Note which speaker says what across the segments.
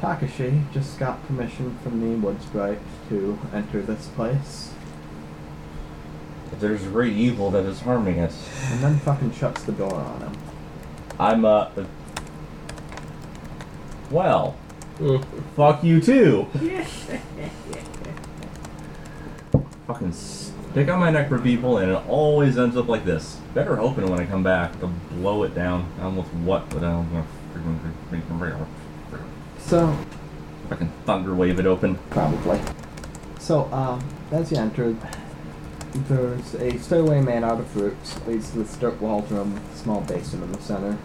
Speaker 1: Takashi just got permission from the wood sprite to enter this place,
Speaker 2: If there's great evil that is harming us,
Speaker 1: and then fucking shuts the door on him.
Speaker 2: I'm uh. Well,
Speaker 3: Mm.
Speaker 2: fuck you too. Fucking stick on my neck for people, and it always ends up like this. Better hoping when I come back to blow it down. I almost what? But I'm gonna freaking- freaking freaking- freaking-
Speaker 1: So
Speaker 2: fucking thunder wave it open.
Speaker 1: Probably. So, um, as you entered, there's a stairway made out of roots that leads to this dirt walled room with a small basin in the center.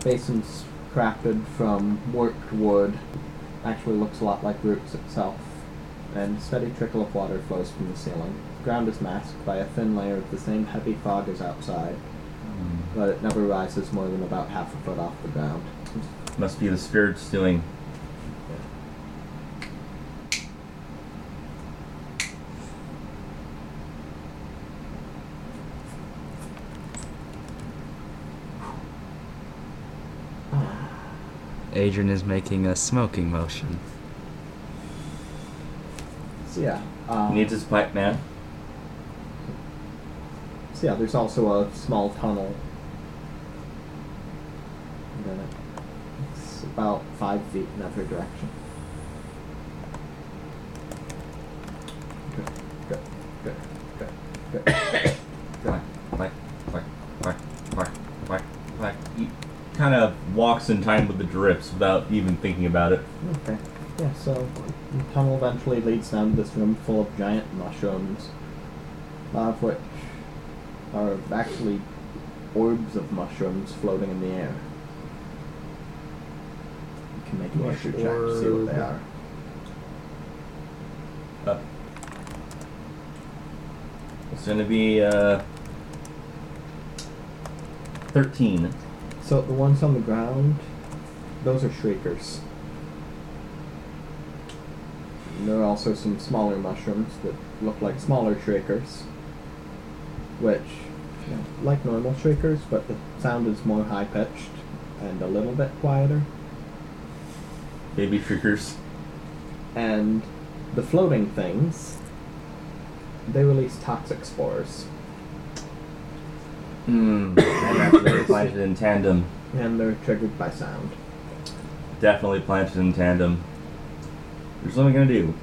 Speaker 1: The basin's crafted from worked wood, actually looks a lot like roots itself, and a steady trickle of water flows from the ceiling. The ground is masked by a thin layer of the same heavy fog as outside, but it never rises more than about half a foot off the ground.
Speaker 2: Must be the spirits doing.
Speaker 4: Adrian is making a smoking motion.
Speaker 1: So, yeah. Um,
Speaker 2: Needs his pipe, man.
Speaker 1: So yeah, there's also a small tunnel. And then It's about five feet in every direction. Good, good, good, good, good.
Speaker 2: Quack, quack, quack, quack, quack, quack, quack. He kind of walks in time with the drips without even thinking about it.
Speaker 1: Okay. Yeah, so the tunnel eventually leads down to this room full of giant mushrooms, a lot of which are actually orbs of mushrooms floating in the air. You can make a nature check to see what they
Speaker 3: Orb.
Speaker 1: are.
Speaker 2: Uh, it's gonna be uh, thirteen.
Speaker 1: So the ones on the ground, those are shriekers. And there are also some smaller mushrooms that look like smaller shriekers, which, you know, like normal shriekers, but the sound is more high pitched and a little bit quieter.
Speaker 2: Baby trickers.
Speaker 1: And the floating things, they release toxic spores,
Speaker 2: Hmm. And after they were planted in tandem,
Speaker 1: and they're triggered by sound.
Speaker 2: definitely planted in tandem. Here's what I'm gonna do.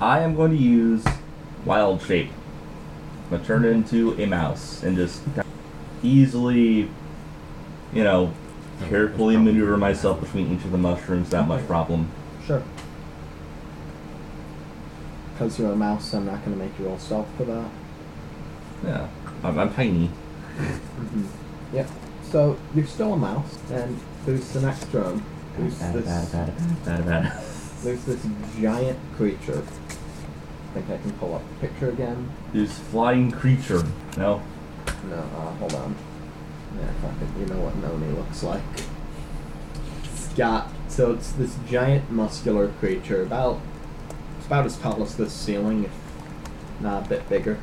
Speaker 2: I am going to use wild shape. I'm gonna turn it into a mouse and just easily, you know, carefully maneuver myself between each of the mushrooms. Not much problem.
Speaker 1: Sure. Because you're a mouse, I'm not going to make you roll stealth for that.
Speaker 2: Yeah, I'm, I'm tiny.
Speaker 1: Yeah. So you're still a mouse, and there's the next room. There's this, there's this giant creature. I think I can pull up the picture again.
Speaker 2: This flying creature. No.
Speaker 1: No, uh, hold on. Yeah, fuck it. You know what Noni looks like. It's got so it's this giant muscular creature, about it's about as tall as this ceiling, if not a bit bigger.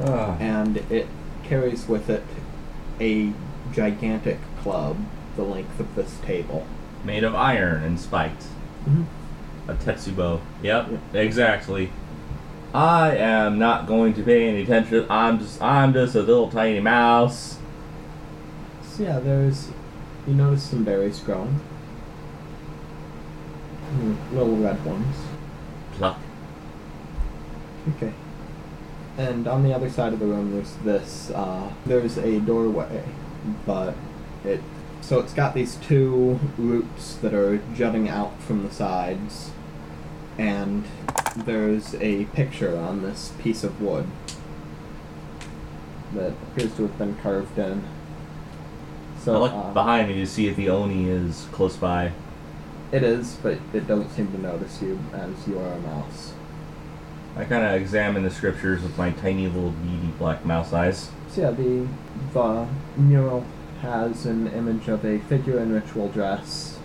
Speaker 2: Ah.
Speaker 1: and it carries with it a gigantic club the length of this table.
Speaker 2: Made of iron and spiked.
Speaker 1: Mm-hmm.
Speaker 2: A Tetsubo. Yep, exactly. I am not going to pay any attention. I'm just I'm just a little tiny mouse.
Speaker 1: So yeah, there's you notice some berries growing, Mm, little red ones.
Speaker 2: Pluck.
Speaker 1: Okay. And on the other side of the room, there's this. Uh, there's a doorway, but it. So it's got these two roots that are jutting out from the sides, and there's a picture on this piece of wood that appears to have been carved in. So
Speaker 2: I look
Speaker 1: uh,
Speaker 2: behind me to see if the Oni is close by.
Speaker 1: it is, but it doesn't seem to notice you as you are a mouse.
Speaker 2: I kind of examine the scriptures with my tiny little beady black mouse eyes.
Speaker 1: So yeah, the the mural has an image of a figure in ritual dress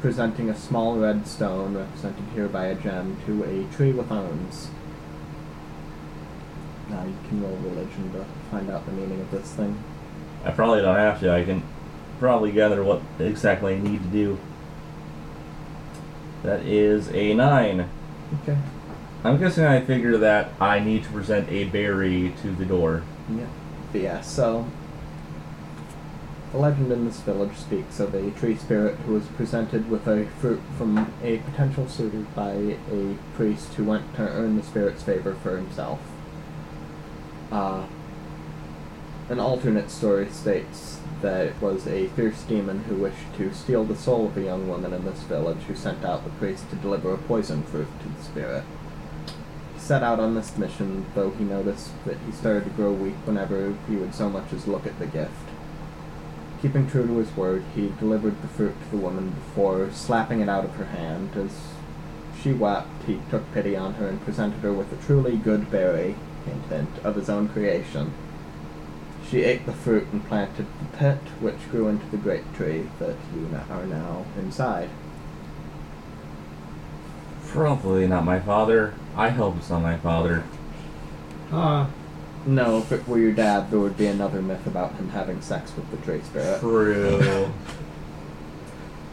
Speaker 1: presenting a small red stone represented here by a gem to a tree with arms. Now you can roll religion to find out the meaning of this thing.
Speaker 2: I probably don't have to. I can probably gather what exactly I need to do. That is a nine.
Speaker 1: Okay.
Speaker 2: I'm guessing I figure that I need to present a berry to the door.
Speaker 1: Yeah. But yeah, so a legend in this village speaks of a tree spirit who was presented with a fruit from a potential suitor by a priest who went to earn the spirit's favor for himself. Uh, an alternate story states that it was a fierce demon who wished to steal the soul of a young woman in this village who sent out the priest to deliver a poison fruit to the spirit set out on this mission, though he noticed that he started to grow weak whenever he would so much as look at the gift. Keeping true to his word, he delivered the fruit to the woman before slapping it out of her hand. As she wept, he took pity on her and presented her with a truly good berry, hint hint, of his own creation. She ate the fruit and planted the pit, which grew into the great tree that you n- are now inside.
Speaker 2: Probably not my father. I hope it's not my father.
Speaker 3: Ah,
Speaker 1: No, if it were your dad, there would be another myth about him having sex with the tree spirit.
Speaker 2: True.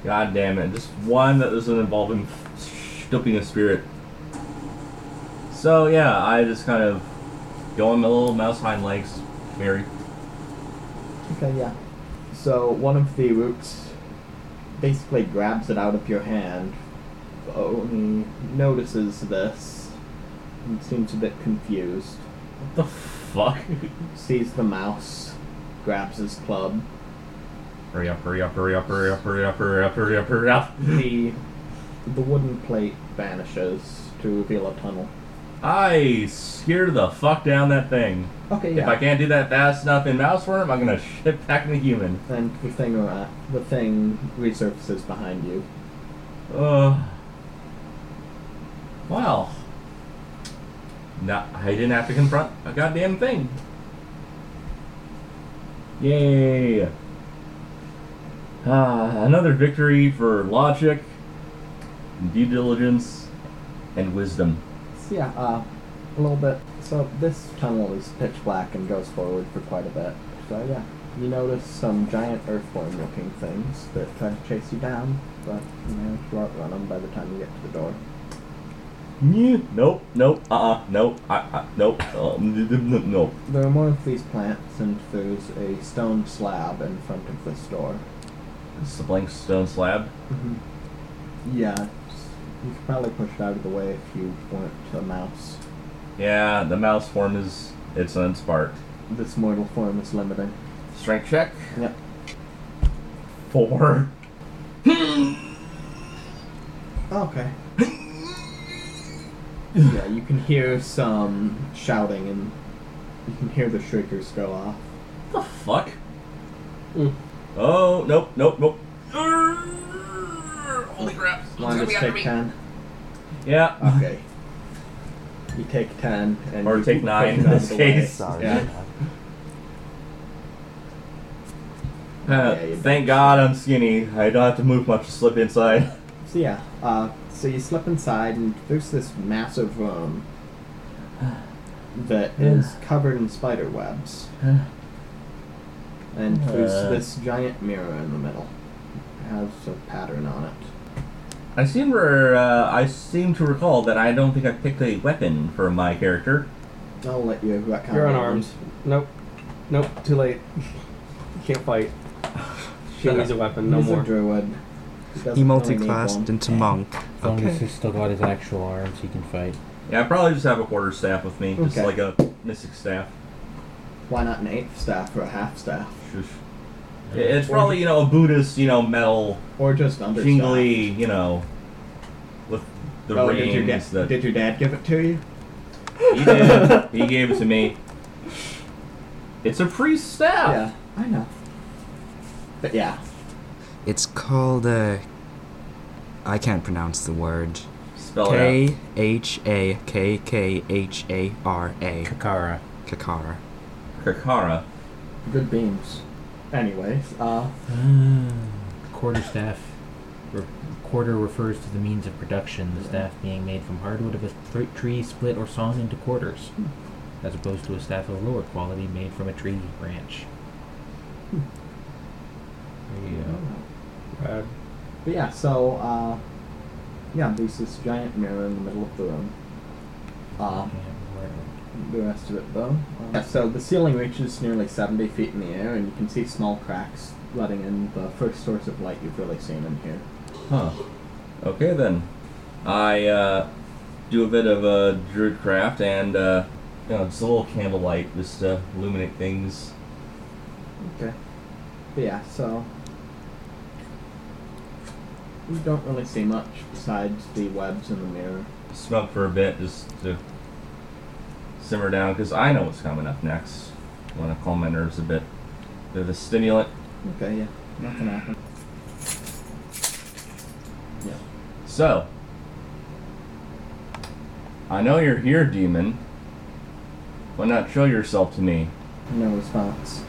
Speaker 2: God damn it. Just one that doesn't involve him stooping a spirit. So, yeah, I just kind of go on my little mouse hind legs, Mary.
Speaker 1: Okay, yeah. So one of the roots basically grabs it out of your hand, only notices this, and seems a bit confused.
Speaker 2: What the fuck?
Speaker 1: Sees the mouse, grabs his club.
Speaker 2: hurry up, hurry up, hurry up, hurry up, hurry up, hurry up, hurry up, hurry up.
Speaker 1: The the wooden plate vanishes to reveal a tunnel.
Speaker 2: I scare the fuck down that thing.
Speaker 1: Okay,
Speaker 2: If I
Speaker 1: yeah.
Speaker 2: can't do that fast enough in mouse form, I'm gonna shit back into human.
Speaker 1: And the thing ar- the thing resurfaces behind you.
Speaker 2: Uh. Wow. Not, I didn't have to confront a goddamn thing. Yay! Ah, another victory for logic, due diligence, and wisdom.
Speaker 1: So yeah, uh, a little bit. So this tunnel is pitch black and goes forward for quite a bit. So yeah, you notice some giant earthworm-looking things that try to chase you down, but you know you outrun them by the time you get to the door.
Speaker 2: Yeah, Nope, nope, uh uh nope, I, I, nope, uh, nope.
Speaker 1: There are more of these plants, and there's a stone slab in front of this door.
Speaker 2: It's a blank stone slab.
Speaker 1: Mm-hmm. Yeah, it's- you could probably push it out of the way if you weren't a mouse.
Speaker 2: Yeah, the mouse form is it's on its part.
Speaker 1: This mortal form is limiting.
Speaker 2: Strength check.
Speaker 1: Yep.
Speaker 2: Four.
Speaker 1: Okay. yeah, you can hear some shouting and you can hear the shriekers go off.
Speaker 2: The fuck?
Speaker 3: mm.
Speaker 2: Oh, nope, nope, nope. Urgh. Holy crap. It's
Speaker 1: One
Speaker 2: gonna
Speaker 1: just
Speaker 2: be after
Speaker 1: take
Speaker 2: me.
Speaker 1: ten.
Speaker 2: Yeah.
Speaker 1: Okay. You take ten and
Speaker 2: Or
Speaker 1: you
Speaker 2: take
Speaker 1: push
Speaker 2: nine
Speaker 1: it
Speaker 2: in
Speaker 1: out
Speaker 2: this
Speaker 1: the way.
Speaker 2: case.
Speaker 4: Sorry.
Speaker 1: Yeah.
Speaker 2: Uh,
Speaker 1: Yeah, you-
Speaker 2: thank God I'm skinny. I don't have to move much to slip inside.
Speaker 1: So yeah, uh, so you slip inside and there's this massive room that is covered in spider webs. And there's
Speaker 2: Uh.
Speaker 1: this giant mirror in the middle. It has a pattern on it.
Speaker 2: I seem to, uh, I seem to recall that I don't think I picked a weapon for my character.
Speaker 1: I'll let you have that
Speaker 3: You're
Speaker 1: comment.
Speaker 3: unarmed. Nope. Nope. Too late. Can't fight. She
Speaker 2: Shut
Speaker 3: needs a weapon. No
Speaker 1: He's
Speaker 3: more.
Speaker 1: a druid.
Speaker 4: He
Speaker 1: doesn't really need
Speaker 4: multiclassed
Speaker 1: one.
Speaker 4: into monk.
Speaker 5: As long as
Speaker 4: Okay.
Speaker 5: he's still got his actual arms, he can fight.
Speaker 2: Yeah, I probably just have a quarter staff with me, just
Speaker 1: Okay.
Speaker 2: like a mystic staff.
Speaker 1: Why not an eighth staff or a half staff?
Speaker 2: Shush. It- It's probably you know a Buddhist, you know, metal
Speaker 1: Or just under
Speaker 2: jingly, you know, with the
Speaker 1: oh, did
Speaker 2: rings.
Speaker 1: your, da-
Speaker 2: the-
Speaker 1: did your dad give it to you?
Speaker 2: He did. he gave it to me. It's a priest staff.
Speaker 1: Yeah, Oh, I know. But yeah,
Speaker 4: It's called uh I can't pronounce the word. Oh,
Speaker 2: Spell it out.
Speaker 4: K H A K K H A R A.
Speaker 5: Kakara.
Speaker 4: Kakara.
Speaker 2: Kakara.
Speaker 1: good beams. Anyways, uh,
Speaker 5: Mm. Quarter staff. Re- quarter refers to the means of production, the staff being made from hardwood of a th- tree split or sawn into quarters, as opposed to a staff of lower quality made from a tree branch. There you go.
Speaker 1: but yeah, so uh, Yeah, there's this giant mirror in the middle of the room. Uh,
Speaker 5: And where-
Speaker 1: the rest of it though. Uh, so the ceiling reaches nearly 70 feet in the air, and you can see small cracks letting in the first source of light you've really seen in here.
Speaker 2: Huh. Okay then. I uh, do a bit of uh, druid craft and uh, you know, just a little candlelight just to illuminate things.
Speaker 1: Okay. But yeah, so we don't really see much besides the webs in the mirror.
Speaker 2: Smoke for a bit just to simmer down because I know what's coming up next. want to calm my nerves a bit. They're the stimulant.
Speaker 1: Okay, yeah, nothing happened.
Speaker 2: So, I know you're here, demon. Why not show yourself to me?
Speaker 1: No response.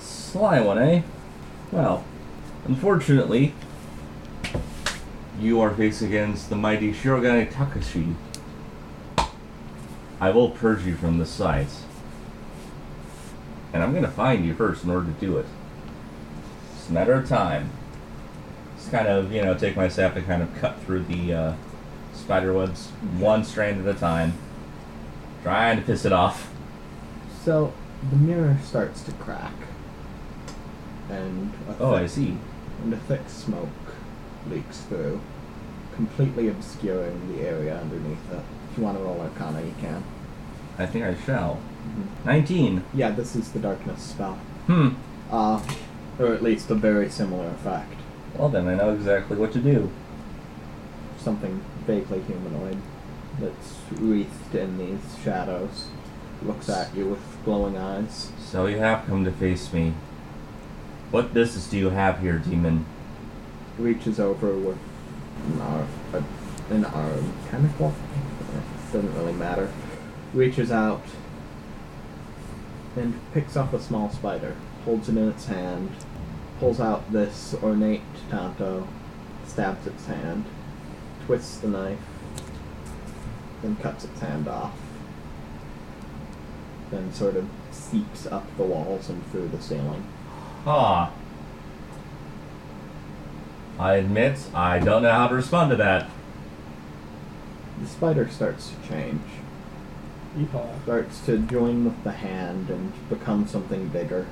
Speaker 2: Sly one, eh? Well, unfortunately, you are faced against the mighty Shirogane Takashi. I will purge you from the site. And I'm gonna find you first in order to do it. It's a matter of time. Just kind of, you know, take my staff and kind of cut through the uh, spider webs one strand at a time. Trying to piss it off.
Speaker 1: So the mirror starts to crack, and a
Speaker 2: Oh, I
Speaker 1: thick-
Speaker 2: see.
Speaker 1: and a thick smoke leaks through, completely obscuring the area underneath it. If you want to roll Arcana, you can.
Speaker 2: I think I shall. Mm-hmm. 19.
Speaker 1: Yeah, this is the darkness spell.
Speaker 2: Hmm.
Speaker 1: Uh, or at least a very similar effect.
Speaker 2: Well, then I know exactly what to do.
Speaker 1: Something vaguely humanoid that's wreathed in these shadows looks at you with glowing eyes.
Speaker 2: So you have come to face me. What business do you have here, demon?
Speaker 1: reaches over with an arm, a, an arm chemical. Doesn't really matter. Reaches out and picks up a small spider, holds it in its hand, pulls out this ornate tanto, stabs its hand, twists the knife, then cuts its hand off. Then sort of seeps up the walls and through the ceiling.
Speaker 2: Ah. I admit, I don't know how to respond to that.
Speaker 1: The spider starts to change.
Speaker 3: Yeehaw.
Speaker 1: starts to join with the hand and become something bigger.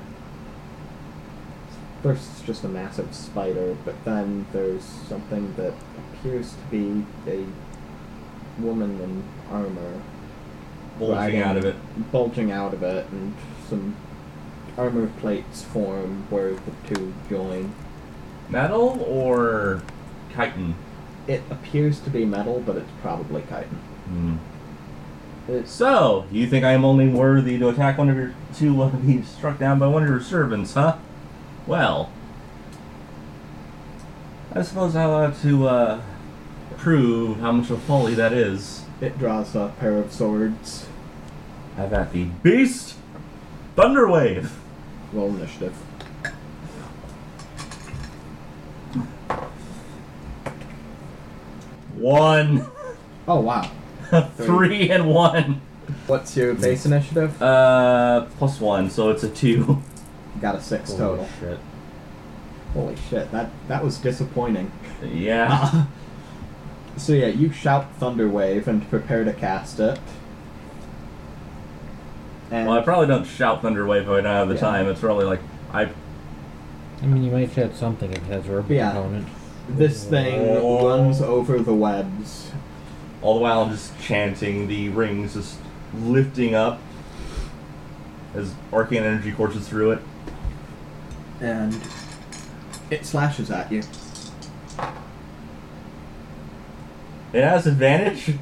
Speaker 1: First, it's just a massive spider, but then there's something that appears to be a woman in armor
Speaker 2: Bulging
Speaker 1: riding-
Speaker 2: out of it.
Speaker 1: bulging out of it, and some armor plates form where the two join.
Speaker 2: Metal or chitin?
Speaker 1: It appears to be metal, but it's probably chitin.
Speaker 2: Hmm.
Speaker 1: It's
Speaker 2: So, you think I am only worthy to attack one of your to uh, be struck down by one of your servants, huh? Well, I suppose I'll have to uh, prove how much of folly that is.
Speaker 1: it draws a pair of swords.
Speaker 2: Have at thee, beast! Thunderwave.
Speaker 1: Roll initiative.
Speaker 2: One,
Speaker 1: Oh wow!
Speaker 2: three, and one.
Speaker 1: What's your base initiative?
Speaker 2: Uh, plus one, so it's a two.
Speaker 1: Got a six
Speaker 5: Holy
Speaker 1: total.
Speaker 5: shit.
Speaker 1: Holy shit, that that was disappointing.
Speaker 2: Yeah.
Speaker 1: So yeah, you shout Thunderwave and prepare to cast it. And
Speaker 2: Well, I probably don't shout Thunderwave if I don't have the
Speaker 1: Yeah.
Speaker 2: time. It's probably like I
Speaker 5: I mean, you might shout something if it has a verbal
Speaker 1: Yeah.
Speaker 5: component.
Speaker 1: this thing
Speaker 2: Oh.
Speaker 1: runs over the webs.
Speaker 2: all the while I'm just chanting the rings, just lifting up as arcane energy courses through it.
Speaker 1: and it slashes at you.
Speaker 2: It has advantage.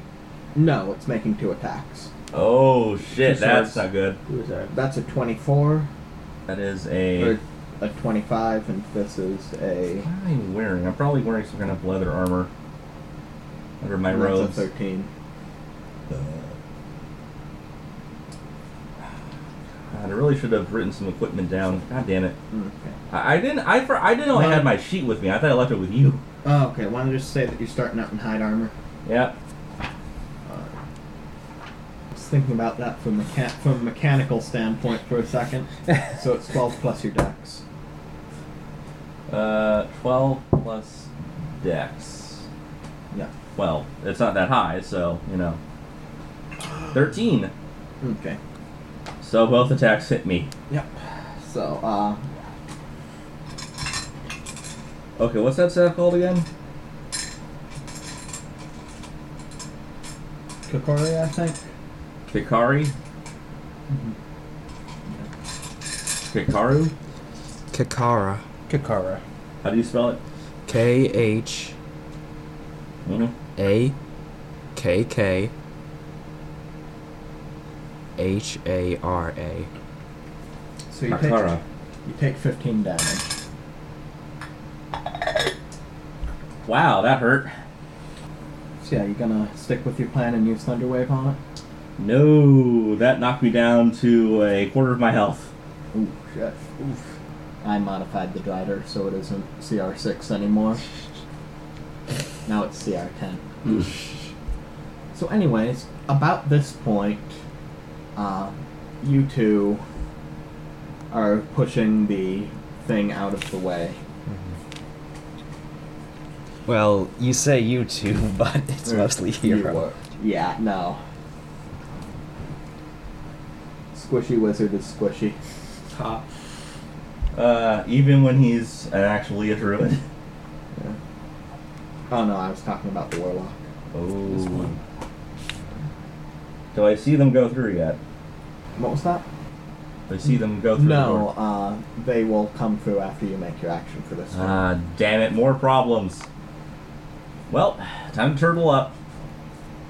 Speaker 1: No, it's making two attacks.
Speaker 2: Oh shit,
Speaker 3: Two
Speaker 2: that's
Speaker 3: swords.
Speaker 2: not good.
Speaker 3: Who is that?
Speaker 1: That's a 24
Speaker 2: That is a.
Speaker 1: or a 25 and this is a
Speaker 2: What am I wearing? I'm probably wearing some kind of leather armor under my
Speaker 1: that's a
Speaker 2: robes.
Speaker 1: 13.
Speaker 2: God, I really should have written some equipment down. God damn it!
Speaker 1: Hmm, Okay.
Speaker 2: I, I didn't. I for, I didn't know I had my sheet with me. I thought I left it with you.
Speaker 1: Oh, okay. Why don't I just say that you're starting out in hide armor?
Speaker 2: Yeah.
Speaker 1: I was thinking about that from mecha- from a mechanical standpoint for a second. so it's 12 plus your dex.
Speaker 2: Uh, 12 plus dex.
Speaker 1: Yeah.
Speaker 2: Well, it's not that high, so, you know. 13.
Speaker 1: Okay.
Speaker 2: So both attacks hit me.
Speaker 1: Yep. So, uh,
Speaker 2: Okay, what's that staff called again?
Speaker 1: Kokori, I think.
Speaker 2: Kikari? Kikaru?
Speaker 4: Kakara.
Speaker 3: Kakara.
Speaker 2: How do you spell it?
Speaker 4: K H
Speaker 2: hmm
Speaker 4: A K K H A R A.
Speaker 1: So you take,
Speaker 2: Makara.
Speaker 1: you take 15 damage.
Speaker 2: Wow, that hurt.
Speaker 1: So yeah, you gonna stick with your plan and use Thunder Wave on it?
Speaker 2: No, that knocked me down to a quarter of my health.
Speaker 1: Ooh, shit. Oof. I modified the Drider so it isn't CR6 anymore. Now it's CR10. so, anyways, about this point, uh, you two are pushing the thing out of the way.
Speaker 4: Well, you say you two, but it's
Speaker 1: Mm.
Speaker 4: mostly
Speaker 1: You
Speaker 4: hero.
Speaker 1: were- Yeah, no. Squishy Wizard is squishy.
Speaker 3: Ha.
Speaker 2: Uh, even when he's uh, actually a druid.
Speaker 1: Yeah. Oh no, I was talking about the Warlock.
Speaker 2: Oh. Do I see them go through yet?
Speaker 1: What was that?
Speaker 2: Do I see them go through? the
Speaker 1: No,
Speaker 2: door?
Speaker 1: uh, they will come through after you make your action for this one.
Speaker 2: Ah, damn it! More problems. Well, time to turtle up.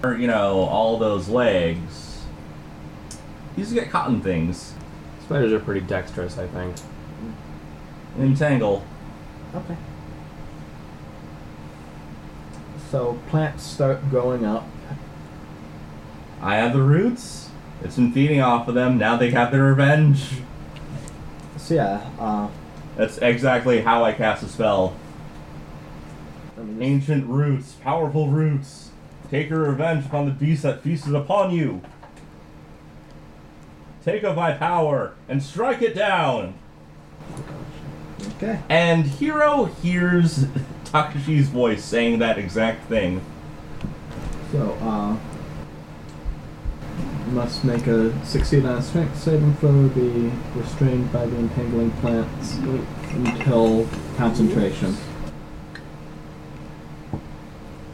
Speaker 2: Or you know, all those legs. You just get caught in things.
Speaker 3: Spiders are pretty dexterous, I think.
Speaker 2: Entangle.
Speaker 1: Okay. So plants start growing up.
Speaker 2: I have the roots. It's been feeding off of them. Now they have their revenge.
Speaker 1: So yeah, uh,
Speaker 2: That's exactly how I cast a spell.
Speaker 1: I mean, this-
Speaker 2: Ancient roots, powerful roots. Take your revenge upon the beast that feasted upon you. Take of my power and strike it down.
Speaker 1: okay.
Speaker 2: And Hiro hears Takashi's voice saying that exact thing.
Speaker 1: So uh, must make a succeed on a strength saving throw. Be restrained by the entangling plants until concentration.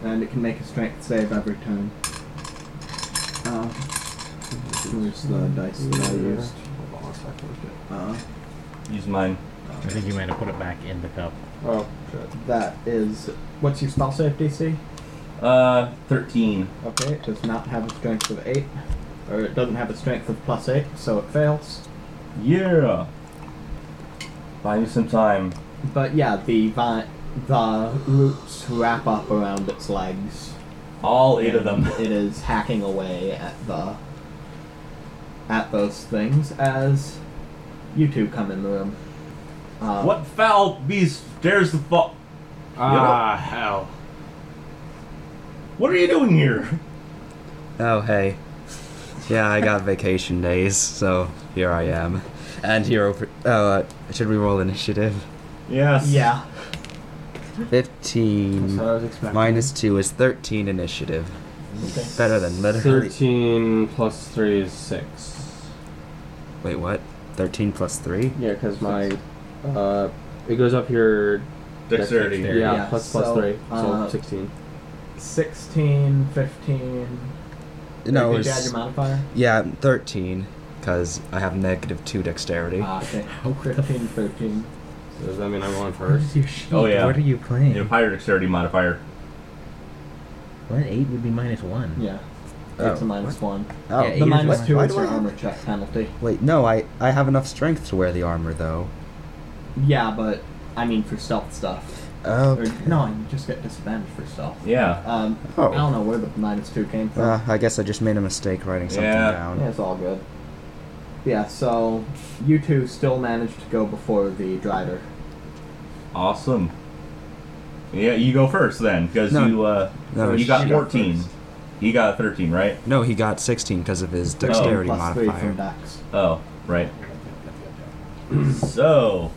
Speaker 1: And it can make a strength save every turn. Uh, where's the dice that I
Speaker 3: Mm-hmm.
Speaker 1: used?
Speaker 3: Hold on a second.
Speaker 1: Uh,
Speaker 2: Use mine.
Speaker 5: I think you might have put it back in the cup.
Speaker 3: Oh, shit.
Speaker 1: uh, that is what's your spell save DC?
Speaker 2: Uh, 13.
Speaker 1: Okay, it does not have a strength of eight, or it doesn't have a strength of plus eight, so it fails.
Speaker 2: Yeah. Buy me some time.
Speaker 1: But yeah, the vi- the roots wrap up around its legs.
Speaker 2: All eight of
Speaker 1: and
Speaker 2: them.
Speaker 1: It is hacking away at the at those things as you two come in the room. Uh,
Speaker 2: What foul beast dares the fall?
Speaker 3: Ah, hell.
Speaker 2: What are you doing here?
Speaker 4: Oh, hey. Yeah, I got vacation days, so here I am. And hero. pr- Oh, uh, should we roll initiative?
Speaker 2: Yes.
Speaker 1: Yeah.
Speaker 4: 15
Speaker 3: That's what I was expecting.
Speaker 4: Mm. minus 2 is 13 initiative.
Speaker 1: Okay.
Speaker 4: Better than literally.
Speaker 3: 13 Ah, plus 3 is 6.
Speaker 4: Wait, what? 13 plus 3?
Speaker 3: Yeah, because my. Uh, it goes up your.
Speaker 2: Dexterity.
Speaker 3: Yeah,
Speaker 1: Yeah,
Speaker 3: plus plus
Speaker 1: so,
Speaker 3: 3. So
Speaker 1: uh,
Speaker 3: 16.
Speaker 1: 16, 15.
Speaker 4: No,
Speaker 1: Did
Speaker 4: it's-
Speaker 1: you add your modifier?
Speaker 4: yeah, 13, because I have negative 2 dexterity.
Speaker 1: Ah, okay.
Speaker 5: Oh,
Speaker 1: 15, 13.
Speaker 3: So does that mean I'm on first?
Speaker 5: your sheet?
Speaker 2: Oh, yeah.
Speaker 5: What are you playing?
Speaker 2: You have higher dexterity modifier.
Speaker 5: What? Eight would be minus one.
Speaker 1: Yeah.
Speaker 4: Oh,
Speaker 1: It's a minus one.
Speaker 4: Oh,
Speaker 5: Yeah,
Speaker 1: The
Speaker 5: Here's
Speaker 1: minus
Speaker 5: my-
Speaker 1: two
Speaker 4: why
Speaker 1: is
Speaker 4: do I
Speaker 1: your
Speaker 4: have-
Speaker 1: armor check penalty.
Speaker 4: Wait, no, I, I have enough strength to wear the armor, though.
Speaker 1: Yeah, but I mean for stealth stuff.
Speaker 4: Oh.
Speaker 1: Or, no, you just get disadvantage for stealth.
Speaker 2: Yeah.
Speaker 1: Um,
Speaker 4: Oh.
Speaker 1: I don't know where the minus two came from.
Speaker 4: Uh, I guess I just made a mistake writing something
Speaker 2: Yeah.
Speaker 4: down.
Speaker 1: Yeah, it's all good. Yeah, so you two still managed to go before the driver.
Speaker 2: Awesome. Yeah, you go first then, because
Speaker 4: No.
Speaker 2: you uh,
Speaker 4: No,
Speaker 2: you
Speaker 4: she
Speaker 2: got
Speaker 4: got
Speaker 2: fourteen.
Speaker 1: first.
Speaker 2: He got thirteen, right?
Speaker 4: No, he got 16 because of his
Speaker 2: Oh.
Speaker 4: dexterity
Speaker 1: Plus three from
Speaker 4: modifier.
Speaker 1: Dex.
Speaker 2: Oh, right. so,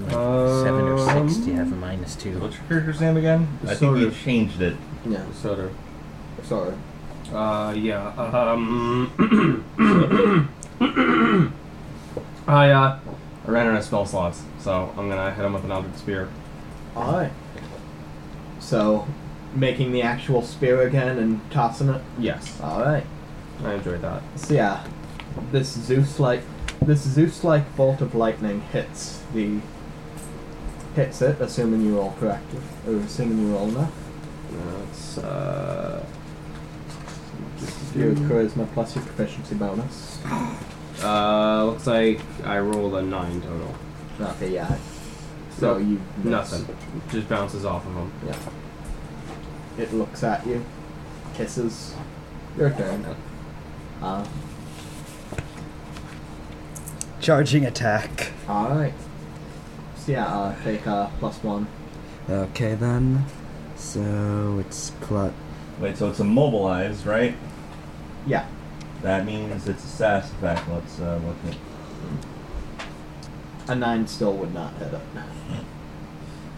Speaker 5: Like seven or six to
Speaker 3: Um,
Speaker 5: have a minus two.
Speaker 2: What's your character's name again? I think we
Speaker 3: Sawyer.
Speaker 2: changed it.
Speaker 1: Yeah.
Speaker 3: Soda.
Speaker 1: Sorry.
Speaker 3: Uh, yeah. Um, I, uh, I ran out of spell slots, so I'm gonna hit him with an object spear.
Speaker 1: Alright. So, making the actual spear again and tossing it.
Speaker 3: Yes,
Speaker 1: Alright.
Speaker 3: I enjoyed that.
Speaker 1: So yeah, this Zeus-like, this Zeus-like bolt of lightning hits the, hits it, assuming you roll correct, or assuming you roll enough.
Speaker 3: That's uh,
Speaker 1: Your
Speaker 3: Mm-hmm.
Speaker 1: charisma plus your proficiency bonus.
Speaker 3: uh, looks like I rolled a nine total.
Speaker 1: Okay, yeah.
Speaker 3: So
Speaker 1: So you miss.
Speaker 3: nothing, just bounces off of him.
Speaker 1: Yeah. It looks at you, kisses. Your turn. Uh,
Speaker 4: Charging attack.
Speaker 1: all right. So yeah, uh, take uh, plus one.
Speaker 4: Okay then. So it's plus.
Speaker 2: Wait, so it's immobilized, right?
Speaker 1: Yeah.
Speaker 2: That means it's a sass effect. Let's uh, look at.
Speaker 1: A nine still would not hit it.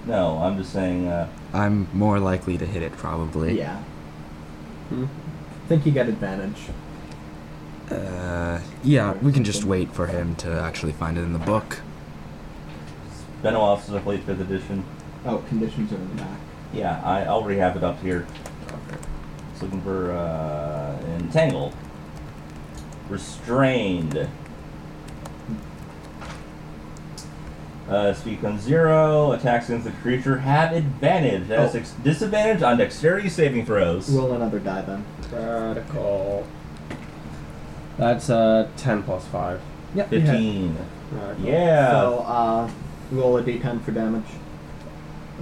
Speaker 2: No, I'm just saying. Uh,
Speaker 4: I'm more likely to hit it probably.
Speaker 1: Yeah.
Speaker 3: Hmm?
Speaker 1: Think you get advantage.
Speaker 4: Uh, yeah, we can just wait for him to actually find it in the book.
Speaker 2: it's been a while since I played fifth edition.
Speaker 1: Oh, conditions are in the back.
Speaker 2: Yeah, I, I'll rehab it up here. It's looking for uh, entangle, restrained. Uh, speak on zero. Attacks against the creature have advantage. That has
Speaker 1: Oh.
Speaker 2: ex- disadvantage on dexterity saving throws.
Speaker 1: Roll another die then.
Speaker 3: Radical. That's uh, ten plus five.
Speaker 1: Yep.
Speaker 2: Fifteen.
Speaker 3: Radical.
Speaker 2: Yeah.
Speaker 1: So uh, roll a d10 for damage.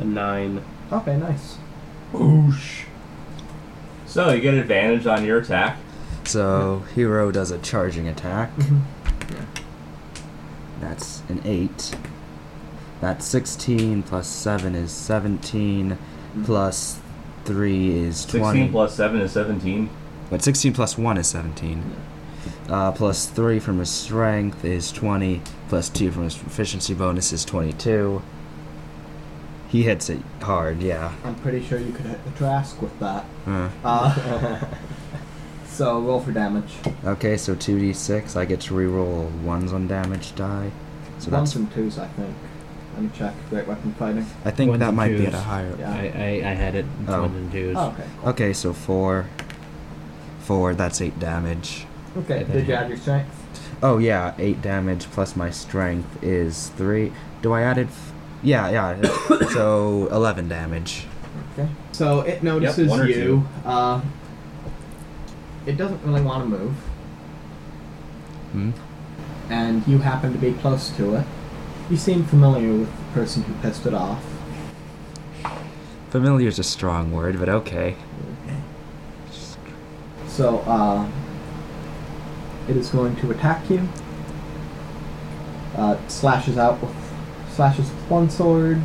Speaker 3: A nine.
Speaker 1: Okay, nice.
Speaker 2: Boosh. So you get advantage on your attack.
Speaker 4: So hero does a charging attack. Mm-hmm. That's an eight. That's sixteen plus seven is 17
Speaker 1: Mm.
Speaker 4: plus three is twenty.
Speaker 2: Sixteen plus seven is seventeen.
Speaker 4: But 16 plus 1 is 17. Uh, plus 3 from his strength is 20. Plus 2 from his proficiency bonus is 22. He hits it hard, yeah.
Speaker 1: I'm pretty sure you could hit the Trask with that.
Speaker 4: Uh,
Speaker 1: Uh, so roll for damage.
Speaker 4: okay, so 2d6. I get to reroll 1s on damage die. So
Speaker 1: Ones
Speaker 4: that's.
Speaker 1: and twos, I think. Let me check. Great weapon fighting.
Speaker 4: I think
Speaker 5: Ones
Speaker 4: that
Speaker 5: and
Speaker 4: might be
Speaker 5: twos.
Speaker 4: at a higher.
Speaker 1: Yeah.
Speaker 5: I, I, I had it in
Speaker 4: Oh.
Speaker 5: ones and twos.
Speaker 1: Oh, okay. cool.
Speaker 4: Okay, so 4. 4, that's 8 damage.
Speaker 1: Okay.
Speaker 5: Okay.
Speaker 1: Did you add your strength?
Speaker 4: Oh, yeah, 8 damage plus my strength is 3. Do I add it? F- yeah, yeah. so 11 damage.
Speaker 1: Okay. So it notices
Speaker 2: one or
Speaker 1: you. Uh, it doesn't really want to move,
Speaker 4: Hmm?
Speaker 1: and you happen to be close to it. You seem familiar with the person who pissed it off.
Speaker 4: Familiar is a strong word, but okay.
Speaker 1: So uh, it is going to attack you. Uh, it slashes out with slashes with one sword.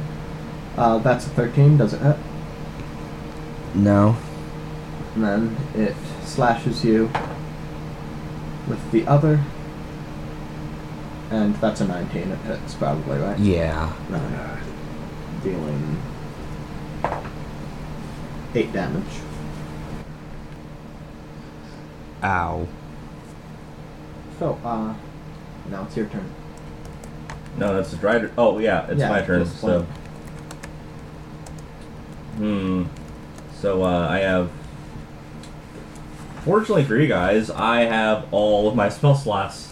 Speaker 1: Uh, that's a thirteen. Does it hit?
Speaker 4: No.
Speaker 1: And then it slashes you with the other. And that's a 19. It hits probably, right?
Speaker 4: Yeah.
Speaker 1: No. Dealing 8 damage.
Speaker 4: Ow.
Speaker 1: So, uh, now it's your turn.
Speaker 2: No, that's the driver. Oh yeah, it's
Speaker 1: Yeah,
Speaker 2: my turn.
Speaker 1: it's
Speaker 2: So.
Speaker 1: fine.
Speaker 2: Hmm. So uh, I have. Fortunately for you guys, I have all of my spell slots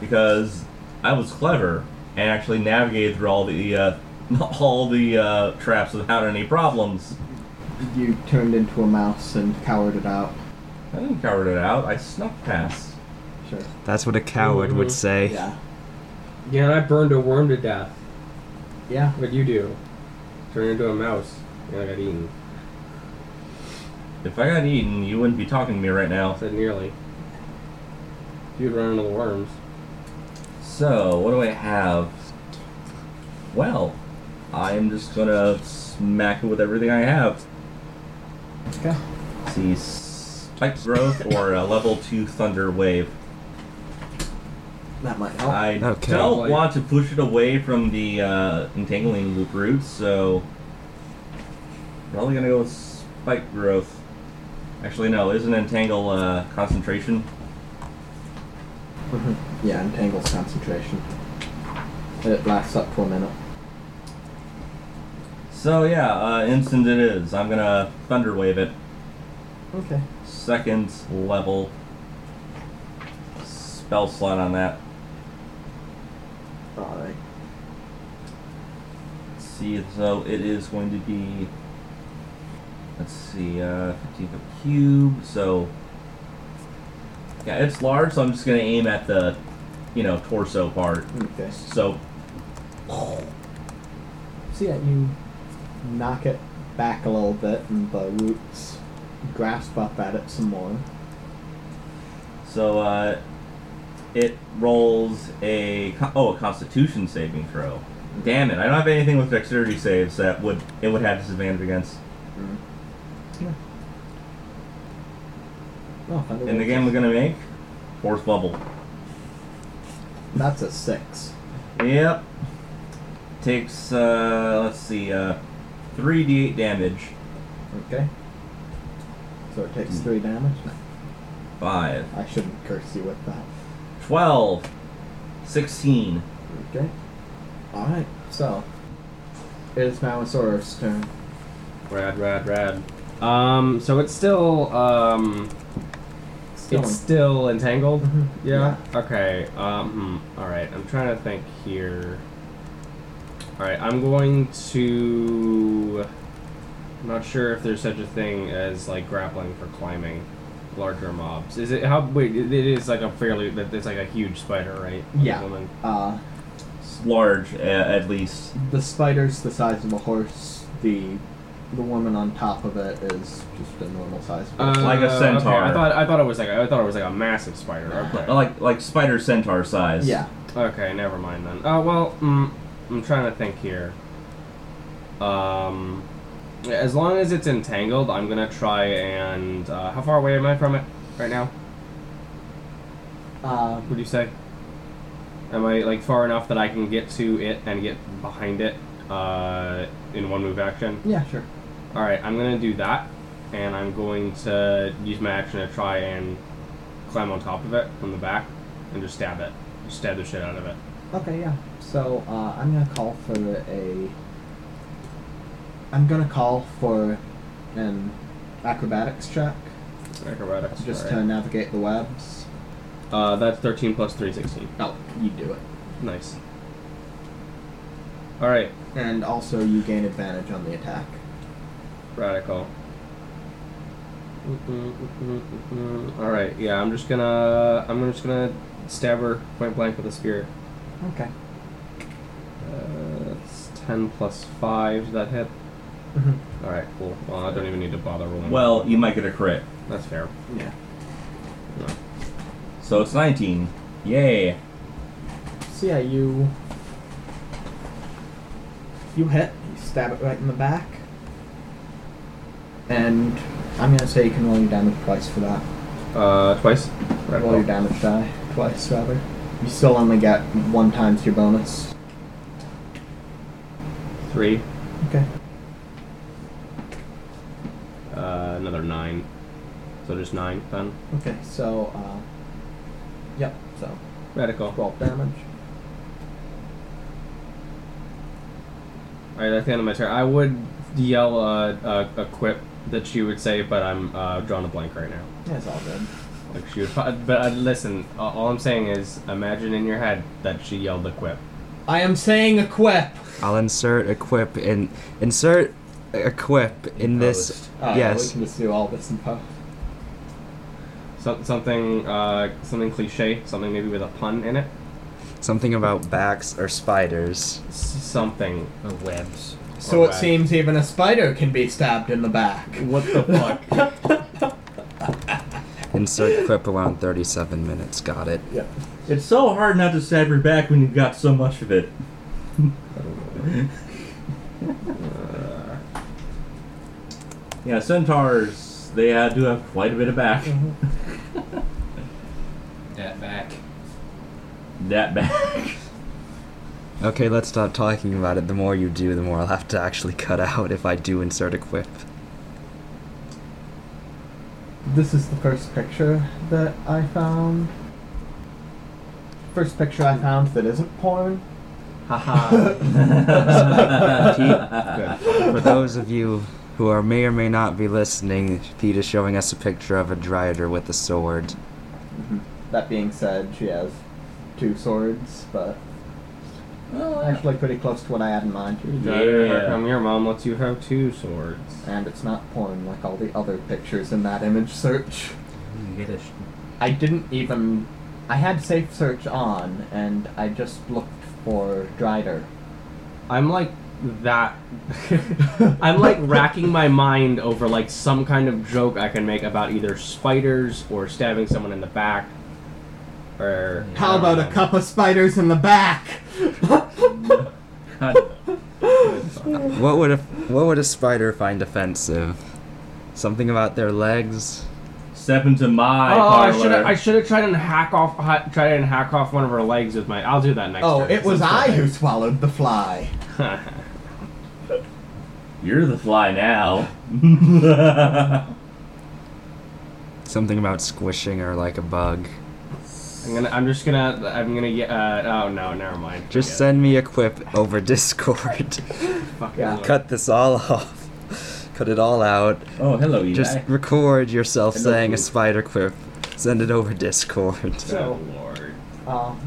Speaker 2: because I was clever and actually navigated through all the uh, all the uh, traps without any problems.
Speaker 1: You turned into a mouse and cowered it out.
Speaker 2: I didn't cover it out. I snuck past.
Speaker 1: Sure.
Speaker 4: That's what a coward
Speaker 3: Mhm.
Speaker 4: would say.
Speaker 1: Yeah.
Speaker 3: Yeah, and I burned a worm to death.
Speaker 1: Yeah.
Speaker 3: What'd you do? Turn into a mouse. And I got eaten.
Speaker 2: If I got eaten, you wouldn't be talking to me right now.
Speaker 3: I said nearly. You'd run into the worms.
Speaker 2: So, what do I have? Well, I'm just gonna smack it with everything I have.
Speaker 1: Okay.
Speaker 2: See, spike growth or a level 2 thunder wave.
Speaker 1: That might help.
Speaker 2: I
Speaker 4: Okay.
Speaker 2: don't
Speaker 3: Like-
Speaker 2: want to push it away from the uh, entangling loop roots, so probably gonna go with spike growth. Actually, no, isn't entangle uh, concentration?
Speaker 1: Mhm. yeah, entangles concentration. It lasts up to a minute.
Speaker 2: So yeah, uh, instant it is. I'm gonna thunder wave it.
Speaker 1: Okay.
Speaker 2: Second level spell slot on that.
Speaker 1: Alright.
Speaker 2: Let's see, so it is going to be. Let's see, uh, 15 foot cube. So, yeah, it's large, so I'm just gonna aim at the, you know, torso part.
Speaker 1: Okay.
Speaker 2: So,
Speaker 1: So yeah, you knock it back a little bit, and the roots grasp up at it some more.
Speaker 2: so uh, it rolls a co- oh a Constitution saving throw. Damn it! I don't have anything with dexterity saves that would it would have disadvantage against.
Speaker 1: Oh, thunder
Speaker 2: And the
Speaker 1: waves.
Speaker 2: game we're gonna make, force bubble.
Speaker 1: That's a six.
Speaker 2: Yep. Takes uh, let's see, uh, three d8 damage.
Speaker 1: Okay. So it takes three damage.
Speaker 2: Five.
Speaker 1: I shouldn't curse you with that.
Speaker 2: 12, 16.
Speaker 1: Okay. Alright, so. It is Malisaurus' turn.
Speaker 3: Rad, rad, rad. Um, so it's still um,
Speaker 1: Still
Speaker 3: it's
Speaker 1: in-
Speaker 3: still entangled.
Speaker 1: Mhm.
Speaker 3: Yeah. Okay. Um. hmm, All right. I'm trying to think here. All right. I'm going to. I'm not sure if there's such a thing as like grappling for climbing larger mobs. Is it how? Wait. It it is like a fairly. that- It's like a huge spider, right? Like a
Speaker 1: Yeah.
Speaker 3: woman.
Speaker 1: Uh,
Speaker 2: It's large, uh, at least.
Speaker 1: the spider's the size of a horse. The the woman on top of it is just a normal size. horse.
Speaker 2: Like a
Speaker 3: Uh,
Speaker 2: centaur.
Speaker 3: Okay. I thought. I thought it was like. A, I thought it was like a massive spider. Okay.
Speaker 2: Like like spider centaur size.
Speaker 1: yeah.
Speaker 3: Okay, never mind then. Oh well, mm, I'm trying to think here. Um, as long as it's entangled, I'm gonna try and uh, how far away am I from it right now?
Speaker 1: Uh,
Speaker 3: Would you say? Am I like far enough that I can get to it and get behind it uh, in one move action?
Speaker 1: yeah, sure.
Speaker 3: All right, I'm gonna do that, and I'm going to use my action to try and climb on top of it from the back and just stab it, just stab the shit out of it.
Speaker 1: Okay, yeah. So uh, I'm gonna call for a. I'm gonna call for an acrobatics check
Speaker 3: Acrobatics.
Speaker 1: just
Speaker 3: alright.
Speaker 1: to navigate the webs.
Speaker 3: Uh, that's 13 plus 3, 16.
Speaker 1: Oh, you do it.
Speaker 3: Nice. Alright,
Speaker 1: And also, you gain advantage on the attack.
Speaker 3: radical. Alright, yeah, I'm just gonna. I'm just gonna stab her point blank with a spear.
Speaker 1: Okay.
Speaker 3: Uh, it's 10 plus 5, did that hit?
Speaker 1: Mhm.
Speaker 3: Alright, cool. Well, I don't even need to bother rolling.
Speaker 2: Well, you might get a crit.
Speaker 3: that's fair.
Speaker 1: Yeah.
Speaker 3: No.
Speaker 2: So it's 19. Yay.
Speaker 1: So yeah, you you hit, you stab it right in the back, and I'm gonna say you can roll your damage twice for that.
Speaker 3: Uh, twice?
Speaker 1: Roll your
Speaker 3: Radical.
Speaker 1: damage die twice, rather. You still only get one times your bonus.
Speaker 3: 3.
Speaker 1: Okay.
Speaker 3: Uh, another 9. So just 9 then.
Speaker 1: Okay. So, uh, yep. So
Speaker 3: Radical.
Speaker 1: twelve damage.
Speaker 3: Alright, that's the end of my turn. I would yell uh, uh, a quip that she would say, but I'm uh, drawing a blank right now.
Speaker 1: That's all good.
Speaker 3: Like she would, fi- but uh, listen. Uh, all I'm saying is, imagine in your head that she yelled a quip.
Speaker 1: I am saying a quip.
Speaker 4: I'll insert a quip in insert a quip in this.
Speaker 2: Post.
Speaker 1: Uh, We
Speaker 4: yes.
Speaker 1: can just do all this in post.
Speaker 3: So, something, uh, something cliche, something maybe with a pun in it.
Speaker 4: Something about backs or spiders.
Speaker 3: S- something.
Speaker 5: Or webs.
Speaker 1: So
Speaker 3: Or
Speaker 1: it
Speaker 3: wag.
Speaker 1: seems even a spider can be stabbed in the back.
Speaker 3: What the fuck?
Speaker 4: Insert quip around 37 minutes. Got it.
Speaker 1: Yep.
Speaker 2: It's so hard not to stab your back when you've got so much of it. yeah, centaurs, they uh, do
Speaker 3: Mm-hmm.
Speaker 2: have quite a bit of back.
Speaker 5: That back.
Speaker 2: that back.
Speaker 4: Okay, let's stop talking about it. The more you do, the more I'll have to actually cut out if I do insert a quip.
Speaker 1: This is the first picture that I found. First picture I found that isn't porn.
Speaker 2: Haha.
Speaker 4: For those of you who are may or may not be listening, Pete is showing us a picture of a dryder with a sword.
Speaker 1: Mhm. That being said, she has two swords, but actually pretty close to what I had in mind.
Speaker 3: How
Speaker 2: Yeah.
Speaker 3: come your mom lets you have two swords?
Speaker 1: And it's not porn like all the other pictures in that image search.
Speaker 5: You get a sh-
Speaker 1: I didn't even. I had safe search on, and I just looked for Dryder.
Speaker 3: I'm like that. I'm like racking my mind over like some kind of joke I can make about either spiders or stabbing someone in the back, or
Speaker 1: How about a cup of spiders in the back?
Speaker 4: What would a what would a spider find offensive? Something about their legs?
Speaker 2: Step into my
Speaker 3: Oh, I should
Speaker 2: parlor.
Speaker 3: have I should have tried and hack off ha- tried and hack off one of her legs with my. I'll do that next.
Speaker 1: Oh,
Speaker 3: turn.
Speaker 1: it was
Speaker 3: That's
Speaker 1: I who
Speaker 3: perfect.
Speaker 1: swallowed the fly.
Speaker 2: You're the fly now.
Speaker 4: Something about squishing or like a bug.
Speaker 3: I'm gonna. I'm just gonna. I'm gonna. ye- Uh, oh no, never mind.
Speaker 4: Just
Speaker 3: Forget
Speaker 4: send me a quip over Discord.
Speaker 3: it. Fucking
Speaker 1: Yeah.
Speaker 3: look.
Speaker 4: Cut this all off. Cut it all out.
Speaker 2: oh, hello, Eli.
Speaker 4: Just record yourself
Speaker 2: Hello,
Speaker 4: saying a
Speaker 2: Pete.
Speaker 4: spider quip. Send it over Discord.
Speaker 3: Oh, Lord.
Speaker 1: Um,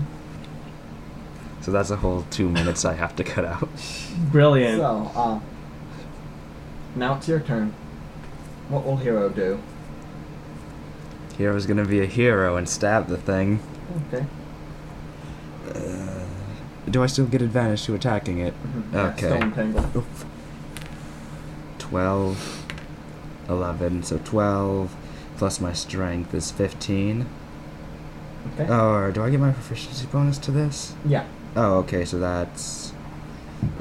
Speaker 4: So that's a whole two minutes I have to cut out.
Speaker 3: Brilliant.
Speaker 1: so, uh, now it's your turn. What will Hero do?
Speaker 4: Hero's gonna be a hero and stab the thing. Uh,
Speaker 1: Okay.
Speaker 4: Do I still get advantage to attacking it?
Speaker 1: Mhm.
Speaker 4: Okay.
Speaker 1: Still entangled.
Speaker 4: 12, 11, so 12 plus my strength is 15.
Speaker 1: Okay.
Speaker 4: Or do I get my proficiency bonus to this?
Speaker 1: yeah.
Speaker 4: Oh, okay, so that's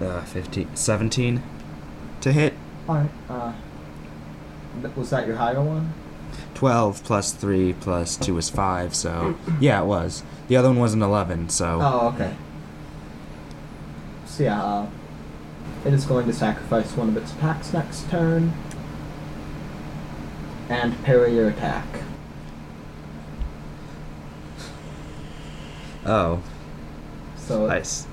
Speaker 4: uh, 15, 17 to hit.
Speaker 1: Alright. Uh, th- was that your higher one?
Speaker 4: 12 plus 3 plus 2 is 5, so yeah, it was. The other one was an 11, so.
Speaker 1: Oh, okay. So yeah, uh, it is going to sacrifice one of its attacks next turn. And parry your attack.
Speaker 4: Oh,
Speaker 1: So it,
Speaker 4: nice.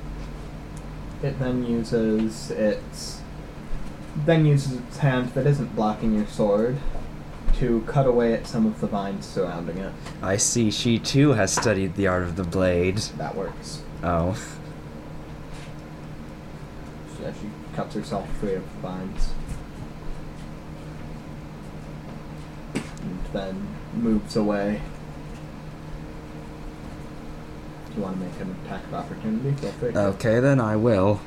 Speaker 1: it then uses its then uses its hand that isn't blocking your sword to cut away at some of the vines surrounding it.
Speaker 4: I see she too has studied the art of the blade.
Speaker 1: That works.
Speaker 4: Oh.
Speaker 1: So yeah, she cuts herself free of the vines. And then moves away. If you want to make an attack of opportunity, feel free. to.
Speaker 4: Okay, then I will.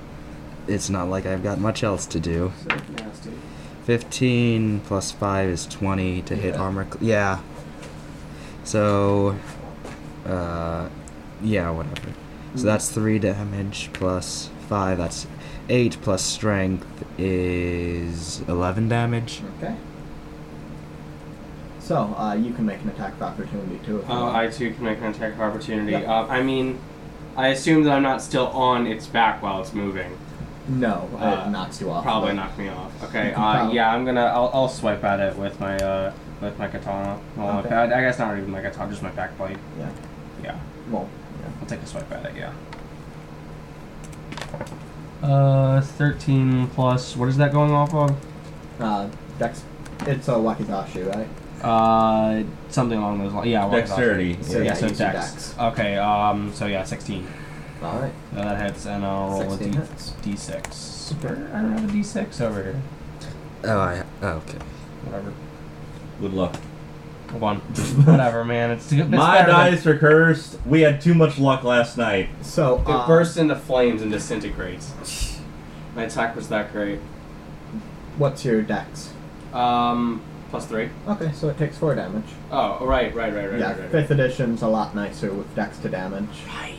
Speaker 4: It's not like I've got much else to do.
Speaker 1: So nasty.
Speaker 4: 15 plus 5 is 20 to hit
Speaker 1: Yeah.
Speaker 4: armor. Cl- yeah. So, uh, yeah, whatever. So that's 3 damage plus 5, that's 8 plus strength is 11 damage.
Speaker 1: Okay. So, uh, you can make an attack of opportunity too if you
Speaker 3: Uh,
Speaker 1: want.
Speaker 3: I too can make an attack of opportunity.
Speaker 1: Yep.
Speaker 3: Uh, I mean, I assume that I'm not still on its back while it's moving.
Speaker 1: no,
Speaker 3: Uh,
Speaker 1: it knocks you off.
Speaker 3: Probably
Speaker 1: but-
Speaker 3: knock me off. Okay.
Speaker 1: You can
Speaker 3: Uh,
Speaker 1: probably-
Speaker 3: yeah, I'm gonna. I'll, I'll swipe at it with my uh, with my katana. Well,
Speaker 1: Okay.
Speaker 3: my, I, I guess not even my katana, just my back blade.
Speaker 1: Yeah.
Speaker 3: Yeah,
Speaker 1: Well, yeah.
Speaker 3: I'll take a swipe at it. Yeah. Uh, thirteen plus. What is that going off of?
Speaker 1: Uh, Dex. It's a wakizashi, right?
Speaker 3: Uh, something along those lines. Yeah.
Speaker 2: Dexterity.
Speaker 1: So,
Speaker 3: yeah,
Speaker 1: yeah,
Speaker 3: so
Speaker 1: use your
Speaker 3: dex.
Speaker 1: dex.
Speaker 3: Okay. Um. So yeah, sixteen.
Speaker 1: Alright.
Speaker 3: So that hits, and I'll roll a
Speaker 1: 16
Speaker 3: D-
Speaker 1: hits.
Speaker 3: d6. Where- I don't have a d6 over here.
Speaker 4: Oh, I, okay.
Speaker 3: Whatever.
Speaker 2: Good luck.
Speaker 3: One. Whatever, man. It's, it's
Speaker 2: My
Speaker 3: better than-
Speaker 2: dice are cursed. We had too much luck last night.
Speaker 1: So,
Speaker 3: It
Speaker 2: Ah.
Speaker 1: uh,
Speaker 3: bursts into flames and disintegrates. My attack was that great.
Speaker 1: what's your dex?
Speaker 3: Um, plus three.
Speaker 1: Okay, so it takes four damage.
Speaker 3: Oh, right, right, right, right,
Speaker 1: yeah,
Speaker 3: right, right.
Speaker 1: fifth edition's a lot nicer with dex to damage.
Speaker 3: Right.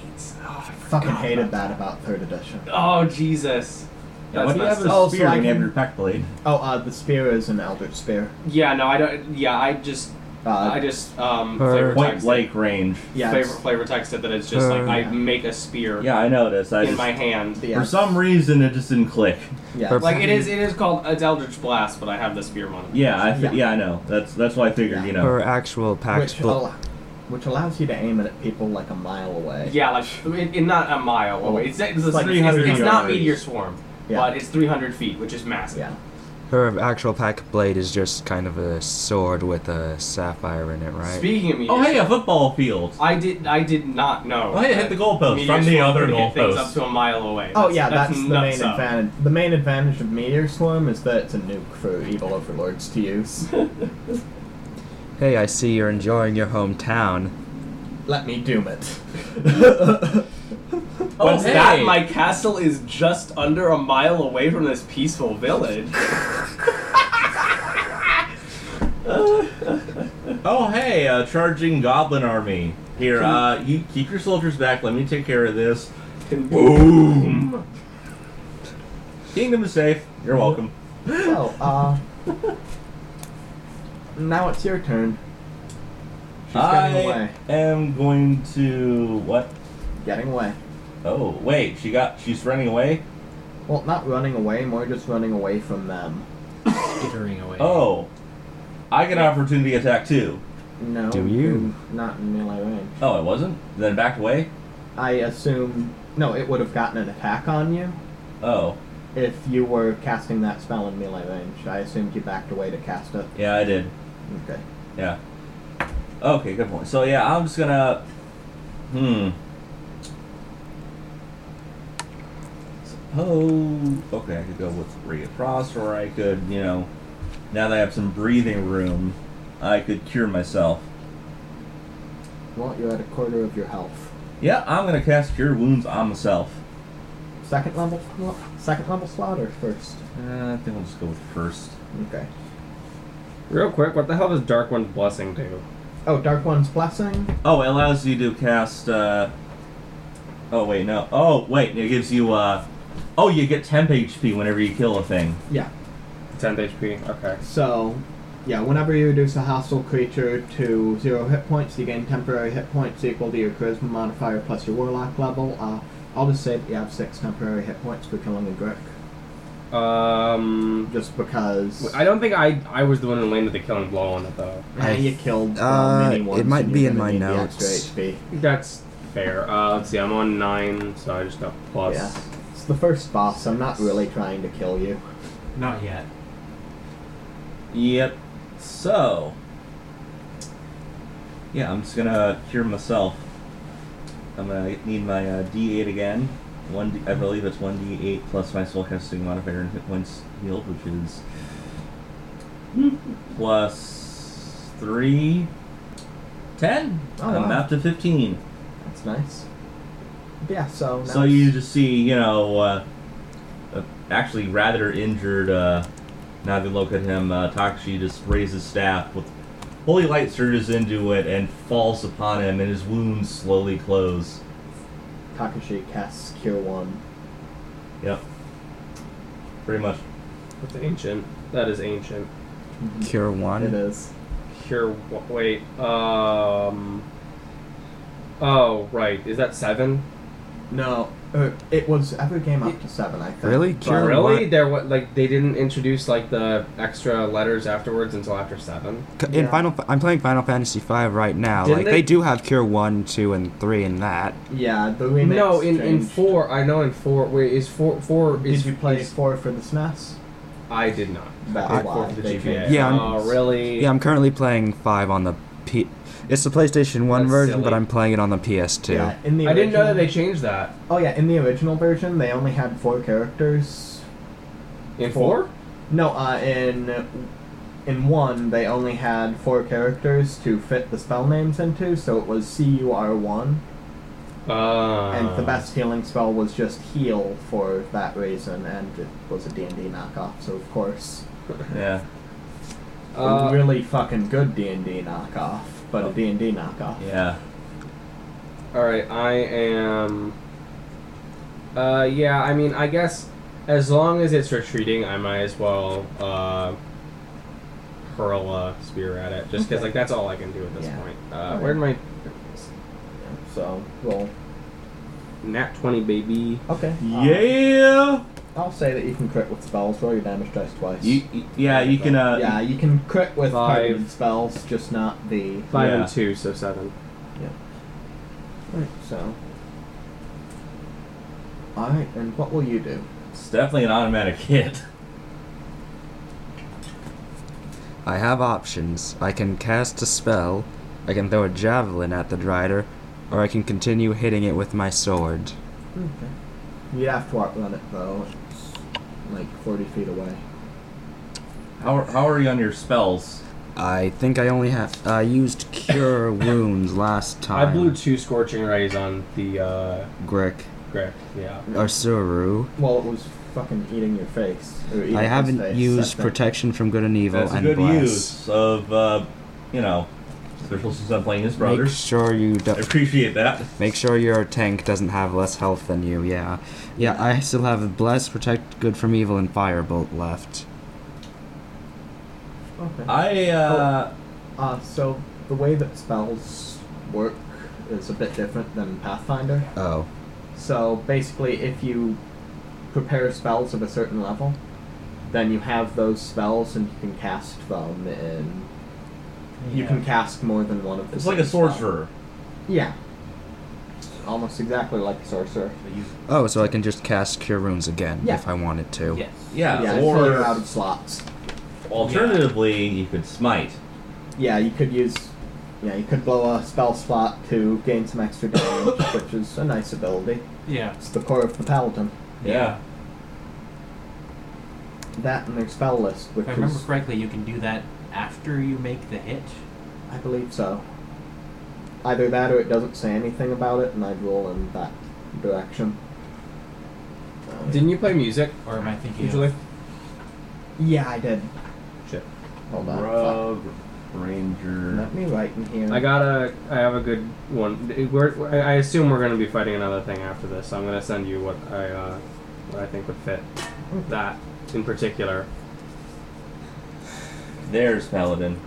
Speaker 3: Oh, I
Speaker 1: Fucking
Speaker 3: forgot
Speaker 1: hated
Speaker 3: about
Speaker 1: that about third edition.
Speaker 3: Oh Jesus.
Speaker 2: Yeah,
Speaker 3: That's
Speaker 2: what do you have
Speaker 3: messed
Speaker 2: a
Speaker 1: up. Oh, so
Speaker 2: spear
Speaker 1: I
Speaker 2: when you have
Speaker 1: can-
Speaker 2: your pack blade?
Speaker 1: Oh, uh, the spear is an eldritch spear.
Speaker 3: Yeah, no, I don't. Yeah, I just
Speaker 1: Uh,
Speaker 3: I just um,
Speaker 4: Or-
Speaker 3: flavor
Speaker 2: Point
Speaker 3: text.
Speaker 2: blank range.
Speaker 1: Yeah,
Speaker 3: flavor,
Speaker 1: it's-
Speaker 3: flavor text said that it's just like I
Speaker 1: Uh,
Speaker 3: make a spear
Speaker 2: Yeah, I noticed. I
Speaker 3: in
Speaker 2: just,
Speaker 3: my hand.
Speaker 1: yeah,
Speaker 2: For some reason, it just didn't click.
Speaker 1: yeah.
Speaker 4: Or-
Speaker 3: Like it is, it is called it's Eldritch Blast, but I have the spear modification.
Speaker 2: Yeah, I fi-
Speaker 1: Yeah.
Speaker 2: yeah. I know. That's that's why I figured. You know,
Speaker 4: Her actual
Speaker 1: which,
Speaker 4: actual
Speaker 1: al- which allows you to aim it at people like a mile away.
Speaker 3: Yeah, like it, it, not a mile away. It's, it's,
Speaker 1: It's like
Speaker 3: it's- it's
Speaker 2: 300
Speaker 3: not
Speaker 2: yards.
Speaker 3: meteor swarm,
Speaker 1: Yeah.
Speaker 3: but it's 300 feet, which is massive.
Speaker 1: Yeah.
Speaker 4: her actual pack blade is just kind of a sword with a sapphire in it, right?
Speaker 3: Speaking of meteor,
Speaker 2: oh hey,
Speaker 3: swarm,
Speaker 2: a football field.
Speaker 3: I did I did not know.
Speaker 2: Oh hey, it hit the
Speaker 3: that
Speaker 2: goalpost
Speaker 3: meteor
Speaker 2: from the
Speaker 3: swarm
Speaker 2: other
Speaker 3: could hit Things up
Speaker 2: goalpost.
Speaker 3: to a mile away.
Speaker 1: Oh yeah, that's, the main
Speaker 3: nuts up.
Speaker 1: advantage. The main advantage of Meteor Swarm is that it's a nuke for evil overlords to use.
Speaker 4: Hey, I see you're enjoying your hometown.
Speaker 1: Let me doom it.
Speaker 3: Oh,
Speaker 2: What's
Speaker 3: hey.
Speaker 2: that?
Speaker 3: My castle is just under a mile away from this peaceful village.
Speaker 2: Oh hey, a charging goblin army. Here, uh, you keep your soldiers back. Let me take care of this. Boom. Kingdom is safe. You're welcome.
Speaker 1: so, uh, now it's your turn. She's
Speaker 2: I
Speaker 1: getting away.
Speaker 2: am going to what?
Speaker 1: Getting away.
Speaker 2: Oh wait, she got. She's running away.
Speaker 1: Well, not running away, more just running away from them.
Speaker 5: skittering away.
Speaker 2: Oh, I get an opportunity attack too.
Speaker 1: No.
Speaker 4: Do you?
Speaker 1: Not in melee range.
Speaker 2: Oh, it wasn't. Then back away.
Speaker 1: I assume. No, it would have gotten an attack on you
Speaker 2: Oh,
Speaker 1: if you were casting that spell in melee range. I assumed you backed away to cast it.
Speaker 2: yeah, I did.
Speaker 1: Okay.
Speaker 2: Yeah. Okay, good point. So yeah, I'm just gonna. Hmm. Oh, okay. I could go with three across, or I could, you know, now that I have some breathing room, I could cure myself.
Speaker 1: Well, you're at a quarter of your health.
Speaker 2: Yeah, I'm gonna cast cure wounds on myself.
Speaker 1: Second level, second level slot or first?
Speaker 2: Uh, I think I'll just go with first.
Speaker 1: Okay.
Speaker 3: Real quick, what the hell does Dark One's Blessing do?
Speaker 1: Oh, Dark One's Blessing?
Speaker 2: Oh, it allows you to cast. Uh, oh wait, no. Oh wait, it gives you. Uh, oh, you get temp HP whenever you kill a thing.
Speaker 1: Yeah.
Speaker 3: 10 HP. Okay.
Speaker 1: So, yeah, whenever you reduce a hostile creature to zero hit points, you gain temporary hit points equal to your charisma modifier plus your warlock level. Uh, I'll just say that you have six temporary hit points for killing a Grick.
Speaker 3: Um,
Speaker 1: Just because.
Speaker 3: I don't think I I was the one who landed the killing blow on it though.
Speaker 1: Eh,
Speaker 4: I-
Speaker 1: you killed
Speaker 4: uh,
Speaker 1: many
Speaker 4: it
Speaker 1: ones
Speaker 4: might
Speaker 1: and
Speaker 4: be
Speaker 1: you're
Speaker 4: in
Speaker 1: gonna
Speaker 4: my
Speaker 1: need the
Speaker 4: notes.
Speaker 1: Extra HP.
Speaker 3: That's fair. Uh, let's see, I'm on nine, so I just got plus.
Speaker 1: Yeah. It's the first boss. I'm not really trying to kill you.
Speaker 5: Not yet.
Speaker 2: Yep. So. Yeah, I'm just gonna cure myself. I'm gonna need my uh, D8 again. One, D- I believe it's one D8 plus my soul casting modifier and hit points healed, which is plus three. Ten.
Speaker 1: Oh,
Speaker 2: I'm
Speaker 1: wow.
Speaker 2: up to fifteen.
Speaker 1: That's nice. Yeah. So. Now
Speaker 2: So
Speaker 1: it's-
Speaker 2: you just see, you know, uh, uh, actually rather injured. Uh, now they look at him, uh, Takashi just raises staff with holy light surges into it and falls upon him, and his wounds slowly close.
Speaker 1: Kakashi casts Cure One.
Speaker 2: Yep, pretty much.
Speaker 3: That's ancient. That is ancient. Mm-hmm.
Speaker 4: Cure one.
Speaker 1: It is.
Speaker 3: Cure. wa- Wait. Um. Oh right, is that seven?
Speaker 1: No, uh, it was every game up to seven. I think.
Speaker 4: Really?
Speaker 1: But-
Speaker 4: Cure-
Speaker 3: really?
Speaker 4: what?
Speaker 3: There what like they didn't introduce like the extra letters afterwards until after seven.
Speaker 4: C- In
Speaker 1: Yeah.
Speaker 4: Final, Fa- I'm playing Final Fantasy V right now.
Speaker 3: Didn't
Speaker 4: like they?
Speaker 3: they-
Speaker 4: do have Cure One, Two, and Three in that.
Speaker 1: Yeah, the remix.
Speaker 3: no, in, in
Speaker 1: changed.
Speaker 3: four. I know in four. Wait, is four four?
Speaker 1: Did
Speaker 3: is,
Speaker 1: you play
Speaker 3: is-
Speaker 1: four for the E SNES?
Speaker 3: I did not.
Speaker 1: That's
Speaker 3: I played
Speaker 1: why
Speaker 3: four for the
Speaker 1: they
Speaker 3: GBA.
Speaker 1: did.
Speaker 4: Yeah, I'm-
Speaker 3: Oh really?
Speaker 4: Yeah, I'm currently playing Five on the P. It's the PlayStation One
Speaker 3: That's
Speaker 4: version, but
Speaker 3: silly.
Speaker 4: I'm playing it on the PS2.
Speaker 1: Yeah, in the
Speaker 3: I didn't know that they
Speaker 1: original-
Speaker 3: changed that
Speaker 1: Oh yeah, in the original version, they only had four characters.
Speaker 3: in
Speaker 1: Four.
Speaker 3: four.
Speaker 1: No, uh, in in one they only had four characters to fit the spell names into, so it was C U R one,
Speaker 3: Uh,
Speaker 1: and the best healing spell was just heal for that reason, and it was a D and D knockoff, so of course.
Speaker 2: Yeah,
Speaker 1: a
Speaker 3: Uh,
Speaker 1: really fucking good D and D knockoff, but a D and D knockoff.
Speaker 2: yeah.
Speaker 3: All right, I am. Uh, yeah, I mean, I guess as long as it's retreating, I might as well uh, hurl a spear at it, just because like that's all I can do at this
Speaker 1: Yeah.
Speaker 3: point. Uh, Where'd my
Speaker 1: So roll.
Speaker 3: nat twenty baby?
Speaker 1: Okay. uh,
Speaker 2: Yeah.
Speaker 1: I'll say that you can crit with spells. Roll your damage dice twice.
Speaker 2: You, you- yeah, you can. Uh,
Speaker 1: yeah, you can crit with
Speaker 3: Five.
Speaker 1: targeted spells, just not the.
Speaker 3: Five
Speaker 2: Yeah.
Speaker 3: and two, so seven.
Speaker 1: Right. So. All right, and what will you do?
Speaker 2: It's definitely an automatic hit.
Speaker 4: I have options. I can cast a spell, I can throw a javelin at the rider, or I can continue hitting it with my sword.
Speaker 1: Okay. You'd have to outrun it though. It's like forty feet away.
Speaker 2: How, are- how are you on your spells?
Speaker 4: I think I only have. I used Cure Wounds last
Speaker 1: Oh,
Speaker 4: time.
Speaker 3: I blew two scorching rays on the uh,
Speaker 4: Grick
Speaker 3: Greg. Yeah.
Speaker 4: or Suru.
Speaker 1: Well, it was fucking eating your face. or eating
Speaker 4: I
Speaker 1: his
Speaker 4: haven't
Speaker 1: face,
Speaker 4: used
Speaker 1: that thing.
Speaker 4: Protection from Good and Evil
Speaker 2: That's a
Speaker 4: and
Speaker 2: good
Speaker 4: Bless.
Speaker 2: use of, uh, you know, especially since I'm playing his brother.
Speaker 4: Make sure you
Speaker 2: I
Speaker 4: don't.
Speaker 2: appreciate that.
Speaker 4: Make sure your tank doesn't have less health than you. Yeah, yeah. I still have Bless, Protect Good from Evil, and Firebolt left.
Speaker 1: Okay.
Speaker 2: I uh,
Speaker 1: Uh, so the way that spells work is a bit different than Pathfinder.
Speaker 4: Oh,
Speaker 1: So basically, if you prepare spells of a certain level, then you have those spells and you can cast them, and you can cast more than one of the
Speaker 2: it's like a
Speaker 1: same spell.
Speaker 2: sorcerer.
Speaker 1: Yeah. It's almost exactly like a sorcerer.
Speaker 4: oh. So I can just cast Cure Wounds again
Speaker 1: Yeah.
Speaker 4: if I wanted to.
Speaker 5: Yes.
Speaker 2: Yeah,
Speaker 1: yeah, until you're out
Speaker 2: or
Speaker 1: of slots.
Speaker 2: alternatively, you could smite.
Speaker 1: Yeah, you could use. Yeah, you could blow a spell slot to gain some extra damage, which is a nice ability.
Speaker 5: Yeah.
Speaker 1: It's the core of the paladin.
Speaker 2: Yeah.
Speaker 1: That and their spell list, which
Speaker 5: If I remember
Speaker 1: is,
Speaker 5: correctly, you can do that after you make the hit.
Speaker 1: I believe so. Either that or it doesn't say anything about it, and I'd roll in that direction. Uh,
Speaker 3: Didn't you play music
Speaker 5: Or am I thinking?
Speaker 3: usually?
Speaker 1: yeah, I did.
Speaker 3: Shit.
Speaker 1: Hold on. fuck.
Speaker 2: Rub Ranger.
Speaker 1: Let me write in here.
Speaker 3: I got a. I have a good one. It- We're, I I assume we're going to be fighting another thing after this. So I'm going to send you what I uh, what I think would fit that in particular.
Speaker 2: There's Paladin.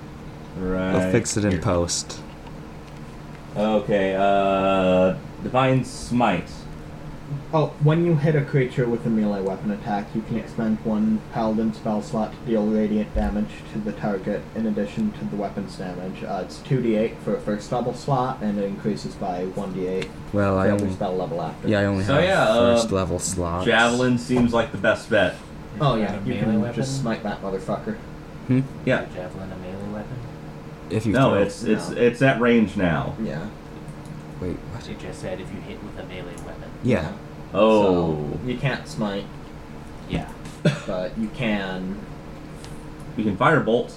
Speaker 2: Right.
Speaker 4: I'll fix it in
Speaker 2: here.
Speaker 4: post.
Speaker 2: Okay. Uh, Divine Smite.
Speaker 1: Oh, when you hit a creature with a melee weapon attack, you can expend one paladin spell slot to deal radiant damage to the target in addition to the weapon's damage. Uh, it's 2d8 for a first level slot, and it increases by 1d8
Speaker 4: Well,
Speaker 1: for
Speaker 4: I
Speaker 1: every
Speaker 4: only.
Speaker 1: spell level after.
Speaker 4: um, Yeah, I only
Speaker 2: So,
Speaker 4: have
Speaker 2: yeah, uh,
Speaker 4: first level slots.
Speaker 2: Javelin seems like the best bet.
Speaker 1: Oh yeah,
Speaker 5: a
Speaker 1: you
Speaker 5: melee
Speaker 1: can
Speaker 5: weapon?
Speaker 1: just smite that motherfucker.
Speaker 4: Hmm?
Speaker 2: Yeah.
Speaker 5: Is a javelin a melee weapon?
Speaker 4: If you
Speaker 2: No,
Speaker 4: throw-
Speaker 2: it's it's
Speaker 1: No.
Speaker 2: it's at range now.
Speaker 1: Yeah.
Speaker 4: wait. What?
Speaker 5: It just said if you hit with a melee weapon.
Speaker 4: Yeah.
Speaker 2: Oh,
Speaker 1: So, you can't smite,
Speaker 5: Yeah.
Speaker 1: but you can.
Speaker 2: you can firebolt.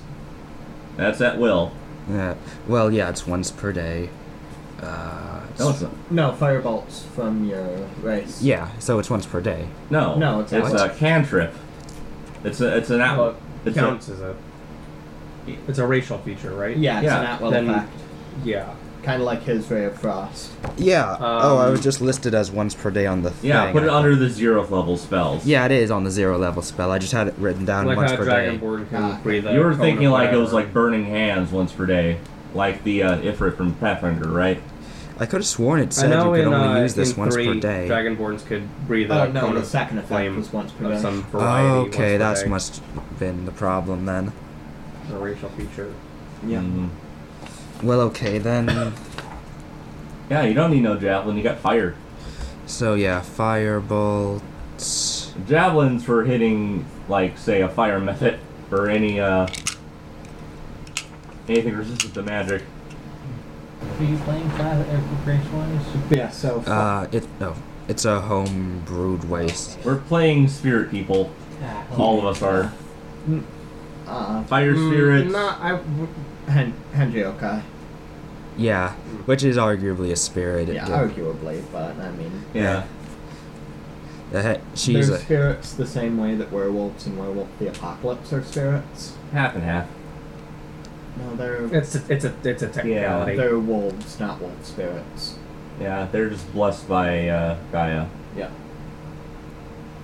Speaker 2: That's at will.
Speaker 4: Yeah. Well, yeah, it's once per day. Uh,
Speaker 2: No, it's not.
Speaker 1: No, firebolts from your race.
Speaker 4: yeah, so it's once per day.
Speaker 2: No,
Speaker 1: No, it's
Speaker 2: it's
Speaker 1: not.
Speaker 2: a cantrip. It's a it's an
Speaker 3: Well,
Speaker 2: out.
Speaker 3: it
Speaker 2: It's
Speaker 3: counts as a. It's a racial feature, right?
Speaker 1: Yeah, it's
Speaker 2: Yeah,
Speaker 1: an at will
Speaker 3: then-
Speaker 1: effect.
Speaker 3: Yeah.
Speaker 1: Kind of like his Ray of Frost.
Speaker 4: Yeah. oh, I was
Speaker 3: Um,
Speaker 4: just listed as once per day on the.
Speaker 2: A, yeah,
Speaker 4: thing,
Speaker 2: put it
Speaker 4: I
Speaker 2: under
Speaker 4: thought.
Speaker 2: the zeroth level spells.
Speaker 4: Yeah, it is on the zero level spell. I just had it written down
Speaker 3: Like
Speaker 4: once
Speaker 3: how
Speaker 4: per day.
Speaker 3: Dragonborn can
Speaker 1: Ah.
Speaker 3: breathe. a
Speaker 2: you were
Speaker 3: cone of
Speaker 2: thinking like it was
Speaker 3: whatever.
Speaker 2: like burning hands once per day, like the uh, Ifrit from Pathfinder, right?
Speaker 4: I could have sworn it
Speaker 3: I
Speaker 4: said you
Speaker 3: know
Speaker 4: could
Speaker 3: in,
Speaker 4: only
Speaker 3: uh,
Speaker 4: use this
Speaker 3: in
Speaker 4: once
Speaker 3: three,
Speaker 4: per day.
Speaker 3: Dragonborns could breathe
Speaker 1: Oh
Speaker 3: a
Speaker 1: no,
Speaker 3: cone
Speaker 1: the
Speaker 3: of
Speaker 1: second effect
Speaker 3: flame
Speaker 1: was once per
Speaker 3: of
Speaker 1: day.
Speaker 3: some variety.
Speaker 4: Oh,
Speaker 3: once per
Speaker 4: okay, that's
Speaker 3: day.
Speaker 4: must been the problem then.
Speaker 3: a racial feature.
Speaker 1: Yeah.
Speaker 4: Mm.
Speaker 2: Mhm.
Speaker 4: Well, okay then.
Speaker 2: Yeah, you don't need no javelin. You got fire.
Speaker 4: so yeah, firebolts.
Speaker 2: Javelins for hitting like say a fire method or any uh anything resistant to magic.
Speaker 5: Are you playing Cloud or Grace Wise?
Speaker 1: Yeah, so.
Speaker 4: Uh, it oh, it's a home brewed waste.
Speaker 2: We're playing spirit people. All of us are
Speaker 1: uh,
Speaker 2: fire spirits.
Speaker 3: Mm, nah, I w-
Speaker 1: Hen- Henryokai.
Speaker 4: Yeah, which is arguably a spirit. It
Speaker 1: Yeah,
Speaker 4: did-
Speaker 1: arguably, but I mean.
Speaker 2: Yeah.
Speaker 4: the he- she's
Speaker 1: they're
Speaker 4: a,
Speaker 1: spirits the same way that werewolves and werewolf the apocalypse are spirits.
Speaker 2: half and half.
Speaker 1: No, they're
Speaker 3: It's a, it's a it's a technicality.
Speaker 1: they're wolves, not wolf spirits.
Speaker 2: Yeah, they're just blessed by uh, Gaia.
Speaker 1: Yeah.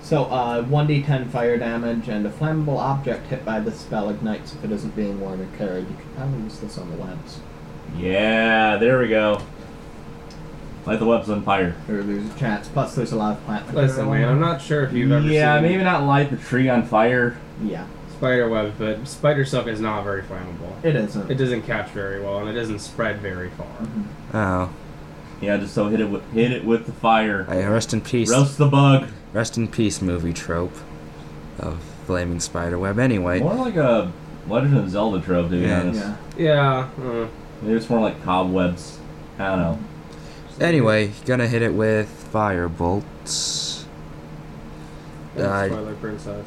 Speaker 1: So, uh, 1d10 fire damage, and a flammable object hit by this spell ignites if it isn't being worn or carried. You can probably use this on the lamps.
Speaker 2: Yeah, there we go. Light the webs on fire.
Speaker 1: Or there's a chance. Plus, there's a lot of plant material.
Speaker 3: Listen, man, I'm not sure if you've ever
Speaker 2: yeah,
Speaker 3: seen
Speaker 2: maybe not light the tree on fire.
Speaker 1: Yeah,
Speaker 3: spider web, but spider silk is not very flammable.
Speaker 1: it isn't. Mm-hmm.
Speaker 3: It doesn't catch very well, and it doesn't spread very far.
Speaker 4: Oh,
Speaker 2: Yeah, just so hit it with, hit it with the fire.
Speaker 4: I rest in peace.
Speaker 2: Roast the bug.
Speaker 4: Rest in peace, movie trope of flaming spider web. Anyway,
Speaker 2: More like a Legend of Zelda trope, to be
Speaker 4: Yeah.
Speaker 2: honest.
Speaker 1: Yeah.
Speaker 3: Yeah. Uh,
Speaker 2: Maybe it's more like cobwebs. I don't know.
Speaker 4: anyway, gonna hit it with fire bolts. Uh,
Speaker 3: Twilight Princess.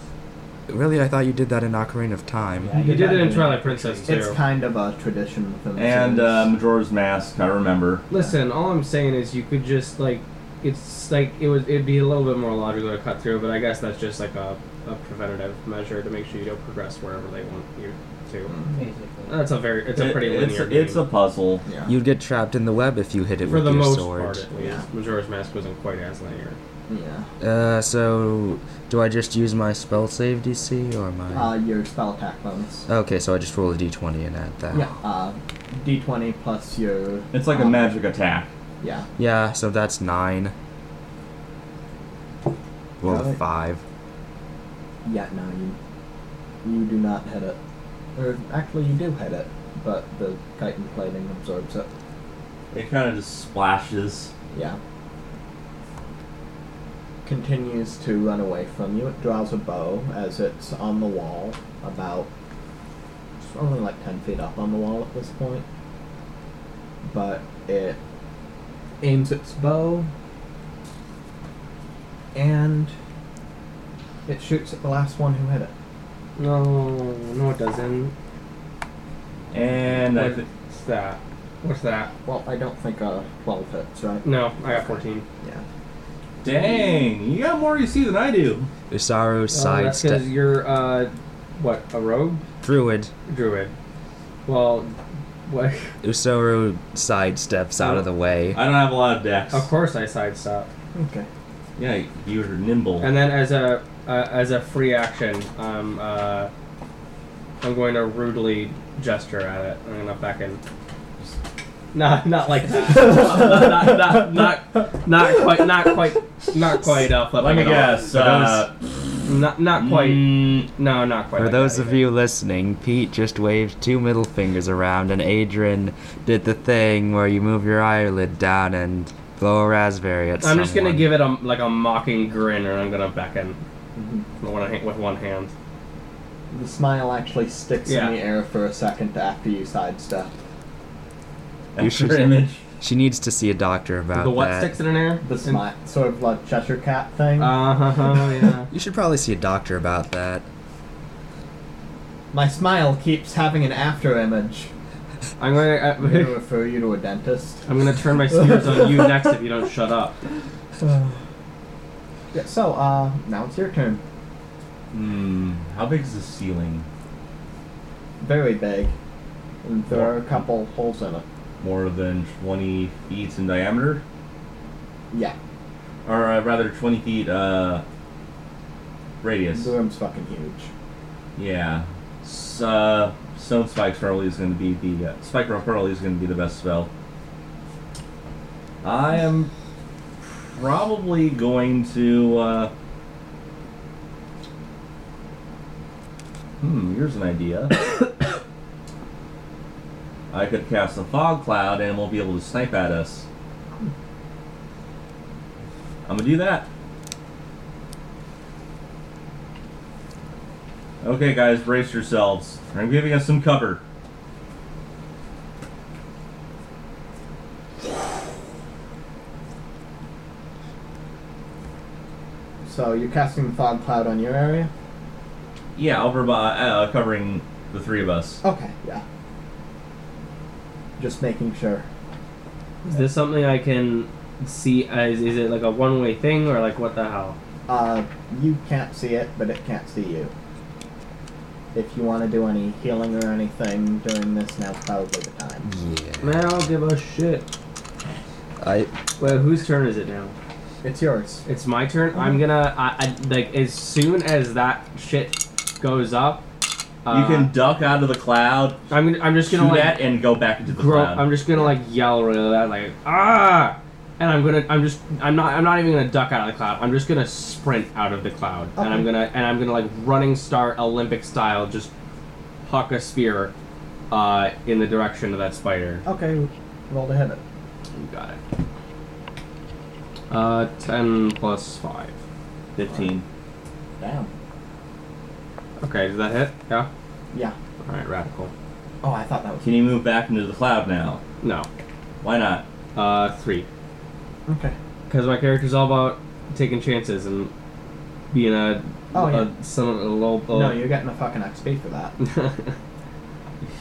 Speaker 4: Really, I thought you did that in Ocarina of Time.
Speaker 5: Yeah,
Speaker 3: You did it in
Speaker 5: gotta-
Speaker 3: Twilight Princess too.
Speaker 1: It's kind of a tradition within the
Speaker 2: And
Speaker 1: series.
Speaker 2: uh, Majora's Mask, I remember.
Speaker 3: Listen, all I'm saying is you could just like, it's like it would it'd be a little bit more logical to cut through, but I guess that's just like a, a preventative measure to make sure you don't progress wherever they want you to.
Speaker 5: Basically.
Speaker 3: That's a very it's a
Speaker 2: It-
Speaker 3: pretty linear.
Speaker 2: It's, it's a
Speaker 3: game.
Speaker 2: puzzle.
Speaker 1: yeah.
Speaker 4: You'd get trapped in the web if you hit it
Speaker 3: for
Speaker 4: with
Speaker 3: the
Speaker 4: your
Speaker 3: most
Speaker 4: sword.
Speaker 3: part at least.
Speaker 1: Yeah.
Speaker 3: Majora's Mask wasn't quite as linear.
Speaker 1: yeah.
Speaker 4: Uh, so do I just use my spell save DC or my?
Speaker 1: Uh, your spell attack bonus.
Speaker 4: okay, so I just roll a d20 and add that.
Speaker 1: Yeah. Uh, D20 plus your.
Speaker 2: It's like a
Speaker 1: um,
Speaker 2: magic attack.
Speaker 1: Yeah.
Speaker 4: Yeah, so that's nine. Roll
Speaker 1: Got
Speaker 4: a
Speaker 1: it.
Speaker 4: five.
Speaker 1: Yeah. No, you. You do not hit it. Or actually, you do hit it, but the chitin plating absorbs it.
Speaker 2: It kind of just splashes.
Speaker 1: Yeah. Continues to run away from you. It draws a bow as it's on the wall, about. It's only like 10 feet up on the wall at this point. But it aims its bow, and it shoots at the last one who hit it.
Speaker 3: No, no, it doesn't.
Speaker 2: And I thi-
Speaker 3: What's that? What's that?
Speaker 1: Well, I don't think uh, 12 hits, right?
Speaker 3: No, I got 14.
Speaker 1: Yeah.
Speaker 2: dang, you got more you see than I do.
Speaker 1: Oh,
Speaker 4: Usaru
Speaker 3: Uh,
Speaker 4: side
Speaker 3: that's because
Speaker 4: sidestep.
Speaker 3: you're uh, what a rogue
Speaker 4: Druid.
Speaker 3: druid. Well, what?
Speaker 4: Usaru sidesteps out of the way.
Speaker 2: I don't have a lot of decks.
Speaker 3: Of course, I sidestep.
Speaker 1: Okay.
Speaker 2: Yeah, you're nimble.
Speaker 3: And then as a uh, as a free action, um, uh, I'm going to rudely gesture at it. I'm gonna back in. Not not like that. not, not, not, not quite not quite not quite. Uh,
Speaker 2: Let
Speaker 3: flipping
Speaker 2: me
Speaker 3: it off.
Speaker 2: guess.
Speaker 4: But
Speaker 2: Uh,
Speaker 3: Not not quite.
Speaker 2: mm,
Speaker 3: No, not quite.
Speaker 4: For
Speaker 3: like
Speaker 4: those
Speaker 3: that
Speaker 4: of
Speaker 3: either.
Speaker 4: you listening, Pete just waved two middle fingers around, and Adrian did the thing where you move your eyelid down and blow a raspberry at
Speaker 3: I'm just gonna
Speaker 4: someone.
Speaker 3: give it a like a mocking grin, and I'm gonna back in
Speaker 1: Mhm.
Speaker 3: with one hand- with one hand.
Speaker 1: The smile actually sticks
Speaker 3: Yeah.
Speaker 1: in the air for a second after you sidestep.
Speaker 4: You
Speaker 2: extra
Speaker 4: should-
Speaker 2: image.
Speaker 4: She needs to see a doctor about
Speaker 3: the what
Speaker 4: that.
Speaker 3: sticks in an air?
Speaker 1: The smile, sort of like Cheshire Cat thing.
Speaker 3: Uh huh. Yeah.
Speaker 4: You should probably see a doctor about that.
Speaker 1: My smile keeps having an after image.
Speaker 3: I'm gonna.
Speaker 1: I'm going to
Speaker 3: I,
Speaker 1: refer you to a dentist.
Speaker 3: I'm gonna turn my spears on you next if you don't shut up.
Speaker 1: Yeah, so, uh, now it's your turn.
Speaker 2: Hmm. How big is the ceiling?
Speaker 1: Very big. And there are a couple holes in it.
Speaker 2: More than 20 feet in diameter,
Speaker 1: Yeah,
Speaker 2: or uh, rather 20 feet uh, radius.
Speaker 1: the room's fucking huge.
Speaker 2: Yeah. S- uh, Stone Spike Hurley is going to be the uh, Spike Rock Hurley is going to be the best spell. I am probably going to. Uh, hmm. Here's an idea. I could cast a fog cloud and it won't be able to snipe at us. I'm gonna do that. Okay, guys, brace yourselves. I'm giving us some cover.
Speaker 1: So you're casting the fog cloud on your area?
Speaker 2: Yeah, over by uh, covering the three of us.
Speaker 1: Okay, yeah. Just making sure.
Speaker 3: Is this something I can see? As, is it like a one way thing or like what the hell?
Speaker 1: Uh, you can't see it, but it can't see you. If you want to do any healing or anything during this, now's probably the time.
Speaker 4: Yeah.
Speaker 3: Man, I don't give a shit.
Speaker 4: I
Speaker 3: Well, whose turn is it now?
Speaker 1: It's yours.
Speaker 3: It's my turn. I'm gonna I, I, like as soon as that shit goes up. Uh,
Speaker 2: you can duck out of the cloud,
Speaker 3: I'm gonna. I'm just
Speaker 2: shoot
Speaker 3: gonna like
Speaker 2: at, and go back into the
Speaker 3: grow.
Speaker 2: cloud.
Speaker 3: I'm just gonna like yell really loud, like ah, and I'm gonna. I'm just. I'm not. I'm not even gonna duck out of the cloud. I'm just gonna sprint out of the cloud, and I'm
Speaker 1: Okay.
Speaker 3: gonna. And I'm gonna like running star Olympic style, just huck a spear, uh, in the direction of that spider.
Speaker 1: Okay, roll to hit it.
Speaker 3: You got it. Uh, ten plus five.
Speaker 2: 15.
Speaker 1: Damn.
Speaker 3: Okay, did that hit? Yeah.
Speaker 1: Yeah.
Speaker 3: All right, radical.
Speaker 1: Oh, I thought that was
Speaker 2: Can you move back into the cloud now?
Speaker 3: No.
Speaker 2: Why not?
Speaker 3: Uh, three.
Speaker 1: okay.
Speaker 3: Because my character's all about taking chances and being a
Speaker 1: Oh,
Speaker 3: a,
Speaker 1: yeah.
Speaker 3: some a little. a
Speaker 1: No,
Speaker 3: little-
Speaker 1: you're getting a fucking XP for that.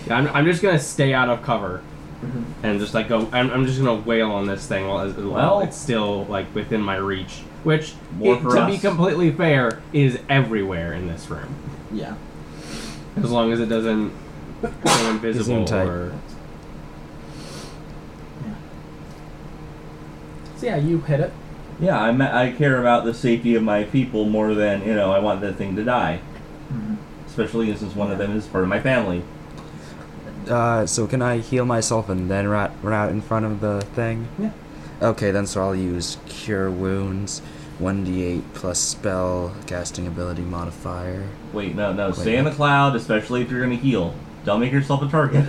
Speaker 3: Yeah, I'm, I'm just gonna stay out of cover
Speaker 1: Mhm.
Speaker 3: and just like go. I'm, I'm just gonna wail on this thing while, while
Speaker 2: Well-
Speaker 3: it's still like within my reach, which
Speaker 2: More
Speaker 3: it-
Speaker 2: for
Speaker 3: to be
Speaker 2: us.
Speaker 3: completely fair is everywhere in this room,
Speaker 1: Yeah.
Speaker 3: as long as it doesn't go invisible
Speaker 4: tight.
Speaker 3: or
Speaker 1: So yeah, you hit it.
Speaker 2: Yeah, I'm, I care about the safety of my people more than, you know, I want that thing to die.
Speaker 1: Mm-hmm.
Speaker 2: Especially since one of them is part of my family.
Speaker 4: Uh, so can I heal myself and then run, run out in front of the thing?
Speaker 1: Yeah.
Speaker 4: Okay, then so I'll use Cure Wounds, 1d8 plus spell casting ability modifier.
Speaker 2: Wait, no, no.
Speaker 4: Wait.
Speaker 2: Stay in the cloud, especially if you're going to heal. Don't make yourself a target.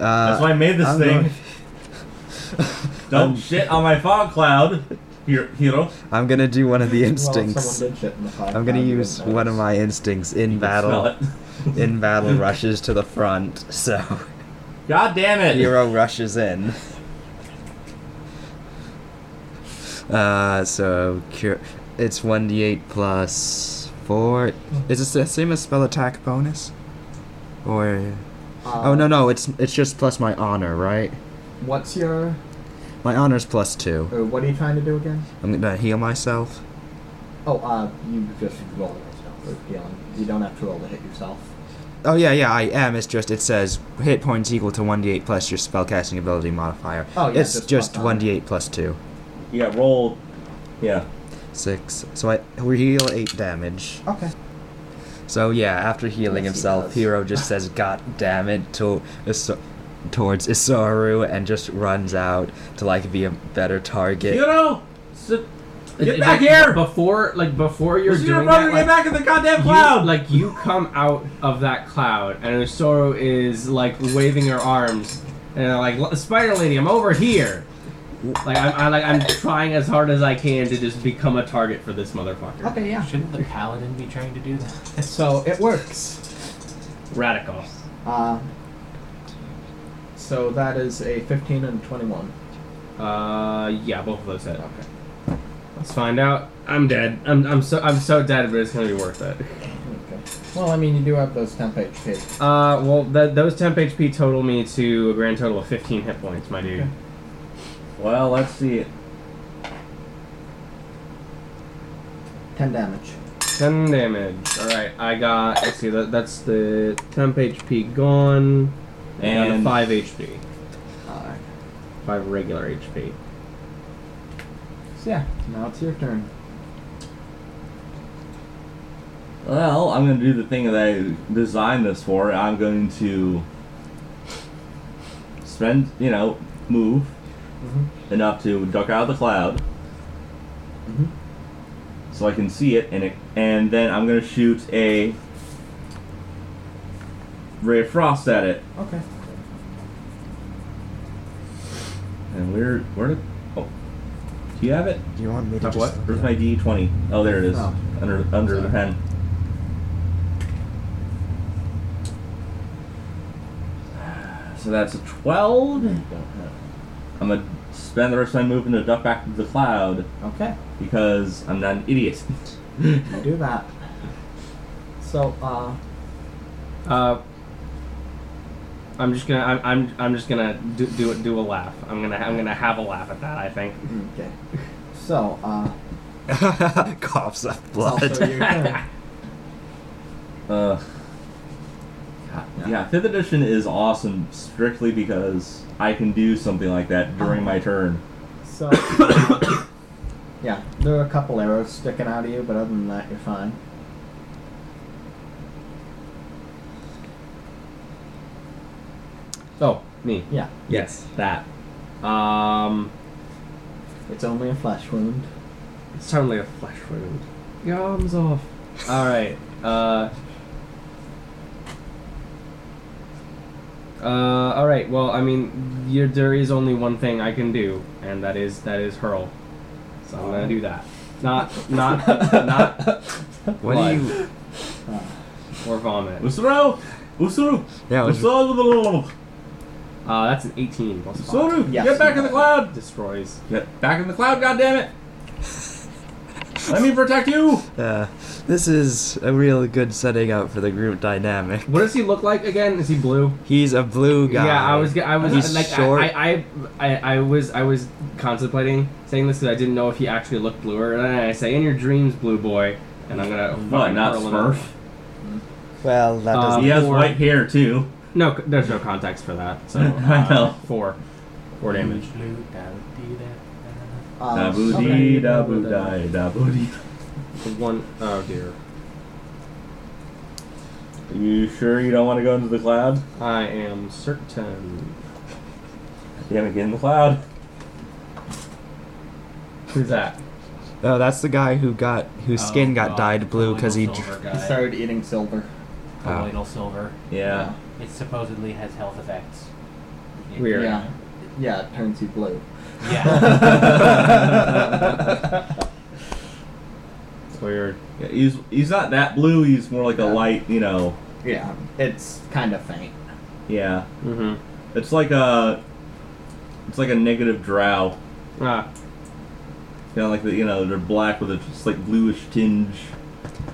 Speaker 4: Uh,
Speaker 2: That's why I made this
Speaker 4: I'm
Speaker 2: thing.
Speaker 4: going-
Speaker 2: Don't shit on my fog cloud, Hir- Hiro.
Speaker 4: I'm gonna do one of the
Speaker 1: Well,
Speaker 4: instincts.
Speaker 1: someone did shit in the five
Speaker 4: I'm gonna
Speaker 1: pound, you
Speaker 4: use
Speaker 1: didn't
Speaker 4: one of
Speaker 1: notice.
Speaker 4: my instincts in
Speaker 2: You can smell
Speaker 4: battle.
Speaker 2: it.
Speaker 4: in battle rushes to the front, so
Speaker 2: God damn it.
Speaker 4: Hero rushes in. Uh, so cure. It's 1d8 plus four. Is this the same as spell attack bonus? Or
Speaker 1: Uh,
Speaker 4: oh no no it's it's just plus my honor right?
Speaker 1: What's your?
Speaker 4: My honor's plus two.
Speaker 1: Or what are you trying to do again?
Speaker 4: I'm gonna heal myself.
Speaker 1: Oh, uh, you just roll yourself or healing. You don't have to roll to hit yourself.
Speaker 4: Oh yeah, yeah, I am. It's just it says hit points equal to one d eight plus your spellcasting ability modifier.
Speaker 1: Oh, yeah,
Speaker 4: it's
Speaker 1: just
Speaker 4: just
Speaker 1: plus
Speaker 4: one d eight plus two.
Speaker 2: Yeah, roll. Yeah.
Speaker 4: Six. So I we heal eight damage.
Speaker 1: Okay.
Speaker 4: So yeah, after healing
Speaker 1: Yes, he
Speaker 4: himself,
Speaker 1: does.
Speaker 4: Hero just says "God damn it" to Iso- towards Isaru and just runs out to like be a better target.
Speaker 2: Hiro! Sit.
Speaker 3: It-
Speaker 2: Get
Speaker 3: it-
Speaker 2: back
Speaker 3: like,
Speaker 2: here!
Speaker 3: before like before you're
Speaker 2: This is
Speaker 3: doing
Speaker 2: your brother,
Speaker 3: that,
Speaker 2: get
Speaker 3: like,
Speaker 2: back in the goddamn
Speaker 3: you-
Speaker 2: cloud!
Speaker 3: like you come out of that cloud, and Osoro is like waving her arms, and like "L- Spider Lady, I'm over here. Like I'm, I, like I'm trying as hard as I can to just become a target for this motherfucker.
Speaker 1: Okay, yeah.
Speaker 5: Shouldn't the paladin be trying to do that?
Speaker 1: So it works.
Speaker 3: Radical.
Speaker 1: Uh, so that is a 15 and 21.
Speaker 3: Uh, yeah, both of those hit.
Speaker 1: Okay.
Speaker 3: Let's find out. I'm dead. I'm, I'm so I'm so dead, but it's gonna be worth it.
Speaker 1: Okay. Well, I mean, you do have those temp HP.
Speaker 3: Uh, well, th- those temp HP total me to a grand total of 15 hit points, my dude.
Speaker 1: Okay.
Speaker 2: Well, let's see it.
Speaker 1: 10 damage.
Speaker 3: 10 damage. Alright, I got. Let's see, that, that's the temp HP gone. And
Speaker 2: And-
Speaker 3: 5 HP.
Speaker 1: Alright.
Speaker 3: 5 regular HP.
Speaker 1: So yeah, now it's your turn.
Speaker 2: Well, I'm going to do the thing that I designed this for. I'm going to spend, you know, move
Speaker 1: Mm-hmm.
Speaker 2: enough to duck out of the cloud
Speaker 3: Mm-hmm.
Speaker 1: Mhm.
Speaker 2: so I can see it, and it, and then I'm going to shoot a ray of frost at it.
Speaker 1: Okay.
Speaker 2: And where where did oh do you have it?
Speaker 4: Do you want me to
Speaker 3: Have
Speaker 4: just
Speaker 3: what?
Speaker 2: Where's my D twenty? Oh there it is.
Speaker 1: Oh.
Speaker 2: Under under the pen. So that's a twelve. I'm gonna spend the rest of my movement to duck back to the cloud
Speaker 1: Okay,
Speaker 2: because I'm not an idiot.
Speaker 1: you do that. So, uh,
Speaker 3: Uh, I'm just gonna. I'm. I'm, I'm just gonna do, do it. Do a laugh. I'm gonna. I'm gonna have a laugh at that. I think.
Speaker 1: okay. So, uh,
Speaker 4: coughs up
Speaker 1: it's also
Speaker 4: blood?
Speaker 1: your turn.
Speaker 2: Uh, God, yeah. fifth edition is awesome strictly because I can do something like that during my turn.
Speaker 1: So, uh, Yeah, there are a couple arrows sticking out of you, but other than that, you're fine.
Speaker 3: Oh, me.
Speaker 1: Yeah,
Speaker 3: Yes, that. Um,
Speaker 1: it's only a flesh wound.
Speaker 3: it's totally a flesh wound. Your arms off. All right. Uh. Uh, all right. Well, I mean, you there is only one thing I can do, and that is that is hurl. So I'm gonna do that. Not not not
Speaker 4: What
Speaker 3: Why?
Speaker 4: do you?
Speaker 1: Uh,
Speaker 3: or vomit.
Speaker 2: Usuru! Usuru!
Speaker 4: Yeah, what's-
Speaker 2: Usuru!
Speaker 3: Uh, that's an 18 plus five.
Speaker 2: Usuru!
Speaker 1: Yes.
Speaker 2: Get back in the cloud!
Speaker 3: Destroys.
Speaker 2: Get back in the cloud, goddammit! Let me protect you!
Speaker 4: Uh, this is a real good setting up for the group dynamic.
Speaker 3: What does he look like again? Is he blue?
Speaker 4: He's a blue guy.
Speaker 3: Yeah, I was, ge- I was
Speaker 4: He's
Speaker 3: like,
Speaker 4: short.
Speaker 3: I, I, I, I was, I was contemplating saying this because I didn't know if he actually looked bluer. And then I say, "In your dreams, blue boy," and I'm gonna
Speaker 2: What,
Speaker 3: fucking
Speaker 2: not
Speaker 3: hurl him.
Speaker 2: Smurf?
Speaker 4: well, that
Speaker 3: Uh,
Speaker 4: doesn't.
Speaker 2: He has
Speaker 3: Four.
Speaker 2: white hair, too.
Speaker 3: No, c- there's no context for that. So
Speaker 2: I
Speaker 3: uh,
Speaker 2: know.
Speaker 3: four, four damage. Oh,
Speaker 1: Um,
Speaker 2: Da boo
Speaker 1: okay.
Speaker 2: dee, da boo die, da boo dee.
Speaker 3: One, oh dear,
Speaker 2: You sure you don't want to go into the cloud?
Speaker 3: I am certain.
Speaker 2: Damn it, get in the cloud.
Speaker 3: Who's that?
Speaker 4: No, Oh, that's the guy who got whose
Speaker 5: Uh,
Speaker 4: skin got
Speaker 5: Oh,
Speaker 4: dyed blue because he. dr-
Speaker 1: He
Speaker 5: Sorry.
Speaker 1: started eating silver.
Speaker 5: Colloidal silver.
Speaker 2: Yeah.
Speaker 5: It supposedly has health effects. It-
Speaker 3: Weird. Here.
Speaker 1: Yeah, yeah, it turns you blue.
Speaker 5: Yeah.
Speaker 3: It's weird.
Speaker 2: Yeah, he's he's not that blue. He's more like a
Speaker 1: Yeah.
Speaker 2: light, you know.
Speaker 1: yeah, it's kind of faint.
Speaker 2: Yeah,
Speaker 3: Mm-hmm.
Speaker 2: it's like a it's like a negative drow.
Speaker 3: Ah,
Speaker 2: Kind of like the you know they're black with a just like bluish tinge.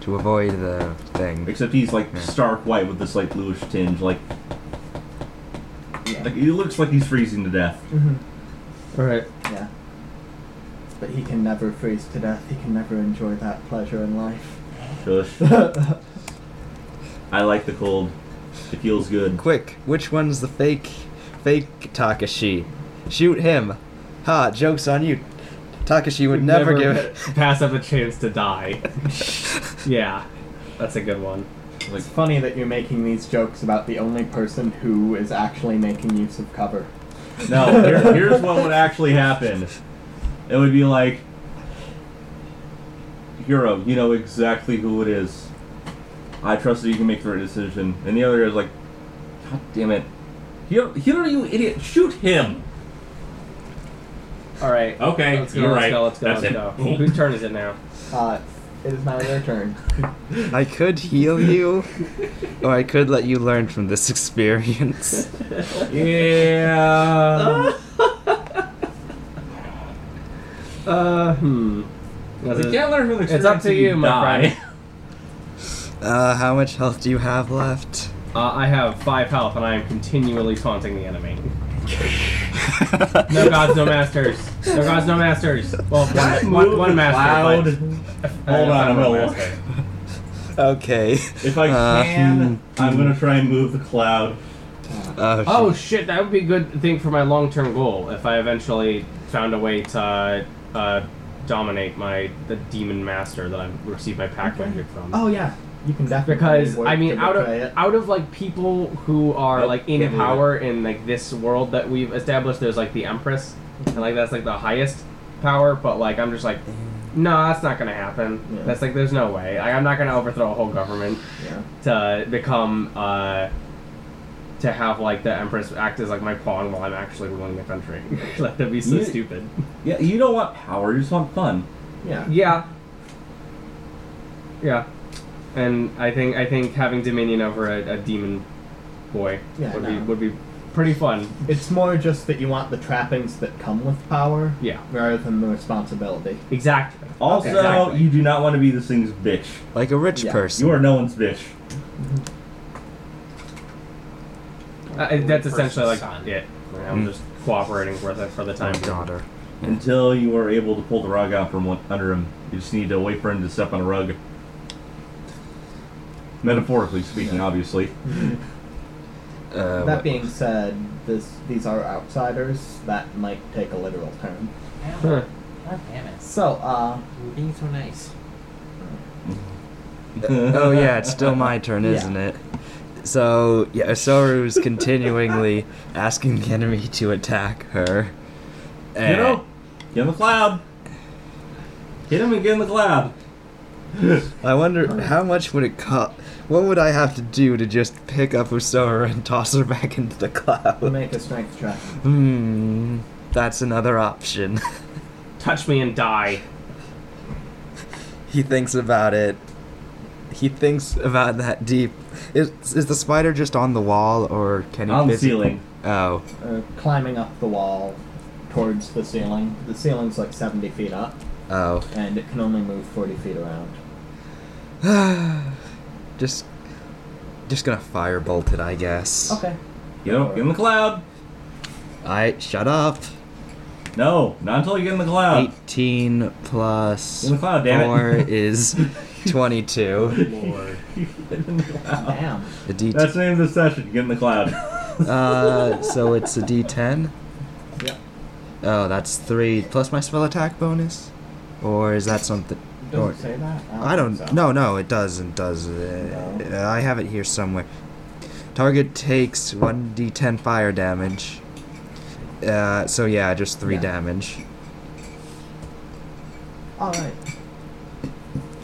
Speaker 4: to avoid the thing.
Speaker 2: Except he's like
Speaker 4: Yeah.
Speaker 2: stark white with this like bluish tinge. Like
Speaker 1: Yeah,
Speaker 2: like he looks like he's freezing to death.
Speaker 1: Mhm.
Speaker 3: all right.
Speaker 1: yeah. But he can never freeze to death. He can never enjoy that pleasure in life.
Speaker 2: Shush. I like the cold. It feels good.
Speaker 4: Quick, which one's the fake, fake Takashi? Shoot him! Ha! Jokes on you. Takashi would never, give.
Speaker 3: pass up a chance to die. yeah, that's a good one.
Speaker 2: Like
Speaker 1: It's funny that you're making these jokes about the only person who is actually making use of cover.
Speaker 2: No, here, here's what would actually happen. It would be like, Hero, you know exactly who it is. I trust that you can make the right decision. And the other is like, God damn it. Hiro, Hiro you idiot, shoot him!
Speaker 3: All right.
Speaker 2: Okay,
Speaker 3: Let's go.
Speaker 2: you're
Speaker 3: let's
Speaker 2: right.
Speaker 3: go. Let's go.
Speaker 2: That's
Speaker 3: let's
Speaker 2: it.
Speaker 3: go.
Speaker 2: Boom.
Speaker 3: Whose turn is it now?
Speaker 1: Uh, it is now your turn.
Speaker 4: I could heal you, or I could let you learn from this experience.
Speaker 2: Yeah.
Speaker 3: Uh, hmm.
Speaker 2: We can't learn from the
Speaker 3: It's up
Speaker 2: experience
Speaker 3: to
Speaker 2: if
Speaker 3: you, my
Speaker 2: die.
Speaker 4: Uh, how much health do you have left?
Speaker 3: Uh, I have five health, and I am continually taunting the enemy. No gods, no masters. No gods, no masters. Well,
Speaker 2: That
Speaker 3: one, one,
Speaker 2: move
Speaker 3: one
Speaker 2: the
Speaker 3: master. but- I
Speaker 2: Hold
Speaker 3: guess
Speaker 2: on, I'm
Speaker 3: one
Speaker 2: gonna look.
Speaker 3: master.
Speaker 4: okay.
Speaker 2: If I
Speaker 4: Uh, hmm.
Speaker 2: can, I'm gonna try and move the cloud.
Speaker 4: Oh,
Speaker 3: Oh
Speaker 4: sh-
Speaker 3: shit, that would be a good thing for my long-term goal if I eventually found a way to uh, dominate my the demon master that I've received my pack magic from.
Speaker 1: Oh yeah, you can definitely.
Speaker 3: because I mean, out of
Speaker 1: it.
Speaker 3: out of like people who are
Speaker 2: Nope,
Speaker 3: like in
Speaker 2: can't move
Speaker 3: power in like this world that we've established, there's like the Empress, and like that's like the highest power. But like I'm just like, no, that's not gonna happen.
Speaker 1: Yeah.
Speaker 3: That's like there's no way. Like I'm not gonna overthrow a whole government
Speaker 1: yeah.
Speaker 3: to become uh to have like the Empress act as like my pawn while I'm actually ruling the country. like that'd be so
Speaker 2: You-
Speaker 3: stupid.
Speaker 2: Yeah, you don't want power, you just want fun.
Speaker 1: yeah,
Speaker 3: Yeah. Yeah. And I think I think having dominion over a, a demon boy
Speaker 1: Yeah,
Speaker 3: would be
Speaker 1: no.
Speaker 3: would be pretty fun.
Speaker 1: It's more just that you want the trappings that come with power,
Speaker 3: Yeah.
Speaker 1: rather than the responsibility.
Speaker 3: Exactly.
Speaker 2: Also,
Speaker 3: Exactly.
Speaker 2: you do not want to be this thing's bitch.
Speaker 4: like a rich
Speaker 1: Yeah,
Speaker 4: person.
Speaker 2: You are no one's bitch.
Speaker 3: Uh, and that's essentially like
Speaker 5: Son.
Speaker 3: it. I'm
Speaker 2: Hmm.
Speaker 4: Mm.
Speaker 3: just cooperating for the for the
Speaker 4: My
Speaker 2: Oh,
Speaker 3: time. being.
Speaker 4: daughter.
Speaker 2: Until you are able to pull the rug out from one, under him, you just need to wait for him to step on a rug. Metaphorically speaking, obviously.
Speaker 4: Uh,
Speaker 1: that being said, this these are outsiders. That might take a literal turn.
Speaker 3: Huh.
Speaker 5: God damn it.
Speaker 1: So, uh,
Speaker 5: You were being so nice.
Speaker 4: oh yeah, it's still my turn,
Speaker 1: Yeah.
Speaker 4: isn't it? So yeah, Osoru's continually asking the enemy to attack her. Eh.
Speaker 2: Get him! Get in the cloud! Hit him and get in the cloud!
Speaker 4: Eh, I wonder how much would it cost. What would I have to do to just pick up Usoru and toss her back into the
Speaker 1: we'll
Speaker 4: cloud?
Speaker 1: make a strength check.
Speaker 4: Hmm, that's another option.
Speaker 3: Touch me and die.
Speaker 4: he thinks about it. He thinks about that deep. Is is the spider just on the wall, or can he?
Speaker 2: On the
Speaker 4: physically-
Speaker 2: ceiling.
Speaker 4: Oh,
Speaker 1: Uh, climbing up the wall towards the ceiling. The ceiling's like 70 feet up,
Speaker 4: oh.
Speaker 1: and it can only move 40 feet around.
Speaker 4: just, just gonna firebolt it, I guess.
Speaker 1: Okay.
Speaker 2: Get, him, get in the cloud!
Speaker 4: I shut up.
Speaker 2: No, not until you get in the cloud.
Speaker 4: 18 plus
Speaker 2: In the cloud, damn it.
Speaker 4: 4 is 22.
Speaker 3: Lord.
Speaker 2: Get in the cloud.
Speaker 1: Damn.
Speaker 4: The D-
Speaker 2: That's the name of the session, get in the cloud.
Speaker 4: uh, so it's a D10.
Speaker 1: Yeah.
Speaker 4: Oh, that's 3 plus my spell attack bonus? Or is that something?
Speaker 1: Does
Speaker 4: Or,
Speaker 1: it say that?
Speaker 4: I don't
Speaker 1: think so.
Speaker 4: No, no, it doesn't. Does it?
Speaker 1: No.
Speaker 4: I have it here somewhere. Target takes 1d10 fire damage. Uh, so yeah, just 3
Speaker 1: Yeah.
Speaker 4: damage.
Speaker 1: Alright.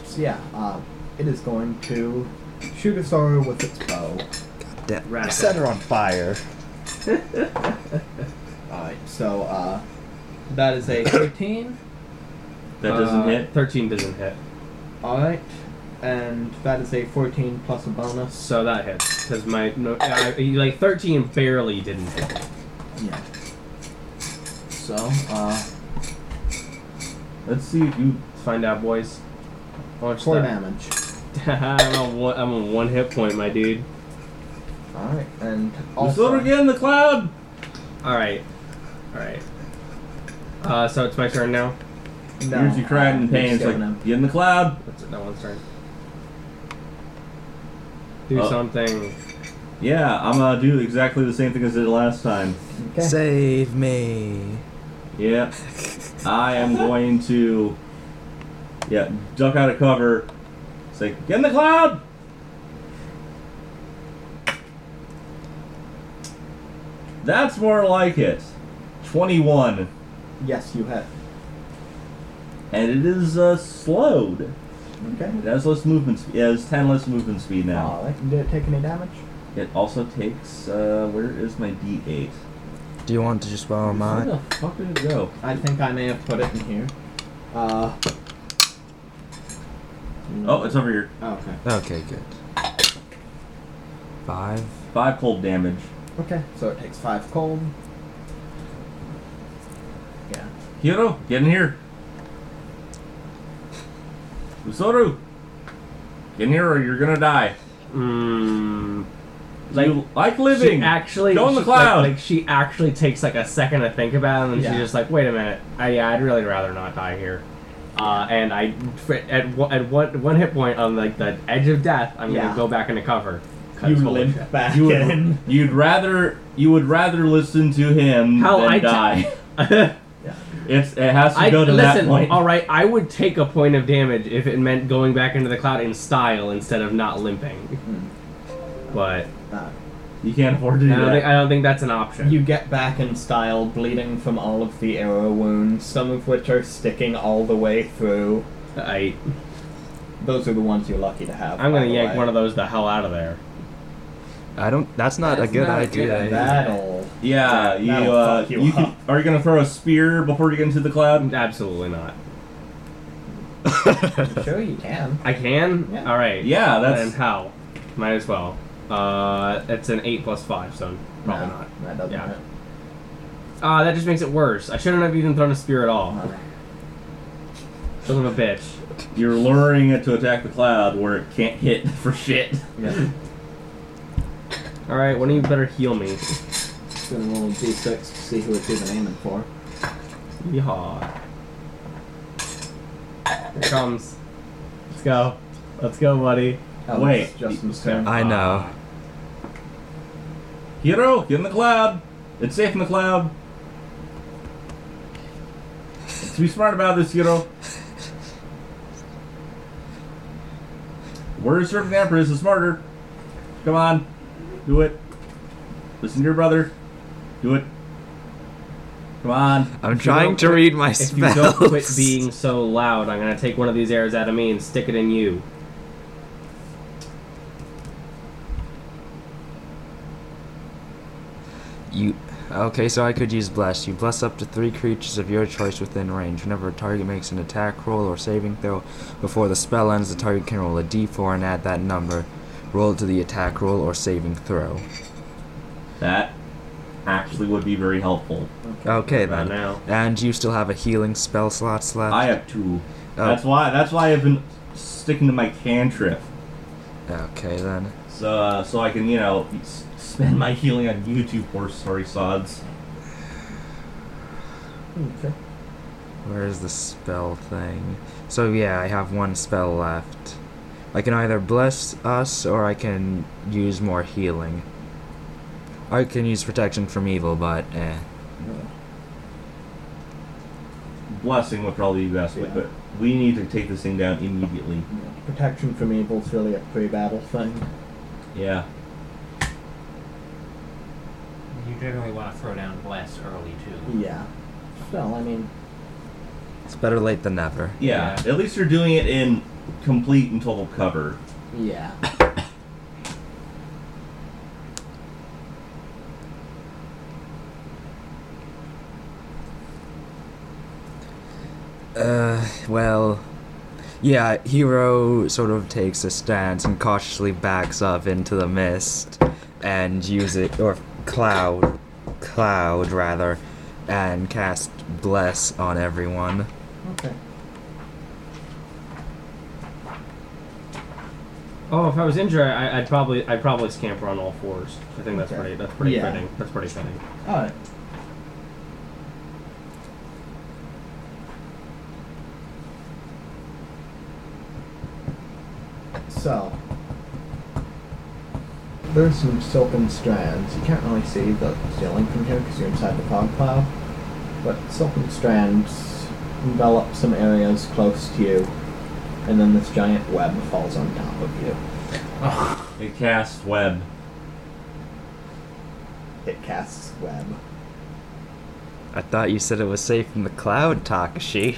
Speaker 1: So, yeah, uh, it is going to shoot Asaru with its bow.
Speaker 4: Da-
Speaker 3: Wrap it.
Speaker 4: set her on fire.
Speaker 1: Alright, so, uh, that is a 13.
Speaker 2: That doesn't
Speaker 1: Uh,
Speaker 2: hit.
Speaker 3: 13 doesn't hit.
Speaker 1: Alright. And that is a 14 plus a bonus.
Speaker 3: So that hits. Because my. No, I, like, 13 barely didn't hit.
Speaker 1: Yeah. So, uh,
Speaker 2: Let's see if you.
Speaker 3: Let's find out, boys. How much
Speaker 1: 4
Speaker 3: that?
Speaker 1: damage.
Speaker 3: I'm, on one, I'm on one hit point, my dude.
Speaker 1: Alright, and
Speaker 2: Also,
Speaker 1: also,
Speaker 2: get in the cloud!
Speaker 3: Alright. Alright. Uh, so it's my turn now.
Speaker 1: no,
Speaker 2: Here's you crying in
Speaker 1: uh,
Speaker 2: pain.
Speaker 1: he's
Speaker 2: It's like,
Speaker 1: giving him-
Speaker 2: get in the cloud!
Speaker 3: That's it, that one's turn. Do
Speaker 2: Oh.
Speaker 3: something.
Speaker 2: Yeah, I'm gonna do exactly the same thing as I did last time.
Speaker 1: Okay.
Speaker 4: Save me.
Speaker 2: Yeah. I am going to Yeah, duck out of cover. Say, get in the cloud! That's more like it. Twenty-one.
Speaker 1: Yes, you hit.
Speaker 2: And it is uh, slowed.
Speaker 1: Okay.
Speaker 2: It has less movement speed. It has ten less movement speed now.
Speaker 1: Alright, did it take any damage?
Speaker 2: It also takes uh, where is my D eight?
Speaker 4: Do you want to just borrow
Speaker 2: Where
Speaker 4: mine?
Speaker 2: the fuck did it go?
Speaker 1: I think I may have put it in here. Uh.
Speaker 2: Oh, it's over here.
Speaker 1: Oh, okay.
Speaker 4: Okay, good. Five.
Speaker 2: Five cold damage.
Speaker 1: Okay, so it takes five cold. Yeah.
Speaker 2: Hiro, get in here. Usoru, get in here or you're gonna die.
Speaker 3: Mmm.
Speaker 2: Hmm. you like living.
Speaker 3: She actually
Speaker 2: Go in the
Speaker 3: she-
Speaker 2: cloud.
Speaker 3: Like, like she actually takes like a second to think about it, and then
Speaker 1: Yeah.
Speaker 3: she's just like, "Wait a minute, I, yeah, I'd really rather not die here." Uh, and I, fr- at one, at one, one hit point on like the edge of death, I'm
Speaker 1: Yeah.
Speaker 3: gonna go back into cover. 'Cause
Speaker 1: You
Speaker 3: holy
Speaker 1: limp
Speaker 3: shit.
Speaker 1: back
Speaker 2: you
Speaker 1: in.
Speaker 2: would, you'd rather you would rather listen to him
Speaker 3: How
Speaker 2: than
Speaker 3: I ta-
Speaker 2: die.
Speaker 1: Yeah.
Speaker 2: It's it has to
Speaker 3: I
Speaker 2: go to that
Speaker 3: listen.
Speaker 2: point.
Speaker 3: All right, I would take a point of damage if it meant going back into the cloud in style instead of not limping. But
Speaker 1: Uh,
Speaker 2: You can't afford to
Speaker 3: I
Speaker 2: do
Speaker 3: don't,
Speaker 2: that.
Speaker 3: think, I don't think that's an option.
Speaker 1: you get back in style, bleeding from all of the arrow wounds, some of which are sticking all the way through.
Speaker 3: I,
Speaker 1: Those are the ones you're lucky to have.
Speaker 3: I'm gonna yank one of those the hell out of there.
Speaker 4: I don't. That's not
Speaker 5: That's
Speaker 4: a good
Speaker 5: not a
Speaker 4: idea.
Speaker 5: good idea.
Speaker 1: That'll.
Speaker 2: yeah, you,
Speaker 1: That'll
Speaker 2: uh,
Speaker 1: fuck you
Speaker 2: can-
Speaker 1: up.
Speaker 2: are you gonna throw a spear before you get into the cloud?
Speaker 3: Absolutely not.
Speaker 1: sure, you can.
Speaker 3: I can.
Speaker 1: Yeah.
Speaker 3: All right.
Speaker 2: Yeah,
Speaker 3: and
Speaker 2: that's
Speaker 3: how? Might as well. Uh, it's an eight plus five, so probably
Speaker 1: no,
Speaker 3: not.
Speaker 1: That doesn't
Speaker 3: Yeah.
Speaker 1: hit.
Speaker 3: Ah, that just makes it worse. I shouldn't have even thrown a spear at all.
Speaker 1: Alright.
Speaker 3: Son of a bitch.
Speaker 2: you're luring it to attack the cloud where it can't hit for shit.
Speaker 1: Yeah.
Speaker 3: All right, one of you better heal me.
Speaker 1: Just gonna roll a d6 to see who it's even aiming for.
Speaker 3: Yeehaw. Here it comes. Let's go. Let's go, buddy.
Speaker 1: Oh,
Speaker 2: Wait.
Speaker 1: it's Justin's turn.
Speaker 4: I know.
Speaker 2: Hiro, get in the cloud. It's safe in the cloud. It's So be smart about this, you know. We're serving the Empress is smarter. Come on. Do it. Listen to your brother. Do it. Come on.
Speaker 4: I'm
Speaker 3: If you
Speaker 4: trying
Speaker 3: don't
Speaker 4: to
Speaker 3: quit-
Speaker 4: read my
Speaker 3: If you
Speaker 4: spells.
Speaker 3: don't quit being so loud, I'm gonna take one of these arrows out of me and stick it in you.
Speaker 4: You okay? So I could use bless. You bless up to three creatures of your choice within range. Whenever a target makes an attack roll or saving throw before the spell ends, the target can roll a d4 and add that number. Roll to the attack roll or saving throw.
Speaker 2: That actually would be very helpful.
Speaker 4: Okay
Speaker 3: About
Speaker 4: then.
Speaker 3: now.
Speaker 4: And you still have a healing spell slots left.
Speaker 2: I have two.
Speaker 4: Oh.
Speaker 2: That's why. That's why I've been sticking to my cantrip,
Speaker 4: Okay then.
Speaker 2: so uh, so I can you know s- spend my healing on YouTube horse story sods.
Speaker 1: Okay.
Speaker 4: Where is the spell thing? So yeah, I have one spell left. I can either bless us or I can use more healing. I can use protection from evil, but eh.
Speaker 2: Blessing would probably be best, but-
Speaker 1: Yeah.
Speaker 2: but we need to take this thing down immediately.
Speaker 1: Yeah. Protection from evil's really a pre-battle thing.
Speaker 2: Yeah.
Speaker 5: You generally want to throw down bless early too.
Speaker 1: Yeah. Well, I mean,
Speaker 4: It's better late than never.
Speaker 2: yeah,
Speaker 5: Yeah.
Speaker 2: At least you're doing it in complete and total cover.
Speaker 1: yeah.
Speaker 4: Uh, well, yeah, Hero sort of takes a stance and cautiously backs up into the mist and use it, or cloud, cloud rather, and cast Bless on everyone.
Speaker 1: Okay.
Speaker 3: Oh, if I was injured, I, I'd probably I'd probably scamper on all fours. I think that's
Speaker 1: Okay.
Speaker 3: pretty that's pretty
Speaker 1: Yeah.
Speaker 3: fitting. That's pretty fitting.
Speaker 1: All right. So there's some silken strands. You can't really see the ceiling from here because you're inside the fog cloud, but silken strands envelop some areas close to you, and then this giant web falls on top of you.
Speaker 2: It casts web.
Speaker 1: It casts web.
Speaker 4: I thought you said it was safe from the cloud, Takashi.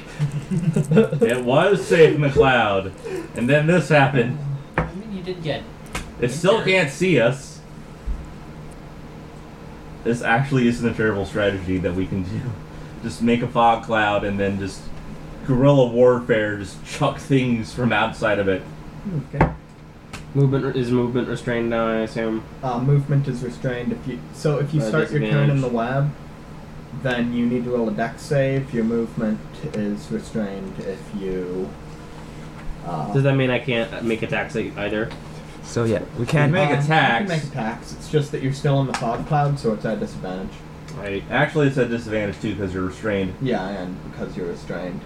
Speaker 2: it was safe in the cloud, and then this happened.
Speaker 5: I mean, you did get.
Speaker 2: It still can't see us. This actually isn't a terrible strategy that we can do. Just make a fog cloud and then just guerrilla warfare, just chuck things from outside of it.
Speaker 1: Okay.
Speaker 3: Movement is movement restrained now. I assume.
Speaker 1: uh, movement is restrained. If you so if you
Speaker 3: Uh,
Speaker 1: start your turn in
Speaker 3: disadvantage.
Speaker 1: the web, then you need to roll a dex save. Your movement is restrained if you. Uh,
Speaker 3: Does that mean I can't make attacks e- either?
Speaker 4: So yeah, we can't.
Speaker 2: make
Speaker 1: um,
Speaker 2: attacks.
Speaker 1: You can make attacks. It's just that you're still in the fog cloud, so it's at disadvantage.
Speaker 3: I
Speaker 2: Actually, it's a disadvantage too because you're restrained.
Speaker 1: Yeah, and because you're restrained.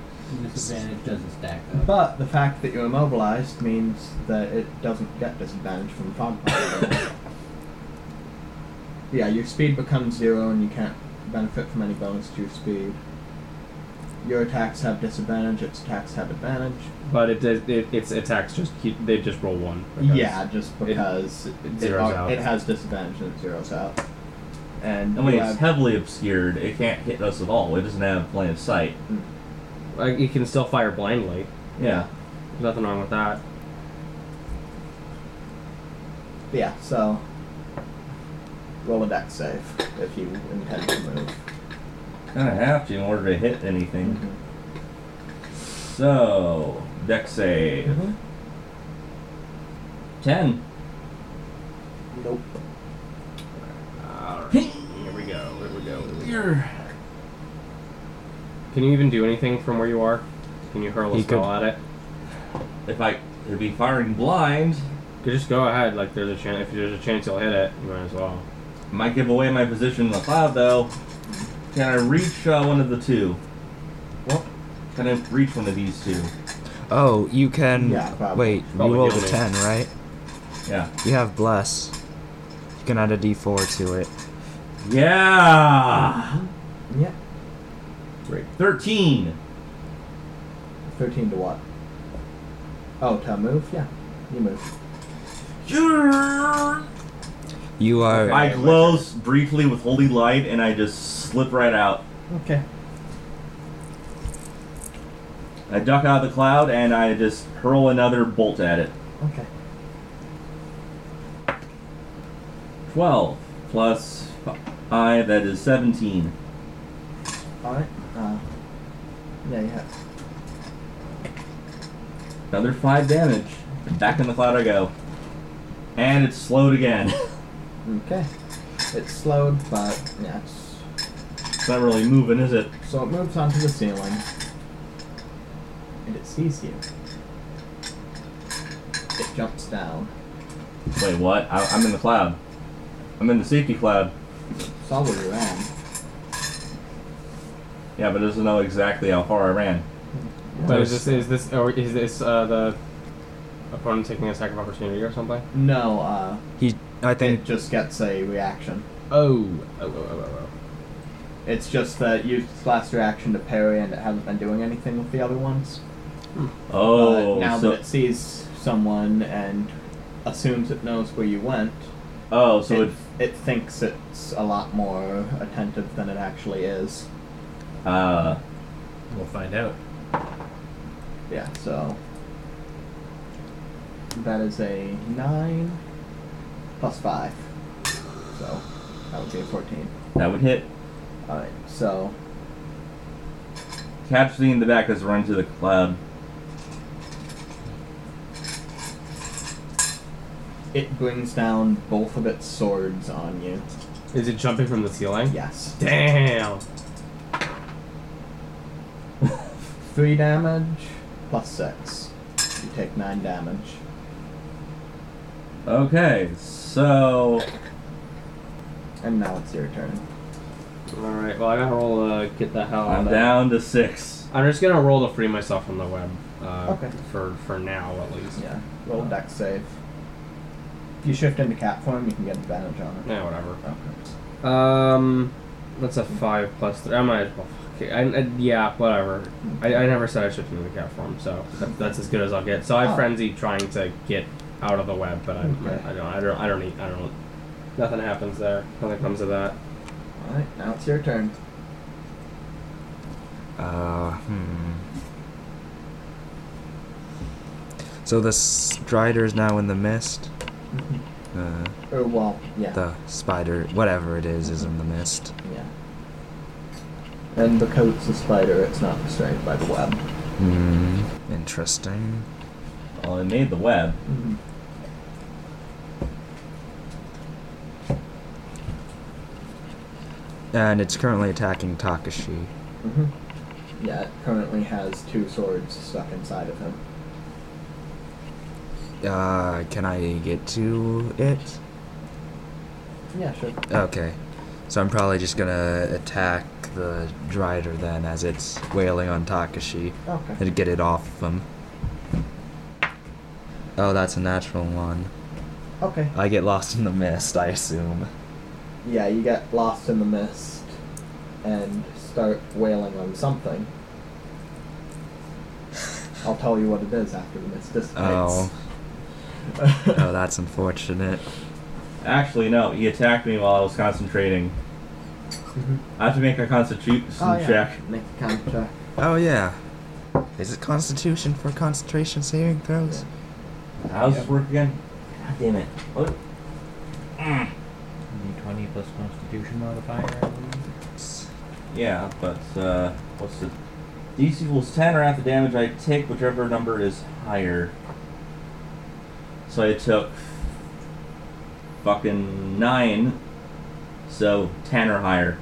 Speaker 5: Disadvantage doesn't stack up.
Speaker 1: But the fact that you're immobilized means that it doesn't get disadvantage from fog cloud. yeah, your speed becomes zero and you can't benefit from any bonus to your speed. Your attacks have disadvantage, its attacks have advantage.
Speaker 3: but it, does it its attacks just keep they just roll one. because-
Speaker 1: yeah, just because it, it,
Speaker 3: zeros
Speaker 1: are-
Speaker 3: out.
Speaker 1: it has disadvantage and it zeros out. And
Speaker 2: I mean,
Speaker 1: you
Speaker 2: it's
Speaker 1: have-
Speaker 2: heavily obscured. It can't hit us at all. It doesn't have plan of sight.
Speaker 3: Like, you can still fire blindly.
Speaker 2: Yeah.
Speaker 3: There's nothing wrong with that.
Speaker 1: yeah, so roll a dex save if you intend to move.
Speaker 2: Kind of have to in order to hit anything.
Speaker 1: Mm-hmm.
Speaker 2: So, deck save.
Speaker 1: Mhm.
Speaker 2: 10.
Speaker 1: Nope.
Speaker 3: Alright, here we go. Here we go. Can you even do anything from where you are? Can you hurl a
Speaker 4: He
Speaker 3: spell
Speaker 4: could-
Speaker 3: at it?
Speaker 2: If I would be firing blind,
Speaker 3: You could just go ahead. Like there's a chance. If there's a chance you'll hit it, you might as well.
Speaker 2: might give away my position in the cloud though. Can I reach uh, one of the two? Well, can I reach one of these two?
Speaker 4: Oh, you can.
Speaker 1: Yeah, probably.
Speaker 4: wait,
Speaker 3: Probably
Speaker 4: you rolled a
Speaker 3: given it.
Speaker 4: ten, right?
Speaker 2: Yeah.
Speaker 4: You have bless. You can add a d4 to it.
Speaker 2: Yeah!
Speaker 1: Yeah.
Speaker 2: 13!
Speaker 1: Thirteen to what? Oh, to move? Yeah, you move.
Speaker 4: You are.
Speaker 2: I close briefly with holy light, and I just slip right out.
Speaker 1: Okay.
Speaker 2: I duck out of the cloud, and I just hurl another bolt at it.
Speaker 1: Okay.
Speaker 2: Twelve plus five, that is seventeen.
Speaker 1: All right. Uh, yeah, you have.
Speaker 2: Another five damage. Back in the cloud I go, and it's slowed again.
Speaker 1: Okay. It's slowed, but yeah. It's,
Speaker 2: it's not really moving, is it?
Speaker 1: so it moves onto the ceiling, and it sees you. It jumps down.
Speaker 2: Wait, what? I, I'm in the cloud. I'm in the safety cloud.
Speaker 1: Saw where you ran.
Speaker 2: Yeah, but it doesn't know exactly how far I ran.
Speaker 3: But is this is this or is this uh, the opponent taking attack of opportunity or something?
Speaker 1: No, uh,
Speaker 4: He. I think.
Speaker 1: it just gets a reaction.
Speaker 3: Oh, oh, oh, oh,
Speaker 1: It's just that you last reaction to parry, and it hasn't been doing anything with the other ones.
Speaker 2: Oh,
Speaker 1: but Uh, now
Speaker 2: so,
Speaker 1: that it sees someone and assumes it knows where you went,
Speaker 2: oh, so
Speaker 1: it,
Speaker 2: it
Speaker 1: it thinks it's a lot more attentive than it actually is.
Speaker 2: Uh,
Speaker 5: We'll find out.
Speaker 1: Yeah, so that is a nine plus five, so that would be a fourteen.
Speaker 2: that would hit.
Speaker 1: All right, so
Speaker 2: Catch the in the back as running to the cloud.
Speaker 1: it brings down both of its swords on you.
Speaker 3: oh. Is it jumping from the ceiling?
Speaker 1: Yes,
Speaker 3: Damn.
Speaker 1: three damage plus six. You take nine damage.
Speaker 2: Okay, so
Speaker 1: And now it's your turn.
Speaker 3: All right. Well, I gotta roll. Uh, get the hell out
Speaker 2: I'm
Speaker 3: of
Speaker 2: down to six.
Speaker 3: I'm just gonna roll to free myself from the web. Uh,
Speaker 1: Okay.
Speaker 3: For for now, at least.
Speaker 1: Yeah. Roll deck save. If you shift into cat form, you can get advantage on it.
Speaker 3: Yeah. Whatever.
Speaker 1: Okay.
Speaker 3: Um, that's a five plus three. I might. Well, fuck it. I, I- yeah, whatever. I, I never said I shifted into the cat form, so that, that's as good as I'll get. So I
Speaker 1: Oh.
Speaker 3: frenzy trying to get out of the web, but I,
Speaker 1: Okay.
Speaker 3: I, don't. I don't. I don't need. I don't. Nothing happens there. Nothing comes of that.
Speaker 1: All right. Now it's your turn.
Speaker 4: Uh, hmm. So the strider is now in the mist. Uh,
Speaker 1: Or Oh, well, yeah,
Speaker 4: the spider, whatever it is, is in the mist.
Speaker 1: yeah. And the coat's a spider. It's not restrained by the web.
Speaker 4: Hmm. Interesting.
Speaker 2: Well, it made the web.
Speaker 1: Mm-hmm.
Speaker 4: And it's currently attacking Takashi.
Speaker 1: Mm-hmm. Yeah. It currently has two swords stuck inside of him.
Speaker 4: Uh, can I get to it?
Speaker 1: Yeah. Sure.
Speaker 4: Okay. So I'm probably just gonna attack the Drider then as it's wailing on Takashi
Speaker 1: Okay.
Speaker 4: and get it off of him. Oh, that's a natural one.
Speaker 1: Okay.
Speaker 4: I get lost in the mist, I assume.
Speaker 1: Yeah. You get lost in the mist and start wailing on something. I'll tell you what it is after the mist dissipates.
Speaker 4: Oh, oh, that's unfortunate.
Speaker 2: Actually, no, he attacked me while I was concentrating.
Speaker 1: Mhm.
Speaker 2: I have to make a constitution
Speaker 1: Oh, yeah.
Speaker 2: check.
Speaker 1: Make a uh, con check.
Speaker 4: Oh yeah, is it Constitution for concentration saving throws?
Speaker 2: How does
Speaker 1: Yeah.
Speaker 2: this work again? God damn it! What?
Speaker 5: D20 plus Constitution modifier. I believe.
Speaker 2: Yeah, but uh, what's the DC equals ten or half the damage I take, whichever number is higher. So I took fucking nine, so ten or higher.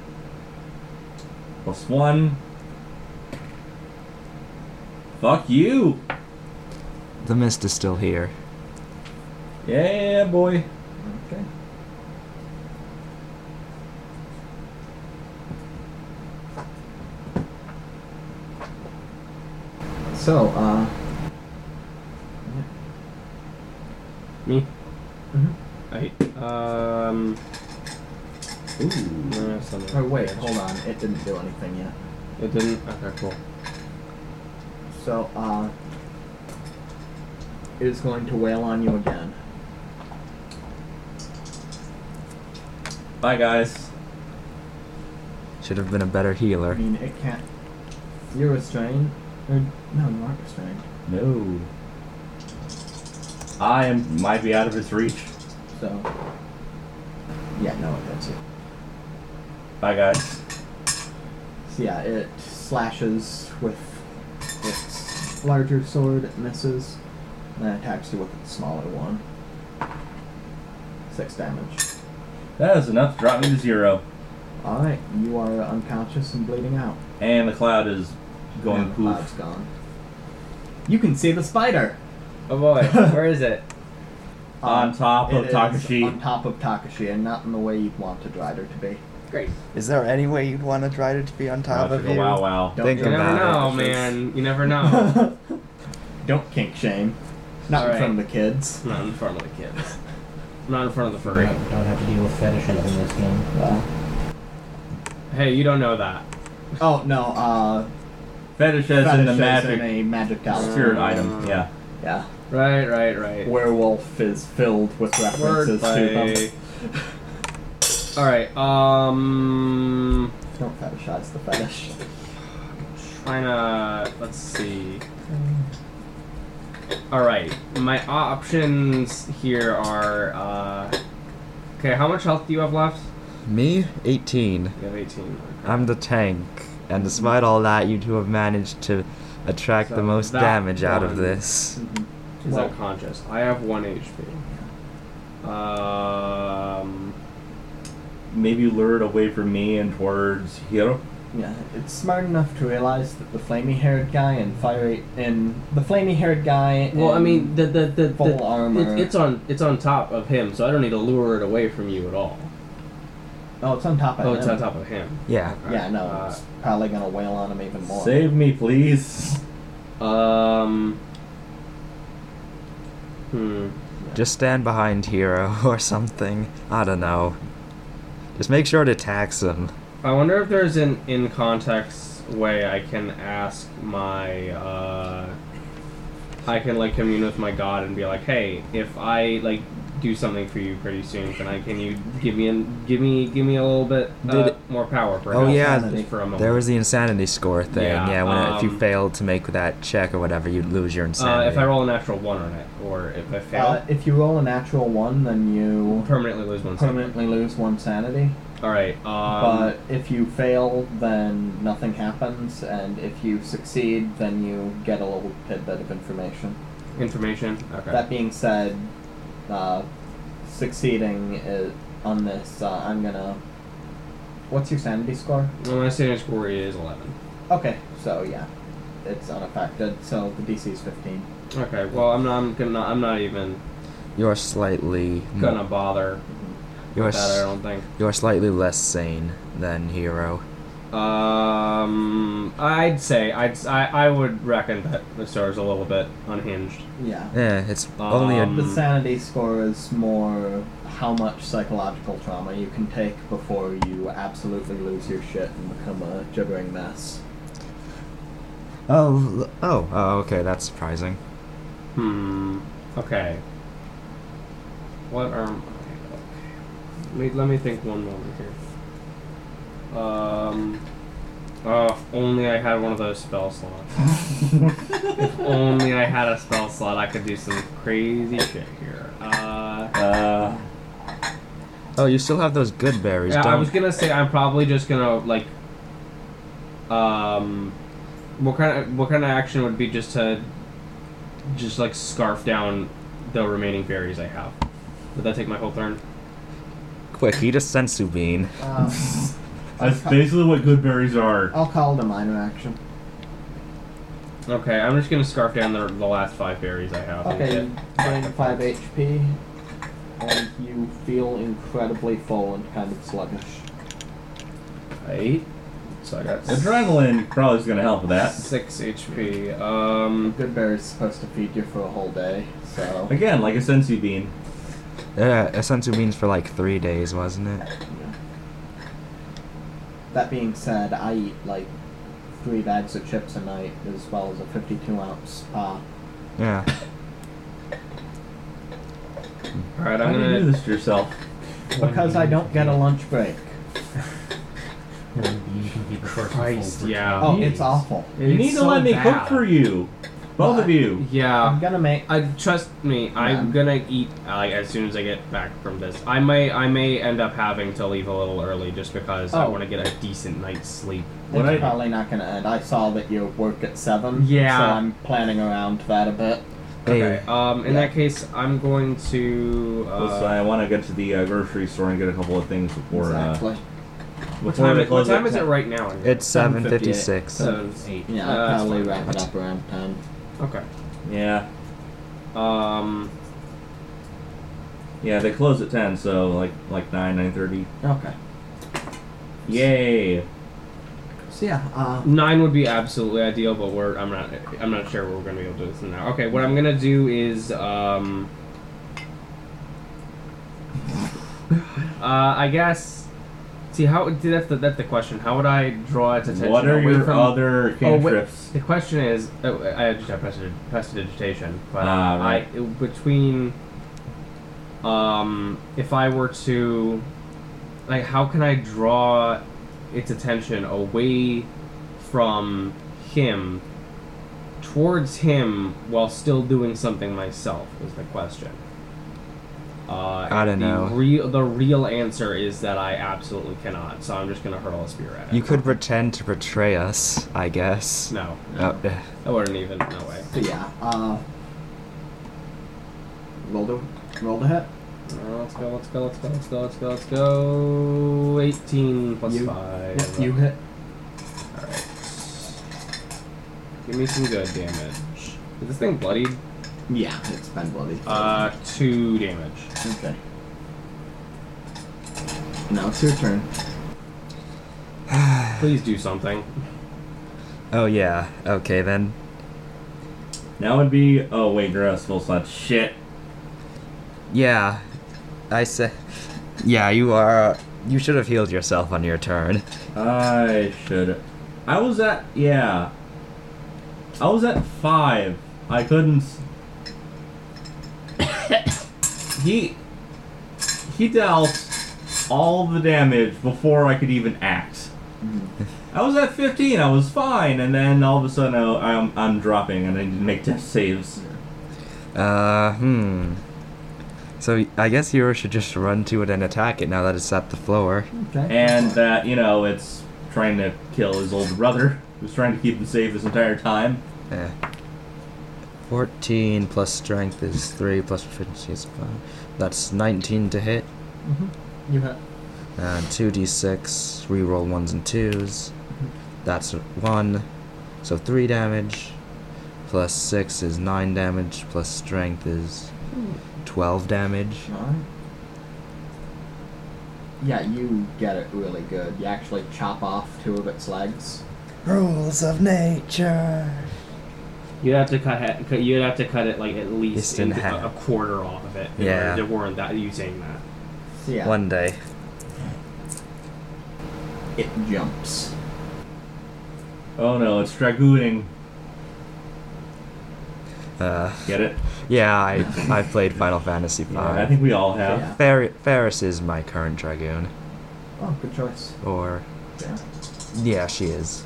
Speaker 2: Plus one. Fuck you!
Speaker 4: The mist is still here.
Speaker 2: Yeah, boy.
Speaker 1: Okay. So, uh.
Speaker 3: Me.
Speaker 1: mhm.
Speaker 3: I. Um.
Speaker 2: Ooh.
Speaker 3: I have something.
Speaker 1: Oh, wait, hold on. It didn't do anything yet.
Speaker 3: It didn't. Okay. Cool.
Speaker 1: So, uh, it is going to wail on you again.
Speaker 2: Bye, guys.
Speaker 4: Should have been a better
Speaker 1: I
Speaker 4: healer.
Speaker 1: mean, it can't. You're restrained, or no, you aren't restrained.
Speaker 2: No. I am might be out of his reach.
Speaker 1: So, yeah, no, that's it.
Speaker 2: Bye, guys.
Speaker 1: So yeah, it slashes with its larger sword, it misses, and then attacks you with its smaller one. Six damage.
Speaker 2: That is enough. to Drop me to zero.
Speaker 1: Alright, you are unconscious and bleeding out.
Speaker 2: And the cloud is going
Speaker 1: and the
Speaker 2: poof.
Speaker 1: cloud's gone. You can see the spider! Um,
Speaker 3: Oh boy, where is it?
Speaker 2: On top of
Speaker 1: it is
Speaker 2: Takashi.
Speaker 1: On top of Takashi, and not in the way you'd want a Drider to be.
Speaker 3: Great.
Speaker 6: Is there any way you'd want a Dryder to be on top
Speaker 2: Much
Speaker 6: of
Speaker 2: a
Speaker 6: you?
Speaker 2: Wow, wow.
Speaker 1: Don't
Speaker 4: Think
Speaker 3: You
Speaker 1: kink-
Speaker 3: never
Speaker 4: about it.
Speaker 3: know,
Speaker 4: It's
Speaker 3: man. You never know.
Speaker 1: Don't kink shame. Not
Speaker 3: Alright.
Speaker 1: in front of the kids.
Speaker 3: Not in front of the kids. Not in front of the
Speaker 5: I
Speaker 3: furry.
Speaker 5: don't have to deal with fetishes in this game.
Speaker 1: Uh,
Speaker 3: Hey, you don't know that.
Speaker 1: oh no, uh,
Speaker 2: Fetishes in the
Speaker 1: fetishes in
Speaker 2: magic
Speaker 1: a magic dollar.
Speaker 2: spirit item. Yeah.
Speaker 1: Yeah.
Speaker 3: Right, right, right.
Speaker 1: Werewolf is filled with references to
Speaker 3: Wordplay. All right. Um,
Speaker 1: them. Don't fetishize the fetish.
Speaker 3: trying to let's see. All right. My options here are. Uh, okay, how much health do you have left?
Speaker 4: Me, 18.
Speaker 3: You have 18.
Speaker 4: I'm the tank, and despite all that, you two have managed to attract
Speaker 3: So
Speaker 4: the most
Speaker 3: that
Speaker 4: damage out of
Speaker 3: one-
Speaker 4: this.
Speaker 3: He's
Speaker 1: Well-
Speaker 3: unconscious. I have one HP. Um,
Speaker 2: Maybe lure it away from me and towards Hiro.
Speaker 1: Yeah, it's smart enough to realize that the flamey-haired guy and fiery and the flamey-haired guy.
Speaker 3: well, I
Speaker 1: and-
Speaker 3: mean, the the the,
Speaker 1: Full
Speaker 3: the
Speaker 1: armor.
Speaker 3: It, it's on it's on top of him, so I don't need to lure it away from you at all.
Speaker 1: oh, it's on top of
Speaker 3: Oh,
Speaker 1: him.
Speaker 3: it's on top of him.
Speaker 4: Yeah.
Speaker 1: Yeah, no,
Speaker 3: Uh,
Speaker 1: it's probably gonna wail on him even more.
Speaker 2: Save me, please.
Speaker 3: Um. Hmm.
Speaker 4: Just stand behind Hero or something. I don't know. Just make sure to tax him.
Speaker 3: I wonder if there's an in context way I can ask my. Uh, I can like commune with my god and be like, hey, if I like do something for you pretty soon, can I? Can you give me an give me give me a little bit uh,
Speaker 4: Did-
Speaker 3: more power?
Speaker 4: Oh,
Speaker 3: perhaps,
Speaker 4: yeah,
Speaker 3: just for a moment.
Speaker 4: There was the insanity score thing.
Speaker 3: Yeah,
Speaker 4: Yeah, when if you
Speaker 3: um,
Speaker 4: failed to make that check or whatever, you'd lose your
Speaker 3: uh,
Speaker 4: insanity.
Speaker 3: if I roll a natural one on it, or if I fail,
Speaker 1: Uh, if you roll a natural one, then you
Speaker 3: permanently lose one. sanity.
Speaker 1: permanently lose one sanity.
Speaker 3: All right. Um,
Speaker 1: but if you fail, then nothing happens, and if you succeed, then you get a little tidbit of information.
Speaker 3: information. Okay.
Speaker 1: That being said, uh, succeeding i on this, uh, I'm gonna. What's your sanity score?
Speaker 3: Well, my standard score is eleven.
Speaker 1: Okay, so yeah, it's unaffected. So the DC is 15.
Speaker 3: Okay. Well, I'm not. I'm gonna. I'm not even
Speaker 4: you're slightly mo-
Speaker 3: gonna bother
Speaker 4: you're
Speaker 3: with that. I
Speaker 4: s-
Speaker 3: don't think.
Speaker 4: you're slightly less sane than Hero.
Speaker 3: Um, I'd say I'd. s- I, I would reckon that the star is a little bit unhinged.
Speaker 1: Yeah.
Speaker 4: Yeah, Eh, it's only a
Speaker 1: Um, The
Speaker 3: Mm.
Speaker 1: sanity score is more how much psychological trauma you can take before you absolutely lose your shit and become a gibbering mess.
Speaker 4: oh oh oh okay. That's surprising.
Speaker 3: Hmm. Okay. What are? Okay. Let me let me think one moment here. Um. Oh, if only I had one of those spell slots. if only I had a spell slot, I could do some crazy shit here. Uh.
Speaker 2: Uh,
Speaker 4: Oh, you still have those good berries.
Speaker 3: Yeah,
Speaker 4: don't
Speaker 3: I was gonna say I'm probably just gonna like. Um, what kind of what kind of action would be just to, just like scarf down the remaining berries I have? Would that take my whole turn?
Speaker 4: quick. Eat a sensu bean.
Speaker 2: that's basically what good berries are.
Speaker 1: Um, I'll call it a minor action.
Speaker 3: Okay, I'm just gonna scarf down the, the last five berries I have. and
Speaker 1: Okay,
Speaker 3: get-
Speaker 1: gain 5 HP, and you feel incredibly full and kind of sluggish.
Speaker 3: I ate. So I got
Speaker 2: Adrenaline probably is going to help with that.
Speaker 3: six HP. Um,
Speaker 1: Good Bear is supposed to feed you for a whole day, so.
Speaker 2: Again, like a sensu bean.
Speaker 4: Yeah, Eh, a sensu beans for like three days, wasn't it?
Speaker 1: That being said, I eat like three bags of chips a night, as well as a 52 ounce uh, pop.
Speaker 4: Yeah.
Speaker 3: All right,
Speaker 2: How
Speaker 3: I'm
Speaker 2: do you do
Speaker 3: gonna.
Speaker 2: this to yourself?
Speaker 1: Because I don't get a lunch break.
Speaker 5: You can keep it for
Speaker 3: Christ,
Speaker 5: full for
Speaker 2: Ah.
Speaker 3: yeah.
Speaker 5: ten
Speaker 1: Oh,
Speaker 5: days.
Speaker 1: it's awful.
Speaker 2: You need to let me cook for you, both of you.
Speaker 1: I'm
Speaker 3: Yeah.
Speaker 1: gonna make.
Speaker 3: I trust me. I'm gonna eat like as soon as I get back from this. I may I may end up having to leave a little early just because I
Speaker 1: Oh.
Speaker 3: want to get a decent night's sleep.
Speaker 2: What
Speaker 1: It's
Speaker 2: I-
Speaker 1: probably not gonna end. I saw that you work at seven.
Speaker 3: Yeah.
Speaker 1: So I'm planning around that a bit.
Speaker 3: Okay.
Speaker 4: Hey,
Speaker 3: Um. In
Speaker 1: Yeah.
Speaker 3: that case, I'm going to.
Speaker 2: Listen,
Speaker 3: Uh,
Speaker 2: I want to get to the uh, grocery store and get a couple of things before. Uh,
Speaker 1: exactly.
Speaker 2: before
Speaker 3: what time?
Speaker 2: they
Speaker 3: Is, what
Speaker 2: close at
Speaker 3: time is it
Speaker 2: 10.
Speaker 3: right now?
Speaker 4: it's 7.56.
Speaker 3: So
Speaker 5: Eight.
Speaker 1: Yeah,
Speaker 3: Uh,
Speaker 1: I'll
Speaker 3: that's
Speaker 1: probably
Speaker 3: fine.
Speaker 1: wrap it up around ten.
Speaker 3: okay.
Speaker 2: Yeah,
Speaker 3: Um.
Speaker 2: yeah. They close at ten, so like like nine nine thirty.
Speaker 1: Okay.
Speaker 2: Yay!
Speaker 1: So yeah, uh,
Speaker 3: Nine would be absolutely ideal, but we're I'm not I'm not sure we're gonna be able to do this in an hour. Okay, what I'm gonna do is um uh, I guess see how that's the that's the question. How would I draw its attention
Speaker 2: What are
Speaker 3: away
Speaker 2: your
Speaker 3: from
Speaker 2: other
Speaker 3: Oh, wait.
Speaker 2: cantrips?
Speaker 3: the question is oh, I just have prestid- prestidigitation, but
Speaker 2: Ah, right.
Speaker 3: I between um if I were to like how can I draw its attention away from him towards him while still doing something myself was the question. Uh,
Speaker 4: I don't
Speaker 3: the
Speaker 4: know.
Speaker 3: Real, the real answer is that I absolutely cannot. So I'm just gonna hurl a spear at it.
Speaker 4: you could pretend to betray us, I guess.
Speaker 3: No,
Speaker 4: Oh, eh.
Speaker 3: I wouldn't even. No way.
Speaker 1: so yeah, uh, roll the roll the hit.
Speaker 3: Uh, let's go, let's go, let's go, let's go, let's go, let's go. 18 plus
Speaker 1: You-
Speaker 3: 5.
Speaker 1: Yep, you hit.
Speaker 3: Alright. Give me some good damage. Is this thing bloodied?
Speaker 1: Yeah, it's been bloody.
Speaker 3: Uh, 2 damage.
Speaker 1: okay. Now it's your turn.
Speaker 3: Please do something.
Speaker 4: oh yeah. Okay then.
Speaker 2: Now would be oh wait, gross, full slot shit.
Speaker 4: Yeah. I say. Yeah, you are. You should have healed yourself on your turn.
Speaker 2: I should. I was at yeah. I was at five. I couldn't. he he dealt all the damage before I could even act.
Speaker 3: Mm-hmm.
Speaker 2: I was at fifteen. I was fine, and then all of a sudden I, I'm I'm dropping, and I need to make death saves.
Speaker 4: Uh, hmm. So I guess Hero should just run to it and attack it now that it's at the floor.
Speaker 1: Okay.
Speaker 2: and that you know it's trying to kill his older brother, who's trying to keep him safe this entire time.
Speaker 4: Eh. 14 plus strength is 3, plus proficiency is 5. That's 19 to hit.
Speaker 2: Mm-hmm.
Speaker 1: you hit.
Speaker 4: Uh, 2d6, reroll 1s and 2s.
Speaker 2: Mm-hmm.
Speaker 4: That's 1. So 3 damage. Plus 6 is 9 damage. Plus strength is 12 damage.
Speaker 1: Alright. Yeah, you get it really good. You actually chop off two of its legs.
Speaker 6: Rules of nature.
Speaker 3: You'd have to cut, ha- cut you'd have to cut it like at least
Speaker 4: Just in
Speaker 3: into
Speaker 4: half.
Speaker 3: a, a quarter off of it. in
Speaker 4: Yeah.
Speaker 3: order to warrant that you saying that.
Speaker 1: So yeah,
Speaker 4: One day.
Speaker 1: it jumps.
Speaker 2: Oh no, it's dragooning.
Speaker 4: Uh,
Speaker 2: Get it?
Speaker 4: yeah, I, I've played Final Fantasy V.
Speaker 2: I think we all have.
Speaker 1: Yeah.
Speaker 4: Fer- Ferris is my current Dragoon.
Speaker 1: Oh, good choice.
Speaker 4: Or,
Speaker 1: Yeah.
Speaker 4: yeah, she is.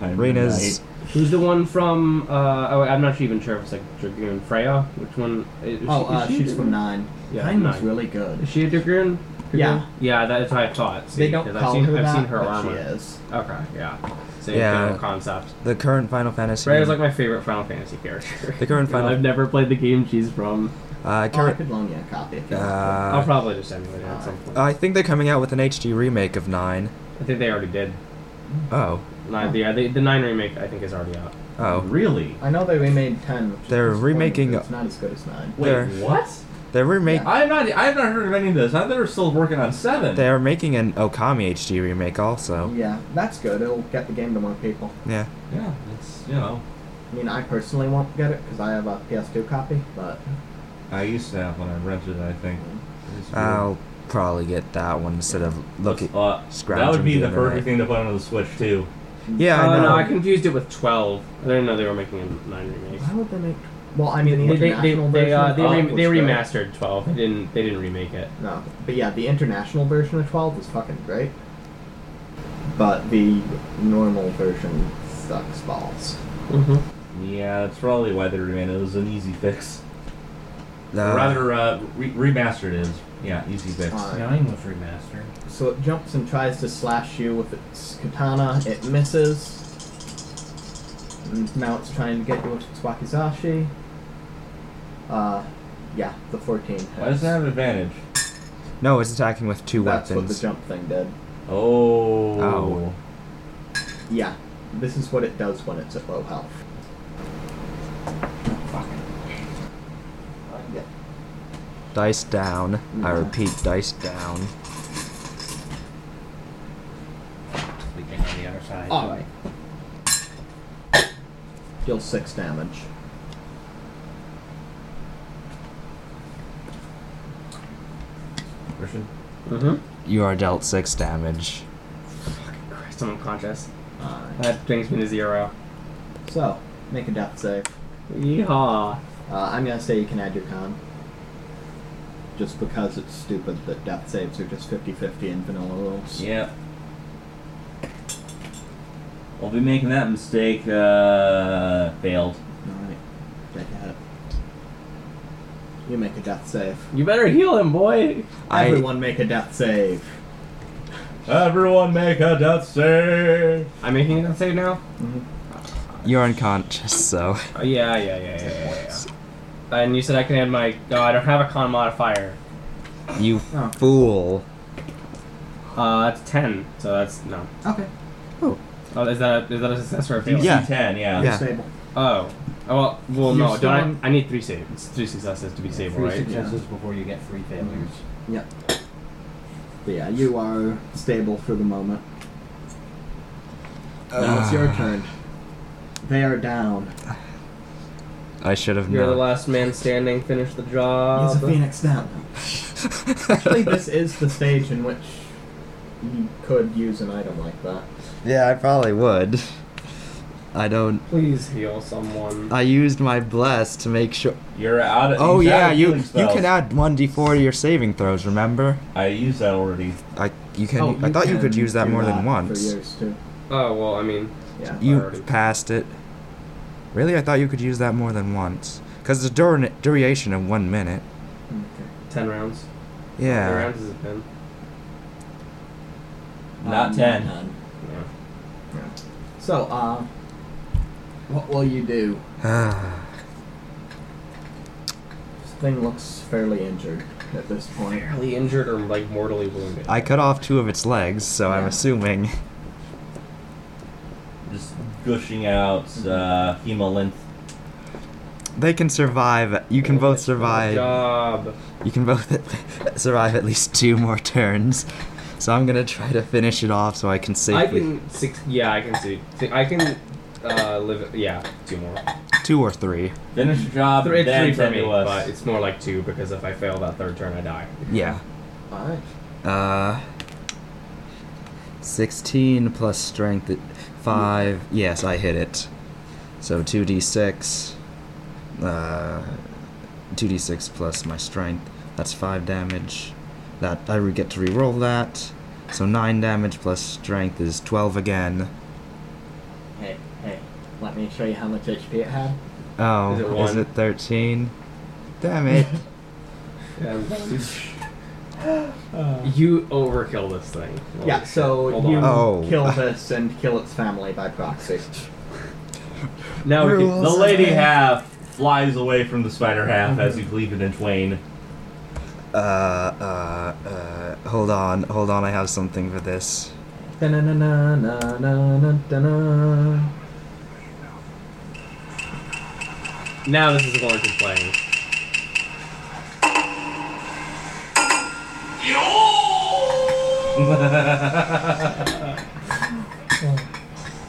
Speaker 2: I'm
Speaker 4: Rena's.
Speaker 2: right.
Speaker 3: Who's the one from? Uh, oh, I'm not even sure if it's like Dragoon Freya. Which one? Is, is
Speaker 1: Oh,
Speaker 3: she, is
Speaker 1: uh,
Speaker 3: she a
Speaker 1: she's from
Speaker 3: Dragoon?
Speaker 1: nine.
Speaker 3: Yeah,
Speaker 1: nine was
Speaker 3: nine.
Speaker 1: really good.
Speaker 3: Is she a Dragoon?
Speaker 1: Yeah.
Speaker 3: Yeah, that's what I thought. See,
Speaker 1: they don't
Speaker 3: 'cause
Speaker 1: call
Speaker 3: I've seen,
Speaker 1: her
Speaker 3: I've
Speaker 1: that,
Speaker 3: seen her
Speaker 1: but
Speaker 3: armor.
Speaker 1: she is.
Speaker 3: Okay, yeah. Same
Speaker 4: Yeah.
Speaker 3: general concept.
Speaker 4: The current Final Fantasy.
Speaker 3: Freya's like my favorite Final Fantasy character.
Speaker 4: The current Final-
Speaker 3: I've never played the game she's from.
Speaker 4: uh,
Speaker 1: Oh, I
Speaker 4: current,
Speaker 1: could loan you a copy. if you want.
Speaker 3: I'll
Speaker 4: uh,
Speaker 3: probably just emulate it at some point.
Speaker 4: I think they're coming out with an HD remake of 9.
Speaker 3: I think they already did.
Speaker 4: Oh.
Speaker 3: Nine, the, uh, the, the 9 remake, I think, is already out.
Speaker 4: Oh.
Speaker 2: Really?
Speaker 1: I know they remade ten. Which is
Speaker 4: They're
Speaker 1: disappointing,
Speaker 4: remaking-
Speaker 1: but It's not as good as nine.
Speaker 2: Wait,
Speaker 4: There.
Speaker 2: what?
Speaker 4: They're remake.
Speaker 1: Yeah.
Speaker 2: I'm not. I've not heard of any of this. I thought they were still working on seven.
Speaker 4: They're making an Okami HD remake also.
Speaker 1: Yeah, that's good. It'll get the game to more people.
Speaker 4: Yeah.
Speaker 2: Yeah, it's you know.
Speaker 1: I mean, I personally won't get it because I have a PS2 copy, but
Speaker 2: I used to have when I rented. it, I think. It's weird.
Speaker 4: I'll probably get that one instead of looking.
Speaker 2: Uh, that
Speaker 4: scrounging
Speaker 2: would be
Speaker 4: the
Speaker 2: the
Speaker 4: internet.
Speaker 2: perfect thing to put on the Switch too.
Speaker 4: Yeah,
Speaker 3: oh
Speaker 4: I know.
Speaker 3: no, I confused it with twelve. I didn't know they were making a nine remake.
Speaker 1: Why would they make? Well, I mean the
Speaker 3: they, they,
Speaker 1: international
Speaker 3: they,
Speaker 1: version.
Speaker 3: uh, they,
Speaker 1: of
Speaker 3: re-
Speaker 1: 12
Speaker 3: they
Speaker 1: was great.
Speaker 3: remastered twelve. They didn't they didn't remake it.
Speaker 1: No, but yeah, the international version of 12 is fucking great. But the normal version sucks balls.
Speaker 3: Mm-hmm.
Speaker 2: Yeah, that's probably why they ran it. It was an easy fix.
Speaker 4: Uh,
Speaker 2: Rather, uh, re- remastered is yeah, easy fix.
Speaker 1: Uh,
Speaker 5: Nine was remastered.
Speaker 1: So it jumps and tries to slash you with its katana. It misses. And now it's trying to get you with its wakizashi. Uh, yeah, the 14.
Speaker 2: Why does it have an advantage?
Speaker 4: No, it's attacking with two
Speaker 1: That's what the
Speaker 4: weapons.
Speaker 1: jump thing did.
Speaker 2: Oh.
Speaker 4: Ow.
Speaker 1: Yeah, this is what it does when it's at low health. Fuck. Yeah.
Speaker 4: Dice down. I
Speaker 1: Mhm.
Speaker 4: repeat, dice down.
Speaker 5: Sleeping on the other side.
Speaker 1: Alright. Deal six damage.
Speaker 2: Christian?
Speaker 3: Mm-hmm.
Speaker 4: You are dealt six damage.
Speaker 3: Christ, I'm unconscious.
Speaker 1: Alright.
Speaker 3: That brings me to zero.
Speaker 1: Uh, So, make a death save.
Speaker 3: Yeehaw.
Speaker 1: Uh, I'm gonna say you can add your con. Just because it's stupid that death saves are just 50 50 in vanilla rules.
Speaker 2: Yeah. I'll be making that mistake. Uh, failed.
Speaker 1: Alright. Take a hit. You make a death save.
Speaker 3: You better heal him, boy.
Speaker 4: I-
Speaker 1: Everyone make a death save.
Speaker 2: Everyone make a death save.
Speaker 3: I'm making that save now.
Speaker 4: You're unconscious, so.
Speaker 3: Oh, yeah, yeah, yeah, yeah, yeah, yeah. And you said I can add my. No, I don't have a con modifier.
Speaker 4: You
Speaker 1: Oh.
Speaker 4: fool.
Speaker 3: Uh, it's ten. So that's no.
Speaker 1: Okay.
Speaker 3: Oh, is that a, is that a success or a fail?
Speaker 2: DC
Speaker 4: Yeah.
Speaker 2: ten. Yeah.
Speaker 4: Yeah.
Speaker 1: Stable.
Speaker 3: Oh. Oh, well, well, no.
Speaker 1: You're
Speaker 3: Don't
Speaker 1: still-
Speaker 3: I? I need three saves. Three successes to be stable,
Speaker 5: three
Speaker 3: right?
Speaker 5: successes before you get three failures.
Speaker 1: Yep. But yeah, you are stable for the moment. Now Uh, it's
Speaker 2: Ah.
Speaker 1: your turn. They are down.
Speaker 4: I should have
Speaker 3: You're the
Speaker 4: known.
Speaker 3: last man standing. Finish the job.
Speaker 2: Uh,
Speaker 1: Is a phoenix down? Actually, this is the stage in which you could use an item like that.
Speaker 4: yeah, I probably would. I don't.
Speaker 3: Please heal someone.
Speaker 4: I used my bless to make sure.
Speaker 2: You're out of.
Speaker 4: Oh
Speaker 2: he's out
Speaker 4: yeah,
Speaker 2: of
Speaker 4: you
Speaker 2: healing
Speaker 4: you
Speaker 2: spells.
Speaker 4: can add one d4 to your saving throws. Remember?
Speaker 2: I used that already.
Speaker 4: I you can.
Speaker 1: Oh,
Speaker 4: I thought you
Speaker 1: can
Speaker 4: could use that
Speaker 1: do
Speaker 4: more than
Speaker 1: For
Speaker 4: once.
Speaker 1: years too.
Speaker 3: Oh well, I mean,
Speaker 1: Yeah.
Speaker 4: You
Speaker 3: already-
Speaker 4: passed it. Really, I thought you could use that more than once. Cause the dur- duration of one minute.
Speaker 1: Okay.
Speaker 3: ten rounds. Ten
Speaker 4: Yeah.
Speaker 3: rounds is a ten.
Speaker 4: Oh,
Speaker 2: Not
Speaker 1: Um,
Speaker 2: ten.
Speaker 3: Yeah.
Speaker 1: So, uh, what will you do? This thing looks fairly injured at this point.
Speaker 3: Barely injured or like mortally wounded.
Speaker 4: I cut off two of its legs, so I'm
Speaker 1: Yeah.
Speaker 4: assuming.
Speaker 2: Just gushing out
Speaker 4: Mm-hmm.
Speaker 2: uh, hemolymph.
Speaker 4: They can survive. You can both
Speaker 3: Good
Speaker 4: survive.
Speaker 3: job.
Speaker 4: You can both survive at least two more turns. So I'm gonna try to finish it off so I can
Speaker 3: I
Speaker 4: safely
Speaker 3: can six. Yeah, I can see. I can uh, live. Yeah, two more.
Speaker 4: two or three.
Speaker 2: Finish the job.
Speaker 3: Three, it's
Speaker 2: then
Speaker 3: three for
Speaker 2: send
Speaker 3: me,
Speaker 2: it to us.
Speaker 3: but it's more like two because if I fail that third turn, I die.
Speaker 4: Yeah.
Speaker 1: Alright.
Speaker 4: Uh. Sixteen plus strength, at five. Yes, I hit it. So two d six. Uh, two d six plus my strength. That's five damage. That I re- get to reroll that. So nine damage plus strength is twelve again.
Speaker 1: Hey, hey. Let me show you how much HP it had.
Speaker 4: Oh,
Speaker 3: Is it
Speaker 4: is
Speaker 3: one?
Speaker 4: it 13? Damn it.
Speaker 3: you overkill this thing. Holy
Speaker 1: Yeah,
Speaker 3: shit.
Speaker 1: so
Speaker 3: Hold
Speaker 1: you
Speaker 3: on.
Speaker 4: Oh.
Speaker 1: kill this and kill its family by proxy.
Speaker 3: now we can,
Speaker 2: The lady half flies away from the spider half as you
Speaker 4: Mm-hmm.
Speaker 2: cleave it in twain.
Speaker 4: uh, uh, uh, hold on, hold on, I have something for this.
Speaker 1: Da-na-na-na-na-na-na-na.
Speaker 3: now this is warranted playing.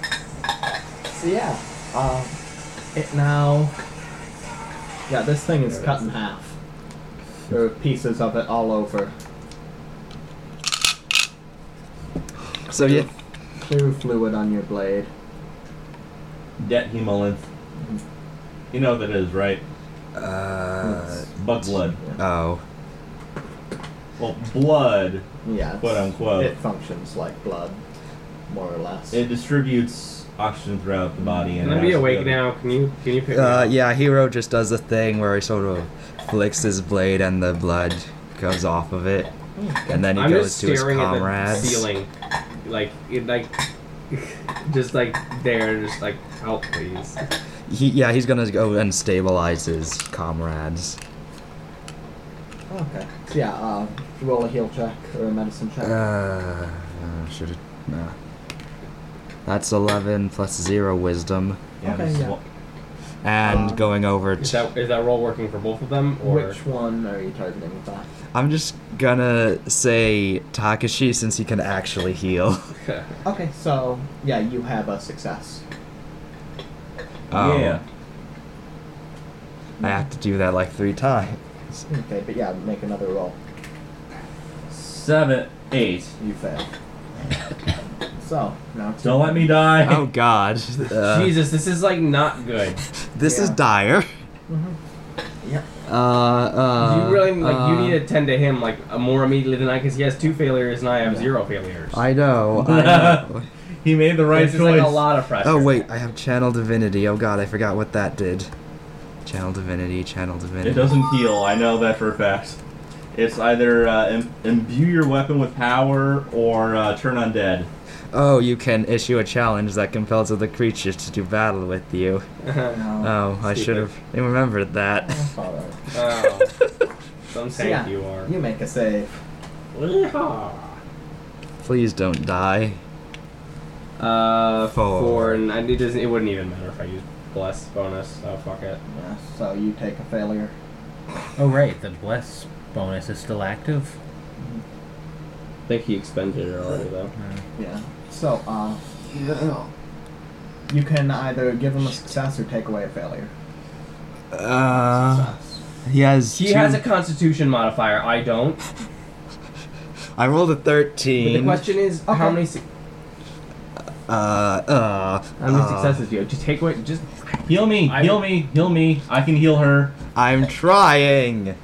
Speaker 1: So yeah, uh, it now. Yeah, this thing is cut in half. There are pieces of it all over.
Speaker 4: So, yeah.
Speaker 1: Clear fluid on your blade.
Speaker 2: Det hemolymph. You know what that is, right?
Speaker 4: Uh,
Speaker 2: Buck blood.
Speaker 4: oh.
Speaker 2: Well, blood,
Speaker 1: Yeah. it's-
Speaker 2: quote unquote.
Speaker 1: It functions like blood, more or less.
Speaker 2: It distributes oxygen throughout the body.
Speaker 3: Can
Speaker 2: And
Speaker 3: I
Speaker 2: it
Speaker 3: be
Speaker 2: has
Speaker 3: awake
Speaker 2: to-
Speaker 3: now? Can you can you pick
Speaker 4: Uh,
Speaker 3: me up?
Speaker 4: yeah, Hero just does a thing where he sort of flicks his blade and the blood comes off of it.
Speaker 1: Hmm,
Speaker 4: And then he
Speaker 3: I'm
Speaker 4: goes
Speaker 3: just
Speaker 4: to his
Speaker 3: staring at the
Speaker 4: comrades.
Speaker 3: ceiling, like it like just like there, just like help, please.
Speaker 4: He, yeah, he's gonna go and stabilize his comrades.
Speaker 1: Okay. So yeah, uh, roll a heal check or a medicine
Speaker 4: Uh,
Speaker 1: check.
Speaker 4: uh, should it? Nah. That's 11 plus 0 wisdom.
Speaker 2: Yeah,
Speaker 1: Okay,
Speaker 2: this is
Speaker 1: yeah.
Speaker 2: what-
Speaker 4: And
Speaker 1: Um,
Speaker 4: going over
Speaker 3: Is
Speaker 4: to.
Speaker 3: that is that role working for both of them or?
Speaker 1: Which one are you targeting with that?
Speaker 4: I'm just gonna say Takashi since he can actually heal.
Speaker 1: Okay, so yeah, you have a success.
Speaker 4: Um,
Speaker 2: yeah.
Speaker 4: I have to do that like three times.
Speaker 1: Okay, but yeah, make another roll.
Speaker 2: Seven, eight.
Speaker 1: You fail. So now it's
Speaker 2: Don't let me die.
Speaker 4: Oh god. Uh,
Speaker 3: Jesus, this is like not good.
Speaker 4: This is
Speaker 1: Yeah.
Speaker 4: dire.
Speaker 1: Yep.
Speaker 4: Uh, uh,
Speaker 3: you really like
Speaker 4: uh,
Speaker 3: you need to tend to him like uh, more immediately than I, because he has two failures and I have
Speaker 1: Yeah.
Speaker 3: zero failures.
Speaker 4: I know. I know.
Speaker 2: He made the right
Speaker 3: this is
Speaker 2: choice.
Speaker 3: like a lot of pressure.
Speaker 4: oh wait, I have channel divinity. Oh god, I forgot what that did. Channel divinity. Channel divinity.
Speaker 2: It doesn't heal. I know that for a fact. It's either uh, Im- imbue your weapon with power or uh, turn undead.
Speaker 4: Oh, you can issue a challenge that compels other creatures to do battle with you.
Speaker 2: Uh.
Speaker 1: No.
Speaker 4: Oh, I
Speaker 3: Stupid.
Speaker 4: should have remembered that.
Speaker 1: That's all right.
Speaker 3: Oh, some tank
Speaker 1: Yeah.
Speaker 3: you are.
Speaker 1: You make a save.
Speaker 3: Yeehaw.
Speaker 4: Please don't die.
Speaker 3: Uh,
Speaker 4: Four.
Speaker 3: four. and I- it doesn't. It wouldn't even matter if I use bless bonus. So fuck it.
Speaker 1: Yeah, so you take a failure.
Speaker 5: Oh, right, the bless bonus is still active.
Speaker 3: I think he expended it already though.
Speaker 1: Yeah. So uh, you can either give him a success or take away a failure.
Speaker 4: Uh,
Speaker 1: Success.
Speaker 4: he has.
Speaker 3: He
Speaker 4: two-
Speaker 3: has a Constitution modifier. I don't.
Speaker 4: I rolled a
Speaker 3: But the
Speaker 4: thirteen.
Speaker 3: question is, how
Speaker 1: Okay.
Speaker 3: many su-
Speaker 4: uh, uh,
Speaker 3: how many
Speaker 4: uh,
Speaker 3: successes do you have? Just take away. Just
Speaker 2: Heal me.
Speaker 3: I-
Speaker 2: heal me. Heal me. I can heal her.
Speaker 4: uh, I'm trying.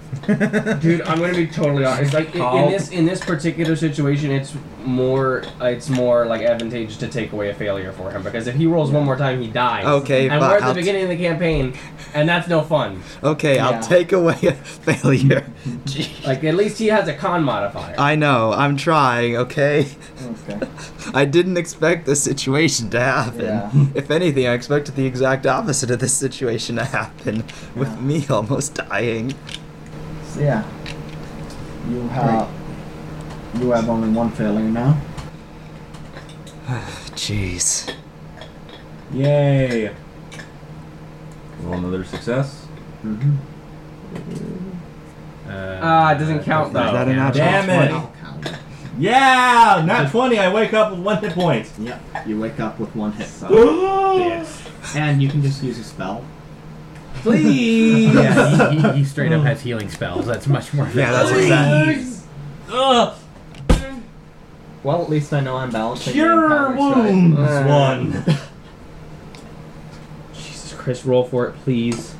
Speaker 3: Dude, I'm gonna be totally honest. Like in, in
Speaker 2: Call.
Speaker 3: this in this particular situation, it's more uh, it's more like advantageous to take away a failure for him because if he rolls one more time, he dies.
Speaker 4: Okay,
Speaker 3: and
Speaker 4: but
Speaker 3: we're at the
Speaker 4: I'll t-
Speaker 3: beginning of the campaign, and that's no fun.
Speaker 4: Okay,
Speaker 1: Yeah.
Speaker 4: I'll take away a failure. Gee.
Speaker 3: Like at least he has a con modifier.
Speaker 4: I know, I'm trying, okay?
Speaker 1: Okay.
Speaker 4: I didn't expect this situation to happen.
Speaker 1: Yeah.
Speaker 4: If anything, I expected the exact opposite of this situation to happen, with
Speaker 1: Yeah.
Speaker 4: me almost dying.
Speaker 1: So yeah. You have you have only one failure now.
Speaker 4: Jeez.
Speaker 2: Yay. Roll another success.
Speaker 1: Mm-hmm.
Speaker 3: Ah, it doesn't count though.
Speaker 4: Is that a natural
Speaker 2: Damn it.
Speaker 4: 20?
Speaker 2: Yeah! Not 20. I wake up with one hit point.
Speaker 1: Yep. You wake up with one hit. So.
Speaker 2: Yes.
Speaker 1: and you can just use a spell.
Speaker 2: Please.
Speaker 5: Yeah, he, he, he straight up has healing spells. That's much more.
Speaker 4: Yeah, that's what that
Speaker 2: Please. Ugh.
Speaker 1: Well, at least I know I'm balancing. the
Speaker 2: Cure
Speaker 1: encounters right.
Speaker 2: wounds.
Speaker 3: Uh.
Speaker 2: One.
Speaker 3: Jesus Christ, roll for it, please.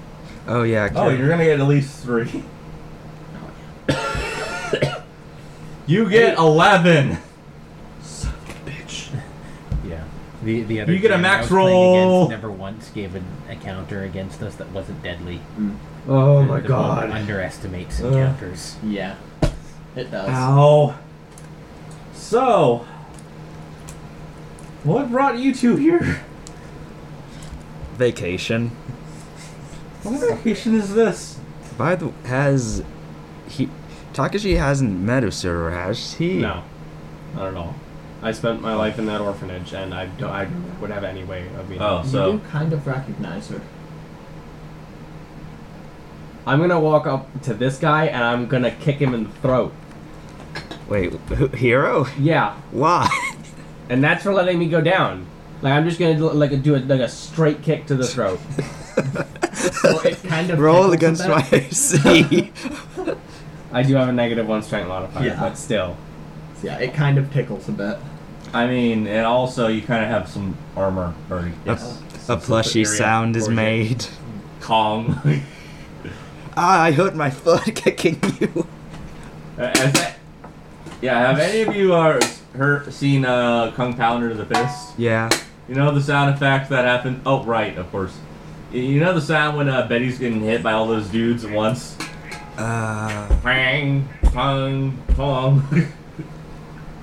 Speaker 4: Oh, yeah.
Speaker 2: Oh,
Speaker 4: Kurt.
Speaker 2: you're gonna get at least three. you get eleven.
Speaker 3: Bitch.
Speaker 5: Yeah. The, the other
Speaker 2: You get a
Speaker 5: GM I
Speaker 2: max
Speaker 5: was playing
Speaker 2: roll.
Speaker 5: Against never once gave an, a counter against us that wasn't deadly.
Speaker 3: Oh
Speaker 5: The- the world Underestimates
Speaker 2: Ugh.
Speaker 5: encounters.
Speaker 1: Yeah. It does.
Speaker 2: Ow. So, what brought you two here?
Speaker 4: Vacation.
Speaker 2: What vacation is this?
Speaker 4: By the has. He. Takashi hasn't met Usura, has he?
Speaker 3: No, not at all. I spent my life in that orphanage, and I don't, I would have any way of being.
Speaker 2: Oh,
Speaker 1: you
Speaker 2: so
Speaker 1: do kind of recognize her.
Speaker 3: I'm gonna walk up to this guy, and I'm gonna kick him in the throat.
Speaker 4: Wait, who, Hero?
Speaker 3: Yeah,
Speaker 4: Why?
Speaker 3: and that's for letting me go down. Like I'm just gonna do, like do a, like a straight kick to the throat.
Speaker 1: Well, it kind of
Speaker 4: Roll
Speaker 1: tickles
Speaker 4: against
Speaker 1: him
Speaker 4: my
Speaker 1: back.
Speaker 4: AC.
Speaker 3: I do have a negative one strength modifier,
Speaker 1: Yeah.
Speaker 3: but still.
Speaker 1: Yeah, it kind of tickles a bit.
Speaker 2: I mean, and also you kind of have some armor or yes,
Speaker 4: A plushy
Speaker 2: superior
Speaker 4: sound is
Speaker 2: fortune.
Speaker 4: made.
Speaker 2: Kong.
Speaker 4: Ah, I hurt my foot kicking you.
Speaker 2: Has that- yeah, have any of you are heard, seen uh, Kung Pao under the fist?
Speaker 4: Yeah.
Speaker 2: You know the sound effects that happen? Oh, right, of course. Y- You know the sound when uh, Betty's getting hit by all those dudes at once?
Speaker 4: Uh,
Speaker 2: Bang, pong, pong.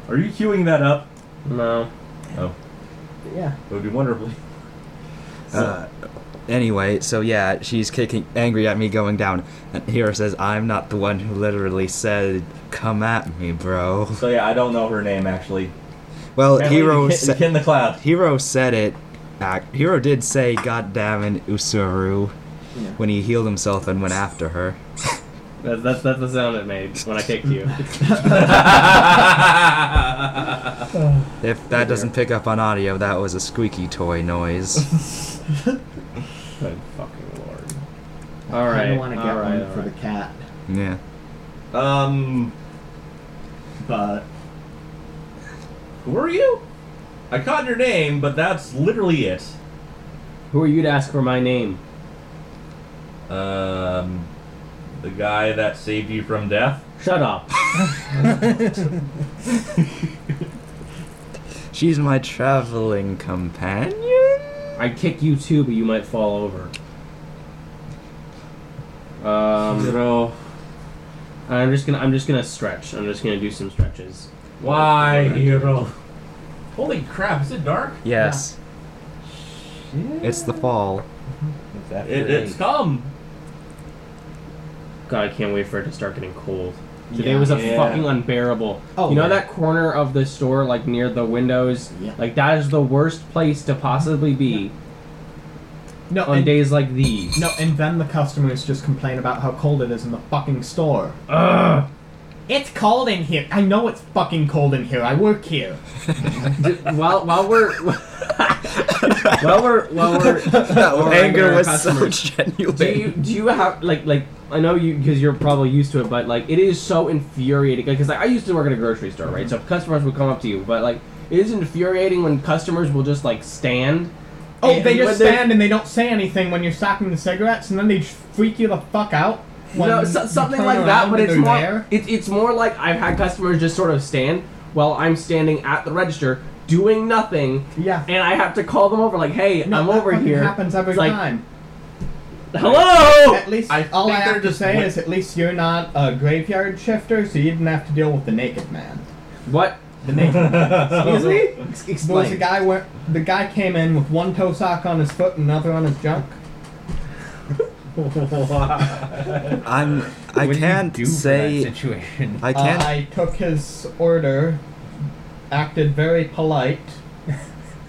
Speaker 2: Are you queuing that up?
Speaker 3: No.
Speaker 2: Oh,
Speaker 1: Yeah.
Speaker 2: it would be wonderful.
Speaker 4: uh, anyway, so yeah, she's kicking, angry at me going down. And Hero says, I'm not the one who literally said, come at me, bro.
Speaker 2: So yeah, I don't know her name actually.
Speaker 4: Well,
Speaker 2: Apparently,
Speaker 4: Hero
Speaker 2: you can- you
Speaker 4: said.
Speaker 2: can the cloud.
Speaker 4: Hero said it. Act, Hero did say "Goddammit, Usuru"
Speaker 1: Yeah.
Speaker 4: when he healed himself and went after her.
Speaker 3: That's, that's, that's the sound it made when I kicked you.
Speaker 4: If that doesn't pick up on audio, that was a squeaky toy noise.
Speaker 3: Good fucking lord.
Speaker 1: I
Speaker 3: All right.
Speaker 1: want to get
Speaker 3: all right,
Speaker 1: one
Speaker 3: all
Speaker 1: for
Speaker 3: right.
Speaker 1: the cat,
Speaker 4: yeah.
Speaker 2: um,
Speaker 1: but
Speaker 2: who are you? I caught your name, but that's literally it.
Speaker 3: Who are you to ask for my name?
Speaker 2: Um, the guy that saved you from death.
Speaker 3: Shut up.
Speaker 4: She's my traveling companion.
Speaker 3: I'd kick you too, but you might fall over. Um,
Speaker 2: Zero.
Speaker 3: I'm just gonna I'm just gonna stretch. I'm just gonna do some stretches.
Speaker 2: Why, hero? Holy crap! Is it dark?
Speaker 4: Yes, it's the fall.
Speaker 5: It's after
Speaker 2: It,
Speaker 5: eight.
Speaker 2: it's come.
Speaker 3: God, I can't wait for it to start getting cold. Today
Speaker 1: Yeah.
Speaker 3: was a
Speaker 2: Yeah.
Speaker 3: fucking unbearable.
Speaker 1: Oh,
Speaker 3: you know
Speaker 1: yeah.
Speaker 3: that corner of the store, like near the windows,
Speaker 1: Yeah.
Speaker 3: like that is the worst place to possibly be
Speaker 1: no,
Speaker 3: on
Speaker 1: and,
Speaker 3: days like these.
Speaker 1: no, and then the customers just complain about how cold it is in the fucking store.
Speaker 3: Ugh.
Speaker 1: It's cold in here. I know it's fucking cold in here. I work here.
Speaker 3: D- while while we're while we're while we're
Speaker 4: That
Speaker 3: Or
Speaker 4: anger
Speaker 3: regular
Speaker 4: was
Speaker 3: customers.
Speaker 4: so genuine.
Speaker 3: do you do you have like like I know you because you're probably used to it, but like it is so infuriating because like I used to work at a grocery store, right? So customers would come up to you, but like it is infuriating when customers will just like stand.
Speaker 1: Oh,
Speaker 3: and
Speaker 1: they
Speaker 3: when
Speaker 1: just
Speaker 3: they're-
Speaker 1: stand and they don't say anything when you're stocking the cigarettes, and then they just freak you the fuck out.
Speaker 3: No,
Speaker 1: When
Speaker 3: so,
Speaker 1: you
Speaker 3: something
Speaker 1: turn
Speaker 3: like that,
Speaker 1: around
Speaker 3: but
Speaker 1: and
Speaker 3: it's
Speaker 1: they're
Speaker 3: more
Speaker 1: there.
Speaker 3: it, it's more like I've had customers just sort of stand while I'm standing at the register doing nothing,
Speaker 1: Yeah.
Speaker 3: and I have to call them over like, hey,
Speaker 1: No,
Speaker 3: I'm
Speaker 1: that
Speaker 3: over
Speaker 1: fucking
Speaker 3: here.
Speaker 1: Happens every
Speaker 3: It's like,
Speaker 1: time.
Speaker 3: Hello.
Speaker 1: At least
Speaker 2: I
Speaker 1: all
Speaker 2: think
Speaker 1: I
Speaker 2: they're
Speaker 1: have to
Speaker 2: just
Speaker 1: say
Speaker 2: wait-
Speaker 1: is at least you're not a graveyard shifter, so you didn't have to deal with the naked man.
Speaker 3: What?
Speaker 1: The naked man.
Speaker 3: Excuse me? Ex-
Speaker 1: There was a
Speaker 3: Explain.
Speaker 1: guy where the guy came in with one toe sock on his foot and another on his junk.
Speaker 4: I'm. I
Speaker 5: What do you
Speaker 4: can't
Speaker 5: do for that
Speaker 4: say.
Speaker 5: situation.
Speaker 4: I
Speaker 1: Uh,
Speaker 4: can't.
Speaker 1: I took his order, acted very polite,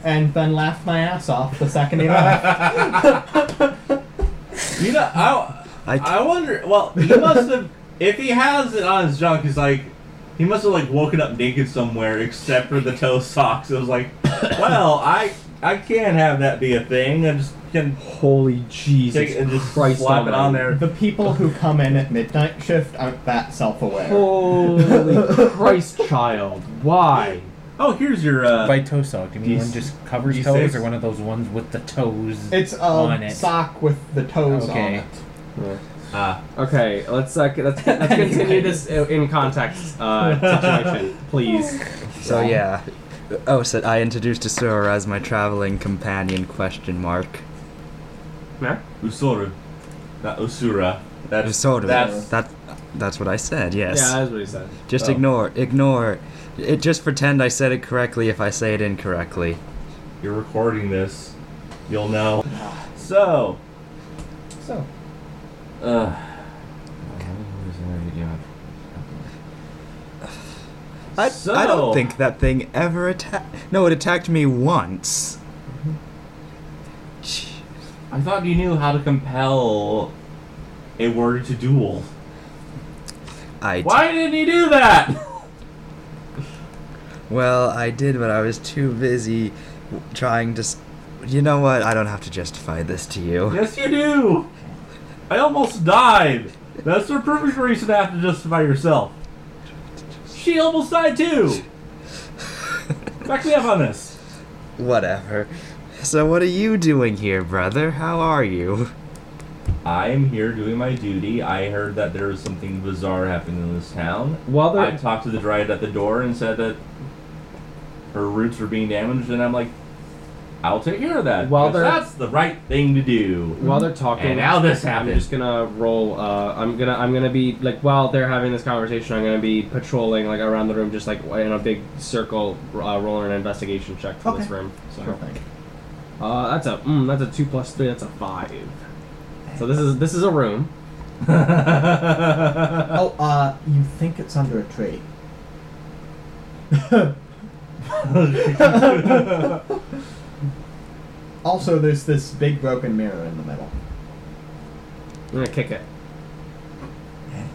Speaker 1: and then laughed my ass off the second he left.
Speaker 2: You know, I,
Speaker 4: I-
Speaker 2: I, wonder. Well, he must have. if he has it on his junk, he's like, he must have like woken up naked somewhere, except for the toe socks. It was like, well, I I can't have that be a thing. I just can
Speaker 3: Holy Jesus
Speaker 2: take it and just
Speaker 3: Christ
Speaker 2: slap it on
Speaker 3: almighty.
Speaker 2: there.
Speaker 1: the people who come in at midnight shift aren't that self-aware.
Speaker 4: Oh.
Speaker 3: Holy Christ, child! Why?
Speaker 2: Oh, here's your. Uh, E
Speaker 5: By toe sock, do you
Speaker 2: D-
Speaker 5: mean one just covers
Speaker 2: D6?
Speaker 5: toes or one of those ones with the toes
Speaker 1: It's
Speaker 5: on
Speaker 1: a
Speaker 5: it?
Speaker 1: sock with the toes
Speaker 5: Okay.
Speaker 1: on it.
Speaker 2: ah.
Speaker 3: Okay, let's uh, let's let's continue this i- in context uh, situation, please.
Speaker 4: so yeah. Oh, so I introduced Asura as my traveling companion? Question mark.
Speaker 3: Nah?
Speaker 2: Usura. Not Usura. That's,
Speaker 4: Asura.
Speaker 2: That's,
Speaker 4: That. That's what I said. Yes.
Speaker 3: Yeah, that's what he said.
Speaker 4: Just
Speaker 2: Oh.
Speaker 4: ignore, ignore. It, just pretend I said it correctly if I say it incorrectly.
Speaker 2: you're recording this. You'll know. So.
Speaker 1: So,
Speaker 2: Uh,
Speaker 4: I, I
Speaker 2: So-
Speaker 4: don't think that thing ever attacked. No, it attacked me once. Gee,
Speaker 2: I thought you knew how to compel a word to duel.
Speaker 4: I d-
Speaker 2: Why didn't he do that?
Speaker 4: well, I did, but I was too busy w- trying to. s you know what? I don't have to justify this to you.
Speaker 2: yes, you do. I almost died. That's the perfect reason to have to justify yourself. She almost died too. Back me up on this.
Speaker 4: Whatever. So, what are you doing here, brother? How are you?
Speaker 2: I'm here doing my duty. I heard that there was something bizarre happening in this town.
Speaker 3: While
Speaker 2: I
Speaker 3: they're
Speaker 2: talked to the dryad at the door and said that her roots were being damaged, and I'm like, I'll take care of that.
Speaker 3: While
Speaker 2: 'cause
Speaker 3: they're-
Speaker 2: that's the right thing to do.
Speaker 3: while they're talking,
Speaker 2: And now this
Speaker 3: I'm
Speaker 2: happens.
Speaker 3: just gonna roll. Uh, I'm gonna I'm gonna be like while they're having this conversation, I'm gonna be patrolling like around the room, just like in a big circle, uh, rolling an investigation check for this
Speaker 6: Okay.
Speaker 3: room. So
Speaker 1: Sure thing.
Speaker 3: uh, that's a mm, that's a two plus three. That's a five. So this is this is a room.
Speaker 1: Oh, uh, you think it's under a tree. also, there's this big broken mirror in the middle.
Speaker 3: I'm gonna kick it.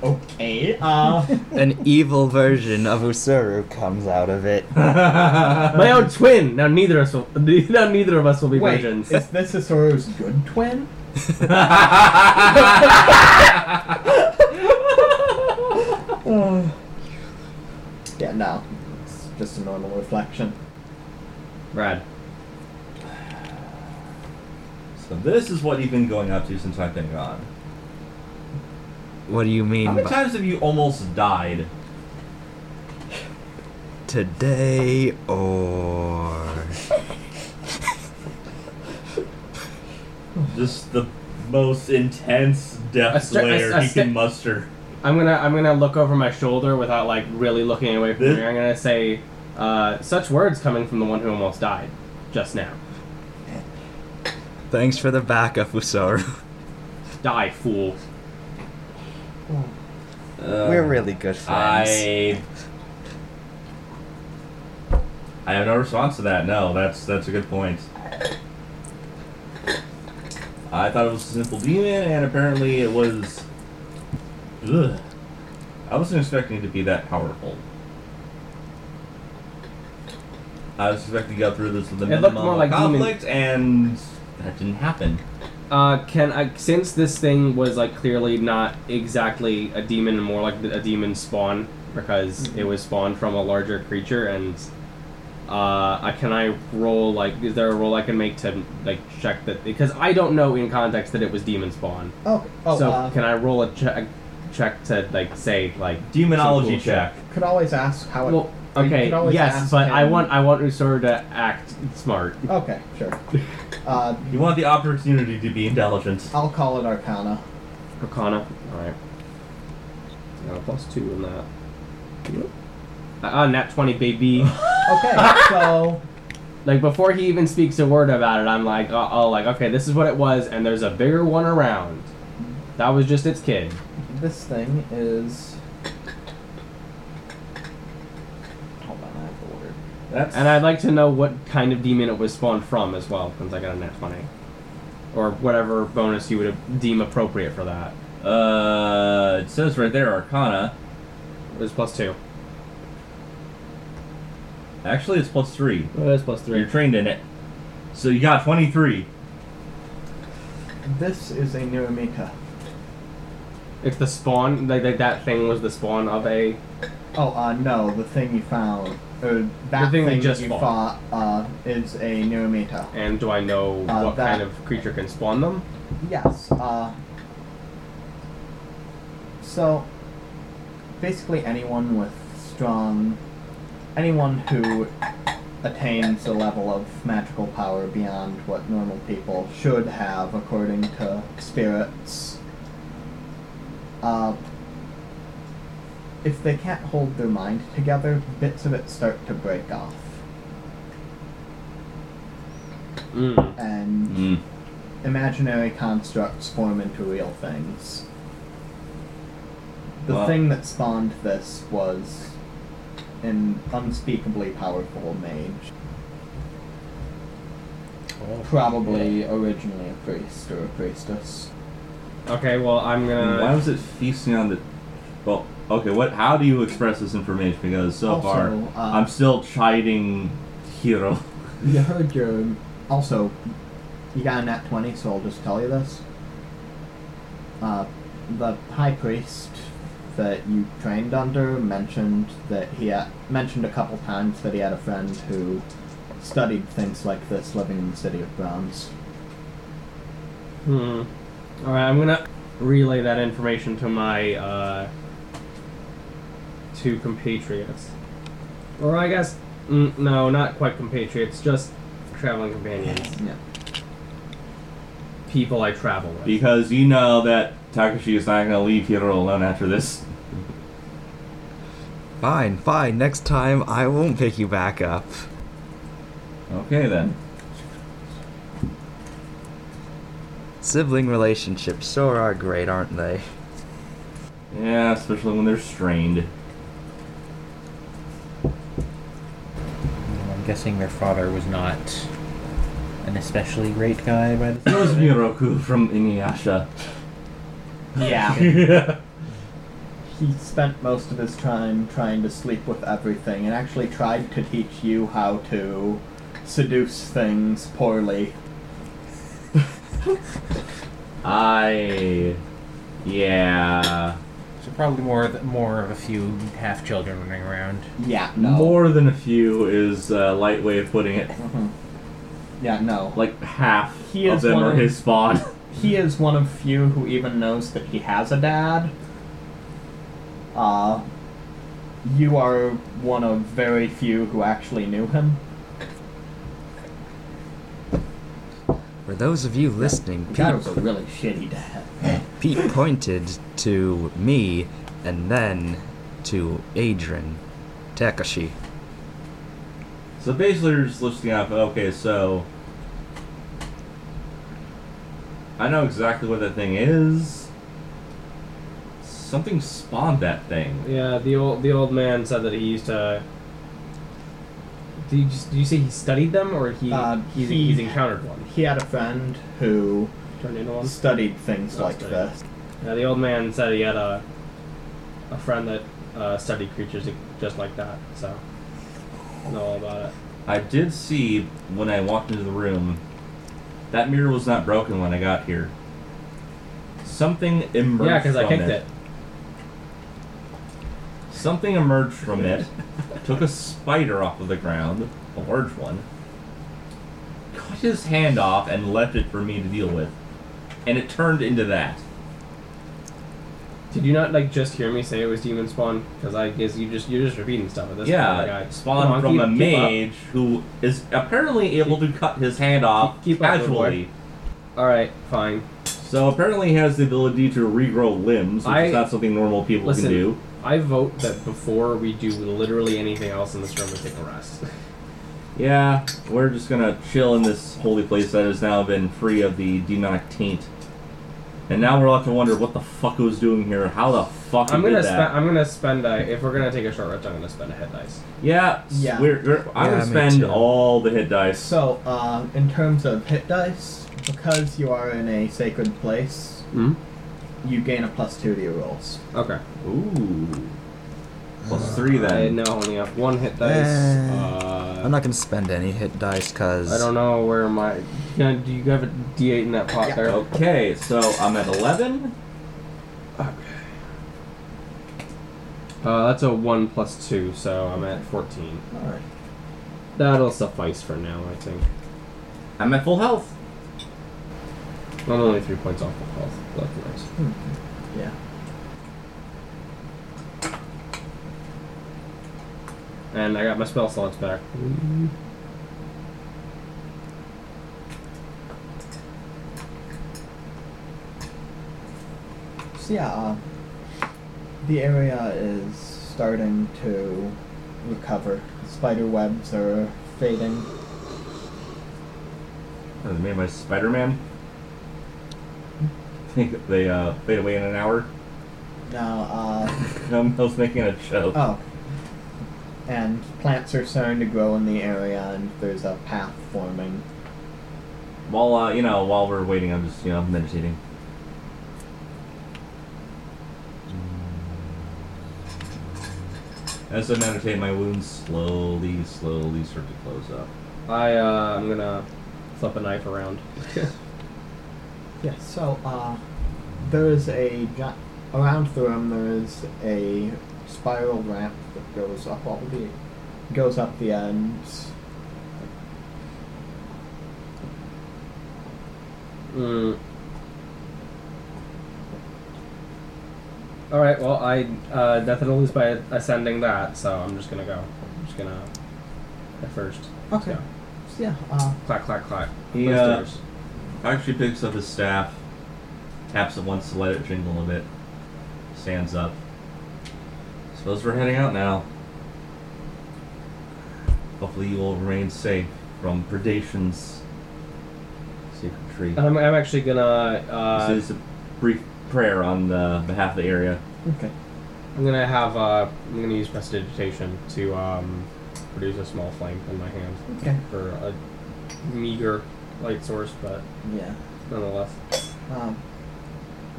Speaker 1: Okay, uh.
Speaker 4: An evil version of Usuru comes out of it.
Speaker 1: Uh,
Speaker 3: My own twin. Now neither of us will. Now neither of us will be
Speaker 1: wait,
Speaker 3: virgins.
Speaker 1: is this Isaru's good twin? Yeah, no. It's just a normal reflection.
Speaker 3: Rad.
Speaker 2: so this is what you've been going up to since I've been gone.
Speaker 4: What do you
Speaker 2: How
Speaker 4: mean
Speaker 2: many
Speaker 4: by
Speaker 2: times have you almost died?
Speaker 4: today or.
Speaker 2: Just the most intense death
Speaker 3: A sta- a-
Speaker 2: slayer
Speaker 3: a
Speaker 2: he
Speaker 3: sta-
Speaker 2: can muster.
Speaker 3: I'm gonna I'm gonna look over my shoulder without like really looking away from
Speaker 2: This-
Speaker 3: here. I'm gonna say uh, such words coming from the one who almost died just now.
Speaker 4: Thanks for the backup, Usuru.
Speaker 3: Die fool.
Speaker 4: We're really good friends.
Speaker 2: I I have no response to that. No, that's that's a good point. I thought it was a simple demon, and apparently it was. Ugh. I wasn't expecting it to be that powerful. I was expecting to go through this with a
Speaker 3: It looked
Speaker 2: minimum
Speaker 3: more
Speaker 2: of
Speaker 3: like demon-
Speaker 2: conflict, and that didn't happen.
Speaker 3: Uh, can I since this thing was like clearly not exactly a demon, more like a demon spawn because
Speaker 1: Mm-hmm.
Speaker 3: it was spawned from a larger creature and. Uh, I- can I roll like? Is there a roll I can make to like check that? Because I don't know in context that it was demon spawn.
Speaker 1: Oh, oh
Speaker 3: so
Speaker 1: uh,
Speaker 3: can I roll a check, check to like say like
Speaker 2: Demonology
Speaker 3: Some cool
Speaker 2: check.
Speaker 1: could always ask how it.
Speaker 3: Well,
Speaker 1: or you
Speaker 3: okay,
Speaker 1: could always
Speaker 3: yes,
Speaker 1: ask
Speaker 3: but I
Speaker 1: him-
Speaker 3: want I want Usur to act smart.
Speaker 1: Okay, sure. Uh,
Speaker 2: You want the opportunity to be intelligent.
Speaker 1: I'll call it Arcana.
Speaker 3: Arcana, all right. Got a plus two in that. Ah, uh, nat twenty, baby.
Speaker 1: Okay, so.
Speaker 3: like before he even speaks a word about it, I'm like, oh, oh, like okay, this is what it was, and there's a bigger one around. That was just its kid.
Speaker 1: This thing is. Hold on, I have the word.
Speaker 2: That's
Speaker 3: And I'd like to know what kind of demon it was spawned from as well, since I got a nat twenty, or whatever bonus you would deem appropriate for that.
Speaker 2: Uh, it says right there Arcana.
Speaker 3: It was plus two.
Speaker 2: Actually, it's plus three.
Speaker 3: It was plus
Speaker 2: You're trained in it, so you got twenty three.
Speaker 1: This is a Niramika.
Speaker 3: It's the spawn. Like, like that thing was the spawn of a.
Speaker 1: Oh, uh, no, the thing you found. Or that
Speaker 3: The thing we
Speaker 1: that
Speaker 3: just
Speaker 1: you
Speaker 3: fought.
Speaker 1: fought uh, is a Niramika.
Speaker 3: And do I know
Speaker 1: Uh,
Speaker 3: what
Speaker 1: that-
Speaker 3: kind of creature can spawn them?
Speaker 1: Yes. Uh, so, basically, anyone with strong, anyone who attains a level of magical power beyond what normal people should have, according to spirits, uh, if they can't hold their mind together, bits of it start to break off,
Speaker 3: Mm.
Speaker 1: and
Speaker 2: Mm.
Speaker 1: imaginary constructs form into real things. The
Speaker 2: Wow.
Speaker 1: thing that spawned this was an unspeakably powerful mage. Probably originally a priest or a priestess.
Speaker 3: Okay, well I'm
Speaker 1: Hmm,
Speaker 3: gonna.
Speaker 2: Why was it feasting on the? Well, okay. What? How do you express this information? Because so
Speaker 1: Also,
Speaker 2: far,
Speaker 1: uh,
Speaker 2: I'm still chiding Hiro.
Speaker 1: You heard your. Also, you got a nat 20, so I'll just tell you this. Uh, the high priest that you trained under mentioned that he had, mentioned a couple times that he had a friend who studied things like this living in the city of bronze.
Speaker 3: Hmm. All right, I'm gonna relay that information to my uh, two compatriots, or I guess mm, no, not quite compatriots, just traveling companions,
Speaker 1: Yeah.
Speaker 3: people I travel with.
Speaker 2: Because you know that Takashi is not going to leave Hiro alone after this.
Speaker 4: Fine, fine. Next time, I won't pick you back up.
Speaker 2: Okay then.
Speaker 4: Sibling relationships sure are great, aren't they?
Speaker 2: Yeah, especially when they're strained.
Speaker 5: And I'm guessing their father was not an especially great guy by the
Speaker 2: It was Miroku from Inuyasha.
Speaker 1: Yeah.
Speaker 2: yeah.
Speaker 1: he spent most of his time trying to sleep with everything and actually tried to teach you how to seduce things poorly.
Speaker 2: I. Yeah.
Speaker 5: So probably more th- more of a few half children running around.
Speaker 1: Yeah, no.
Speaker 2: More than a few is a light way of putting it.
Speaker 1: Mhm. Yeah, no.
Speaker 2: Like half
Speaker 1: He
Speaker 2: of
Speaker 1: is
Speaker 2: them
Speaker 1: one
Speaker 2: are
Speaker 1: of-
Speaker 2: his spawn.
Speaker 1: he is one of few who even knows that he has a dad. Uh, you are one of very few who actually knew him.
Speaker 4: For those of you listening,
Speaker 1: That was
Speaker 4: Pete,
Speaker 1: a really shitty dad.
Speaker 4: Pete pointed to me and then to Adrian Takashi.
Speaker 2: so basically, you're just listing off. Okay, so. I know exactly what that thing is. Something spawned that thing.
Speaker 3: Yeah, the old the old man said that he used to. Did you, just, did you say he studied them, or he
Speaker 1: Uh,
Speaker 3: he's,
Speaker 1: he-
Speaker 3: he's encountered one,
Speaker 1: He had a friend who
Speaker 3: turned into one?
Speaker 1: studied things
Speaker 3: Oh,
Speaker 1: like
Speaker 3: studied.
Speaker 1: this.
Speaker 3: Yeah, the old man said he had a a friend that uh, studied creatures just like that, so know all about it.
Speaker 2: I did see when I walked into the room that mirror was not broken when I got here. Something emerged
Speaker 3: Yeah, because I
Speaker 2: from
Speaker 3: kicked it.
Speaker 2: Something emerged from it, took a spider off of the ground, a large one, cut his hand off, and left it for me to deal with. And it turned into that.
Speaker 3: Did you not like just hear me say it was demon spawn? Because I guess you just you're just repeating stuff at this point.
Speaker 2: yeah,
Speaker 3: Like, I,
Speaker 2: spawned
Speaker 3: Come on,
Speaker 2: from
Speaker 3: keep-
Speaker 2: a
Speaker 3: keep up.
Speaker 2: mage who is apparently able to cut his hand off
Speaker 3: Keep- keep up, little boy.
Speaker 2: casually.
Speaker 3: All right, fine.
Speaker 2: So apparently he has the ability to regrow limbs, which
Speaker 3: I-
Speaker 2: is not something normal people
Speaker 3: Listen.
Speaker 2: can do.
Speaker 3: I vote that before we do literally anything else in this room, we take a rest.
Speaker 2: Yeah, we're just gonna chill in this holy place that has now been free of the demonic taint. And now we're left to wonder what the fuck it was doing here, how the fuck it
Speaker 3: I'm
Speaker 2: did
Speaker 3: gonna
Speaker 2: that.
Speaker 3: spend. I'm gonna spend. A, if we're gonna take a short rest, I'm gonna spend a head dice.
Speaker 2: yeah,
Speaker 1: Yeah.
Speaker 2: yeah. We're, we're, I'm
Speaker 4: Yeah,
Speaker 2: gonna
Speaker 4: me
Speaker 2: spend
Speaker 4: too.
Speaker 2: all the hit dice.
Speaker 1: So, uh, in terms of hit dice, because you are in a sacred place,
Speaker 3: Mm-hmm.
Speaker 1: you gain a plus two to your rolls.
Speaker 3: Okay.
Speaker 2: Ooh, plus three
Speaker 3: I
Speaker 2: then.
Speaker 3: now Uh, only have one hit dice.
Speaker 4: Eh.
Speaker 3: Uh,
Speaker 4: I'm not gonna spend any hit dice, cause
Speaker 3: I don't know where my. Can, do you have a D8 in that pot
Speaker 1: Yeah.
Speaker 3: there?
Speaker 2: Okay, so I'm at eleven.
Speaker 3: Uh, that's a one plus two, so I'm at 14.
Speaker 1: Alright.
Speaker 3: That'll suffice for now, I think.
Speaker 2: I'm at full health.
Speaker 3: I'm only three points off of health. That's nice.
Speaker 1: Hmm. Yeah.
Speaker 3: And I got my spell slots back.
Speaker 1: So yeah, uh, the area is starting to recover. Spider webs are fading.
Speaker 2: Are they made by Spider-Man? I think they uh, fade away in an hour.
Speaker 1: Now, uh,
Speaker 2: Um, I was making a joke.
Speaker 1: oh, and plants are starting to grow in the area, and there's a path forming.
Speaker 2: While uh, you know, while we're waiting, I'm just you know meditating. As I meditate, my wounds slowly, slowly start to close up.
Speaker 3: I, uh, I'm gonna flip a knife around.
Speaker 1: Yeah. So, uh, there is a gi- around the room there is a spiral ramp that goes up all the goes up the ends.
Speaker 3: Mm. All right. Well, I uh, nothing to lose by ascending that, so I'm just gonna go. I'm just gonna at first.
Speaker 1: Okay.
Speaker 3: Yeah.
Speaker 1: Yeah. Uh,
Speaker 3: Clack, clack, clack.
Speaker 2: He
Speaker 3: Those
Speaker 2: uh,
Speaker 3: doors.
Speaker 2: actually picks up his staff, taps it once to let it jingle a bit, stands up. Suppose we're heading out now. Hopefully, you will remain safe from predations. Secret tree.
Speaker 3: I'm, I'm actually gonna.
Speaker 2: This is
Speaker 3: Uh,
Speaker 2: a brief prayer on the behalf of the area.
Speaker 1: okay.
Speaker 3: I'm gonna have. Uh, I'm gonna use prestidigitation to um, produce a small flame in my hand
Speaker 1: Okay.
Speaker 3: for a meager light source, but
Speaker 1: Yeah.
Speaker 3: nonetheless.
Speaker 1: Um,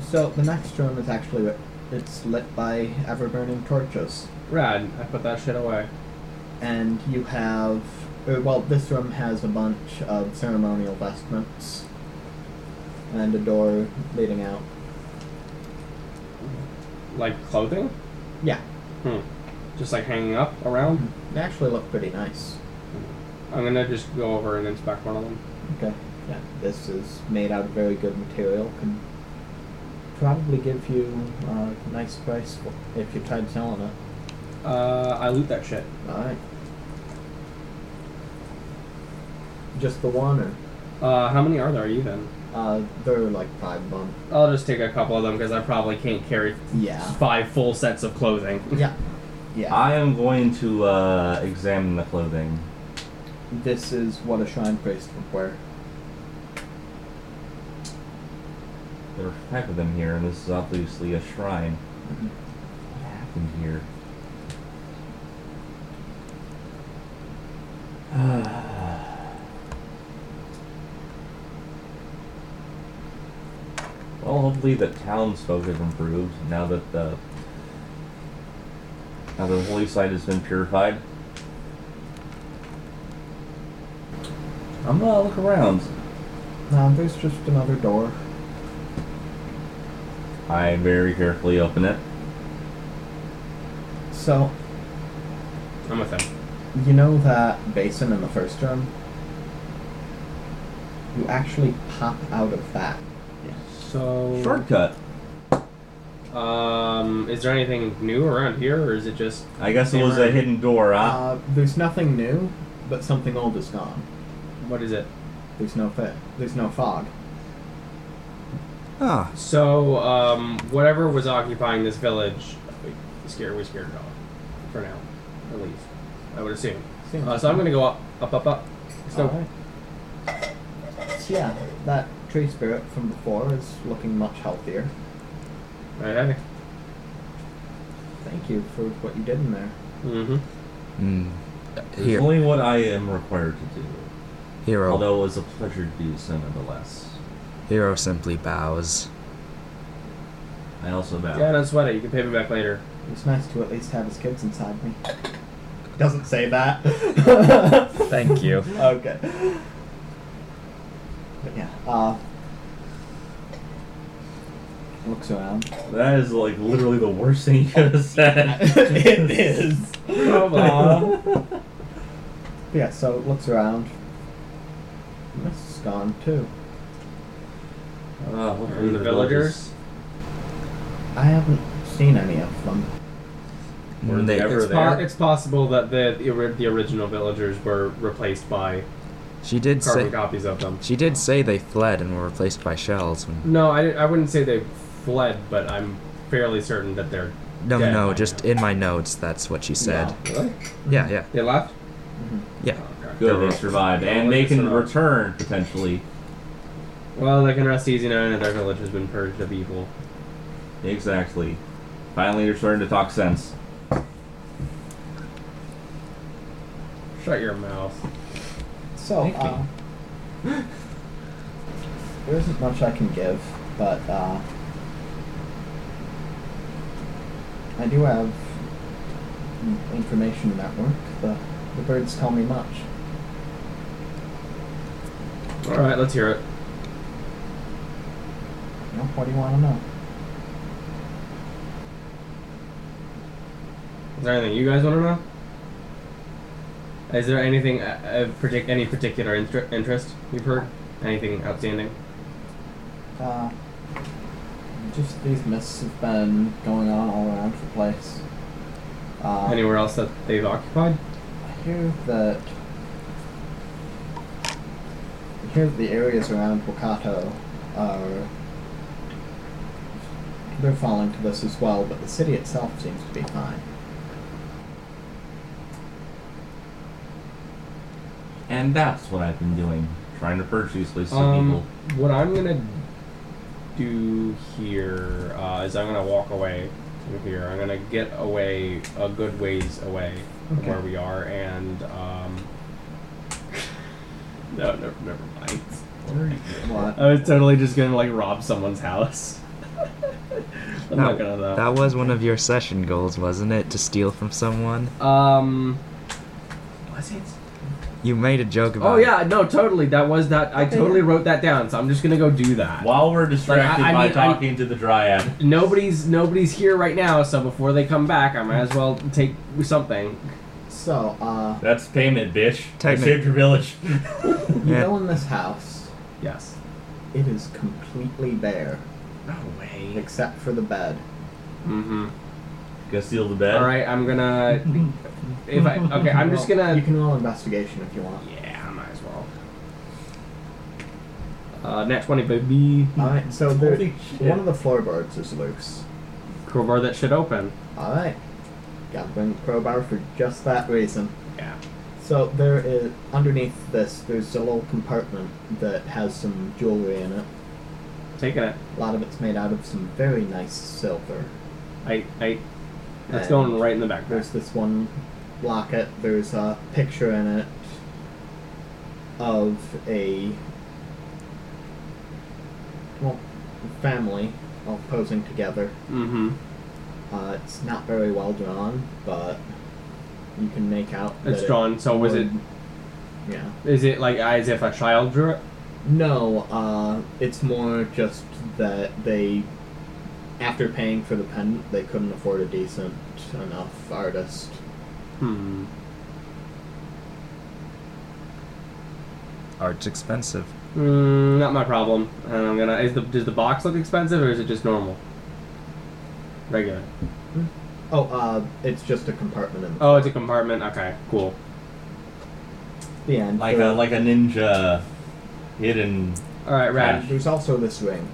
Speaker 1: so the next room is actually lit. It's lit by ever burning torches,
Speaker 3: Rad. I put that shit away.
Speaker 1: and you have. Or, well, this room has a bunch of ceremonial vestments, and a door leading out.
Speaker 3: Like clothing.
Speaker 1: Yeah,
Speaker 3: Hmm. Just like hanging up around.
Speaker 1: they actually look pretty nice.
Speaker 3: I'm gonna just go over and inspect one of them.
Speaker 1: Okay. Yeah, this is made out of very good material. Can probably give you uh, a nice price for- if you tried selling it.
Speaker 3: Uh, I loot that shit.
Speaker 1: All right. Just the one, or
Speaker 3: Uh, how many are there even?
Speaker 1: uh, there are like five of them.
Speaker 3: I'll just take a couple of them because I probably can't carry
Speaker 1: Yeah.
Speaker 3: five full sets of clothing.
Speaker 1: Yeah. Uh, Yeah.
Speaker 2: I am going to uh, examine the clothing.
Speaker 1: this is what a shrine priest would wear.
Speaker 2: There are five of them here, and this is obviously a shrine.
Speaker 1: Mhm.
Speaker 2: What happened here? well, hopefully the townsfolk have improved now that the now the holy site has been purified. I'm gonna look around.
Speaker 1: Um, there's just another door.
Speaker 2: I very carefully open it.
Speaker 1: So
Speaker 3: I'm with him.
Speaker 1: you know that basin in the first room. You actually pop out of that.
Speaker 3: So,
Speaker 2: Shortcut.
Speaker 3: um, is there anything new around here, or is it just
Speaker 2: I guess it was a hidden door, huh?
Speaker 1: Uh, there's nothing new, but something old is gone.
Speaker 3: what is it?
Speaker 1: There's no fa- there's no fog.
Speaker 4: Ah,
Speaker 3: So, um, whatever was occupying this village, we scared, we scared it off for now, at least. I would assume.
Speaker 1: Seems-
Speaker 3: Uh, so I'm gonna go up, up, up, up. So,
Speaker 1: Alright. So yeah, that tree spirit from before is looking much healthier.
Speaker 3: okay.
Speaker 1: Thank you for what you did in there.
Speaker 3: Mm-hmm.
Speaker 4: mm,
Speaker 2: It's
Speaker 4: here,
Speaker 2: only what I am required to do.
Speaker 4: hero.
Speaker 2: Although it was a pleasure to do so nonetheless.
Speaker 4: Hero simply bows.
Speaker 2: I also bow.
Speaker 3: Yeah, don't sweat it. You can pay me back later.
Speaker 1: It's nice to at least have his kids inside me. Doesn't say that.
Speaker 4: Thank you.
Speaker 1: okay. But yeah, uh, looks around.
Speaker 2: That is like literally the worst thing you could have said. Uh,
Speaker 1: it is.
Speaker 3: Probably.
Speaker 1: Yeah, so it looks around. This is gone too.
Speaker 2: Uh, what
Speaker 3: And the villagers?
Speaker 1: I haven't seen any of them.
Speaker 2: Were they ever
Speaker 3: It's,
Speaker 2: there?
Speaker 3: po- it's possible that the, the ori- the original villagers were replaced by
Speaker 4: She did
Speaker 3: carbon
Speaker 4: say
Speaker 3: copies of them.
Speaker 4: she did say they fled and were replaced by shells. When,
Speaker 3: No, I, I wouldn't say they fled, but I'm fairly certain that they're
Speaker 4: no,
Speaker 3: dead
Speaker 4: no,
Speaker 3: by
Speaker 4: just in my notes. That's what she said.
Speaker 3: Really?
Speaker 4: Yeah, yeah,
Speaker 3: They left?
Speaker 2: Mm-hmm.
Speaker 4: yeah.
Speaker 3: Okay.
Speaker 2: Good, they survived. And they can return, potentially.
Speaker 3: Well, they can rest easy knowing that their village has been purged of evil.
Speaker 2: Exactly. Finally, you're starting to talk sense.
Speaker 3: Shut your mouth.
Speaker 1: So,
Speaker 2: Thank
Speaker 1: uh, there isn't much I can give, but uh, I do have information network. The, the birds tell me much.
Speaker 3: Alright, let's hear it.
Speaker 1: You know, what do you want to know?
Speaker 3: Is there anything you guys want to know? Is there anything uh, of partic- any particular inter- interest you've heard? Anything outstanding?
Speaker 1: Uh, just these mists have been going on all around the place. Uh,
Speaker 3: Anywhere else that they've occupied?
Speaker 1: I hear that. I hear that the areas around Wakato are. They're falling to this as well, but the city itself seems to be fine.
Speaker 2: And that's what I've been doing, trying to purge these places
Speaker 3: Um,
Speaker 2: of
Speaker 3: what I'm gonna do here uh, is I'm gonna walk away from here. I'm gonna get away a good ways away from
Speaker 1: Okay.
Speaker 3: where we are, and um, no, never, never mind.
Speaker 2: evil.
Speaker 1: What?
Speaker 3: I was totally just gonna like rob someone's house. I'm
Speaker 4: That-
Speaker 3: not gonna though.
Speaker 4: That was one of your session goals, wasn't it? To steal from someone.
Speaker 3: Um. Was it?
Speaker 4: You made a joke about.
Speaker 3: Oh yeah, no, totally. That was that. I
Speaker 1: Okay.
Speaker 3: totally wrote that down, so I'm just gonna go do that.
Speaker 2: While we're distracted
Speaker 3: I
Speaker 2: by
Speaker 3: mean, I-
Speaker 2: talking to the dryad,
Speaker 3: Nobody's nobody's here right now, so before they come back, I might as well take something.
Speaker 1: So, uh,
Speaker 2: that's payment, bitch. I
Speaker 4: Technic-
Speaker 2: saved your village.
Speaker 1: you
Speaker 4: Yeah.
Speaker 1: go in this house,
Speaker 3: Yes.
Speaker 1: it is completely bare,
Speaker 3: No way.
Speaker 1: except for the bed.
Speaker 3: Mm-hmm.
Speaker 2: Go steal the bed.
Speaker 3: All right, I'm gonna. If I okay, I'm just
Speaker 1: Well, You
Speaker 3: gonna.
Speaker 1: can roll investigation if you want.
Speaker 3: Yeah, I might as well. Uh, nat twenty baby.
Speaker 1: Alright, so there,
Speaker 2: Holy shit.
Speaker 1: one of the floorboards is loose.
Speaker 3: Crowbar that should open.
Speaker 1: Alright. Gotta bring the crowbar for just that reason.
Speaker 3: Yeah.
Speaker 1: So there is underneath this there's a little compartment that has some jewelry in it.
Speaker 3: Taking it.
Speaker 1: A lot of it's made out of some very nice silver.
Speaker 3: I I. That's
Speaker 1: And
Speaker 3: going right in the back.
Speaker 1: There's this one locket, there's a picture in it of a well family all posing together.
Speaker 3: Mm-hmm.
Speaker 1: Uh, it's not very well drawn, but you can make out
Speaker 3: It's
Speaker 1: that it
Speaker 3: drawn. So was it?
Speaker 1: would- yeah.
Speaker 3: Is it like as if a child drew it?
Speaker 1: No, uh, it's more just that they, after paying for the pendant, they couldn't afford a decent enough artist.
Speaker 3: Hmm.
Speaker 4: Art's expensive.
Speaker 3: Mm, not my problem. And I'm gonna. Is the does the box look expensive or is it just normal? Regular.
Speaker 1: Oh, uh, it's just a compartment in the,
Speaker 3: Oh, it's a compartment. Okay, cool.
Speaker 1: the end.
Speaker 2: Like
Speaker 1: There-
Speaker 2: a like a ninja hidden.
Speaker 3: All right,
Speaker 1: and
Speaker 3: rad.
Speaker 1: There's also this ring.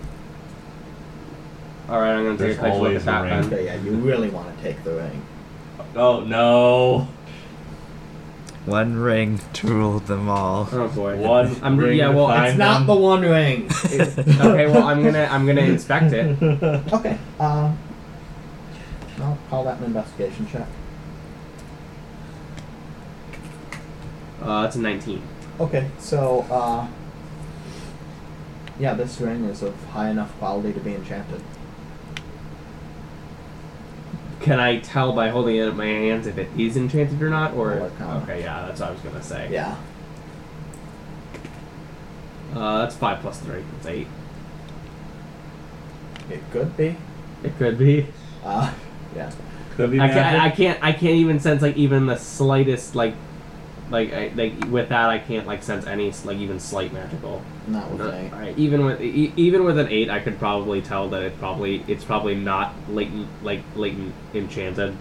Speaker 3: All right, I'm gonna
Speaker 2: There's
Speaker 3: take a close look
Speaker 2: always
Speaker 3: at that.
Speaker 2: a
Speaker 3: then.
Speaker 2: ring.
Speaker 1: Okay, yeah, you really want to take the ring.
Speaker 2: Oh no!
Speaker 4: One ring to rule them all.
Speaker 3: Oh boy.
Speaker 2: One
Speaker 3: I'm-
Speaker 2: ring.
Speaker 3: yeah,
Speaker 2: to
Speaker 3: well,
Speaker 2: find
Speaker 1: It's not the
Speaker 2: them.
Speaker 1: one ring.
Speaker 3: okay, well, I'm gonna I'm gonna inspect it.
Speaker 1: okay, uh, I'll call that an investigation check.
Speaker 3: Uh, it's a 19.
Speaker 1: Okay, so, uh, yeah, this ring is of high enough quality to be enchanted.
Speaker 3: Can I tell by holding it in my hands if it is enchanted or not? Or
Speaker 1: Or not.
Speaker 3: okay, yeah, that's what I was gonna say.
Speaker 1: Yeah.
Speaker 3: Uh, that's five plus three. That's eight.
Speaker 1: It could be.
Speaker 3: It could be.
Speaker 1: Uh, yeah.
Speaker 2: Could be
Speaker 3: I can't. I
Speaker 2: magic.
Speaker 3: can't. I can't even sense like even the slightest like, like I, like with that I can't like sense any like even slight magical.
Speaker 1: Not with
Speaker 3: No,
Speaker 1: me.
Speaker 3: I- even with e- even with an eight, I could probably tell that it probably it's probably not latent like latent enchanted.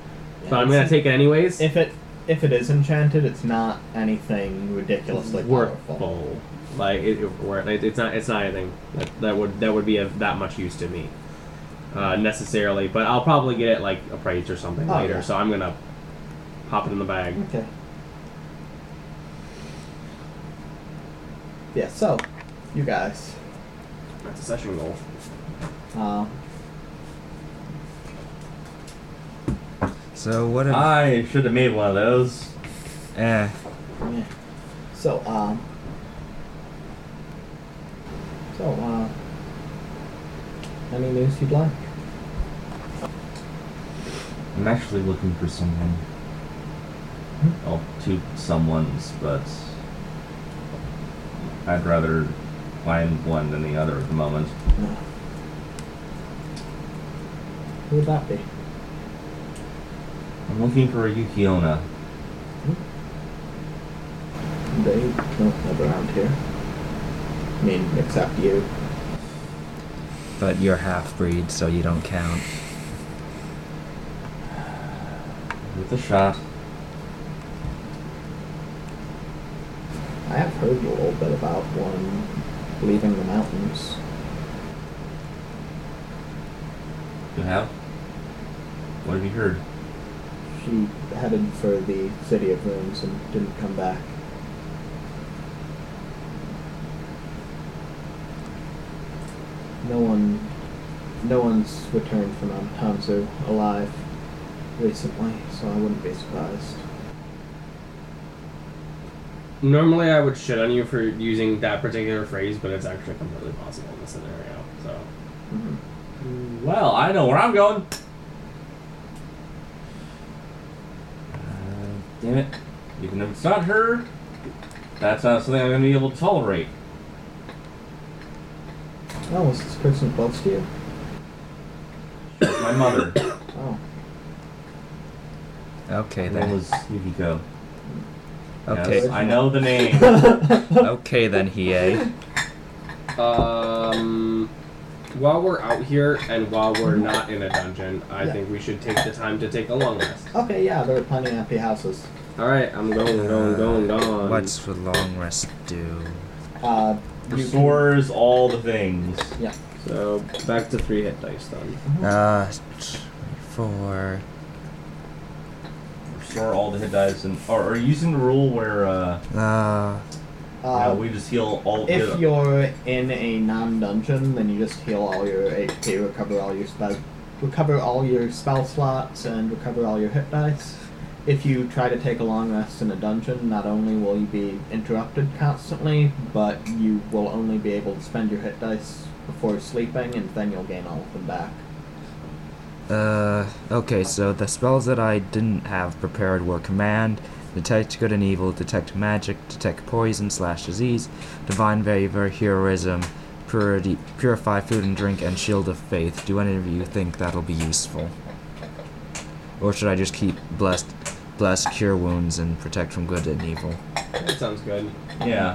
Speaker 3: But I'm gonna take it anyways.
Speaker 1: If it if it is enchanted, it's not anything ridiculously powerful.
Speaker 3: worthful. Like it, it, worth- it- it's not it's not anything that, that would that would be of that much use to me uh, necessarily. But I'll probably get it like appraised or something
Speaker 1: Oh,
Speaker 3: later.
Speaker 1: yeah.
Speaker 3: So I'm gonna pop it in the bag.
Speaker 1: Okay. Yeah. So, you guys,
Speaker 3: That's a session goal.
Speaker 1: uh,
Speaker 4: So what? If,
Speaker 3: Uh,
Speaker 2: I should have made one of those.
Speaker 4: eh.
Speaker 1: yeah. so um, so uh, any news you'd like?
Speaker 2: I'm actually looking for someone. Well, two someones, but I'd rather find one than the other at the moment.
Speaker 1: No. Who would that be?
Speaker 2: I I'm looking for a Yukiona.
Speaker 1: They don't live around here. I mean, except you.
Speaker 4: But you're half breed, so you don't count.
Speaker 2: With a shot.
Speaker 1: I have heard a little bit about one leaving the mountains.
Speaker 2: You have? What have you heard?
Speaker 1: She headed for the City of Ruins and didn't come back. No one, no one's returned from Antanzu alive recently, so I wouldn't be surprised.
Speaker 3: Normally, I would shit on you for using that particular phrase, but it's actually completely possible in this scenario. So,
Speaker 1: Mhm.
Speaker 2: Well, I know where I'm going. Uh, damn it. Even if it's not her, that's not something I'm going to be able to tolerate.
Speaker 1: Oh, was this person close to you?
Speaker 2: She's my mother.
Speaker 1: Oh,
Speaker 4: Okay
Speaker 2: Her name
Speaker 4: then.
Speaker 2: was Yukiko.
Speaker 4: Okay.
Speaker 2: Yes, I know the name.
Speaker 4: okay then, E Hiei.
Speaker 3: um, while we're out here and while we're not in a dungeon, I
Speaker 1: Yeah.
Speaker 3: think we should take the time to take a long rest.
Speaker 1: okay, yeah, there are plenty of happy houses.
Speaker 3: All right, I'm going, going, going, going.
Speaker 4: What's for long rest do?
Speaker 1: Uh, you can-
Speaker 2: Restores all the things.
Speaker 1: Yeah.
Speaker 3: so back to three hit dice then?
Speaker 4: Uh, t- four.
Speaker 2: Restore all the hit dice. And, or are you using the rule where uh,
Speaker 4: Uh,
Speaker 1: Uh,
Speaker 2: no, we just heal all
Speaker 1: If
Speaker 2: the.
Speaker 1: you're in a non-dungeon, then you just heal all your HP, recover all your spell, recover all your spell slots, and recover all your hit dice. If you try to take a long rest in a dungeon, not only will you be interrupted constantly, but you will only be able to spend your hit dice before sleeping, and then you'll gain all of them back.
Speaker 4: uh, okay, so the spells that I didn't have prepared were Command, Detect Good and Evil, Detect Magic, Detect Poison slash Disease, Divine Favor, Heroism, Purity, Purify Food and Drink, and Shield of Faith. Do any of you think that'll be useful? Or should I just keep Blessed, blessed Cure Wounds and Protect from Good and Evil?
Speaker 3: That sounds good.
Speaker 2: Yeah.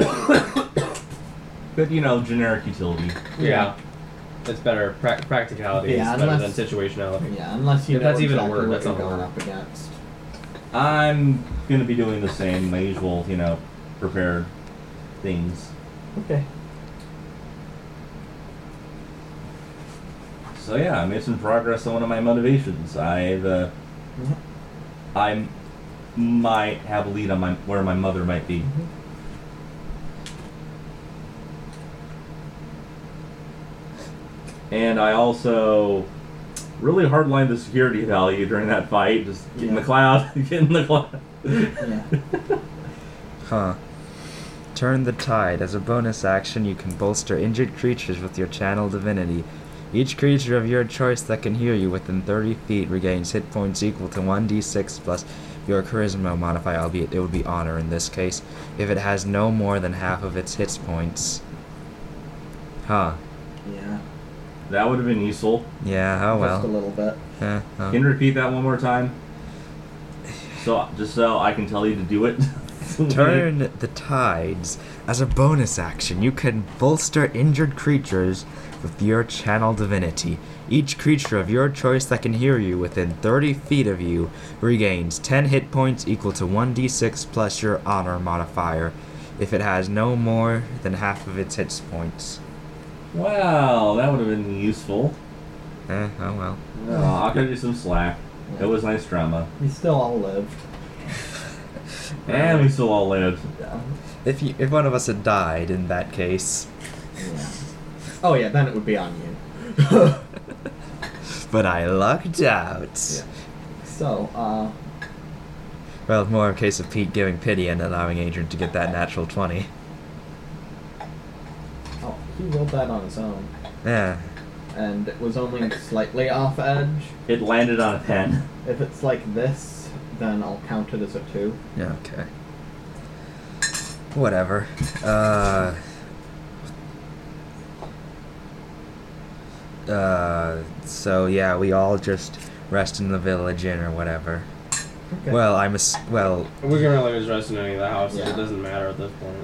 Speaker 1: Yeah.
Speaker 2: But, you know, generic utility.
Speaker 3: Yeah, it's better. Prac practicality
Speaker 1: Yeah,
Speaker 3: is better
Speaker 1: unless-
Speaker 3: than situationality.
Speaker 1: Yeah, unless you
Speaker 3: If
Speaker 1: know
Speaker 3: that's even a
Speaker 1: exactly
Speaker 3: word,
Speaker 1: what you're
Speaker 3: that's not a
Speaker 1: going
Speaker 3: word.
Speaker 1: up against.
Speaker 2: I'm gonna be doing the same, my usual, you know, prepared things.
Speaker 1: Okay.
Speaker 2: So yeah, I made some progress on one of my motivations. I've, uh,
Speaker 1: Mhm.
Speaker 2: I'm, might have a lead on my where my mother might be. And I also really hardlined the security value during that fight. Just get in the
Speaker 1: Yeah.
Speaker 2: cloud, get in the cloud.
Speaker 1: Yeah.
Speaker 4: Huh. Turn the Tide. As a bonus action, you can bolster injured creatures with your channel divinity. Each creature of your choice that can hear you within 30 feet regains hit points equal to 1d6 plus your charisma modifier, albeit it would be honor in this case, if it has no more than half of its hit points. Huh.
Speaker 1: Yeah.
Speaker 2: That would have been useful.
Speaker 4: Yeah, oh
Speaker 1: Just a
Speaker 4: well.
Speaker 1: little bit.
Speaker 4: Eh, oh.
Speaker 2: Can you repeat that one more time? So just so I can tell you to do it.
Speaker 4: Turn the tides. As a bonus action, you can bolster injured creatures with your channel divinity. Each creature of your choice that can hear you within 30 feet of you regains 10 hit points equal to 1d6 plus your honor modifier if it has no more than half of its hit points.
Speaker 2: Wow, that would have been useful.
Speaker 4: Eh, oh well.
Speaker 2: Uh, I'll cut you some slack. It was nice drama.
Speaker 1: We still all lived.
Speaker 2: And we still all lived.
Speaker 4: If, you, if one of us had died in that case,
Speaker 1: Yeah. Oh yeah, then it would be on you.
Speaker 4: but I lucked out.
Speaker 1: Yeah. So, uh,
Speaker 4: Well, more a case of Pete giving pity and allowing Adrian to get that natural 20.
Speaker 1: oh, he rolled that on his own,
Speaker 4: Yeah.
Speaker 1: and it was only slightly off edge.
Speaker 2: It landed on a pen.
Speaker 1: If it's like this, then I'll count it as a two.
Speaker 4: Yeah, okay. Whatever. Uh. Uh, so yeah, we all just rest in the village inn or whatever.
Speaker 1: Okay.
Speaker 4: Well, I'm ass- well,
Speaker 3: We can really just rest in any of the houses.
Speaker 1: Yeah.
Speaker 3: It doesn't matter at this point.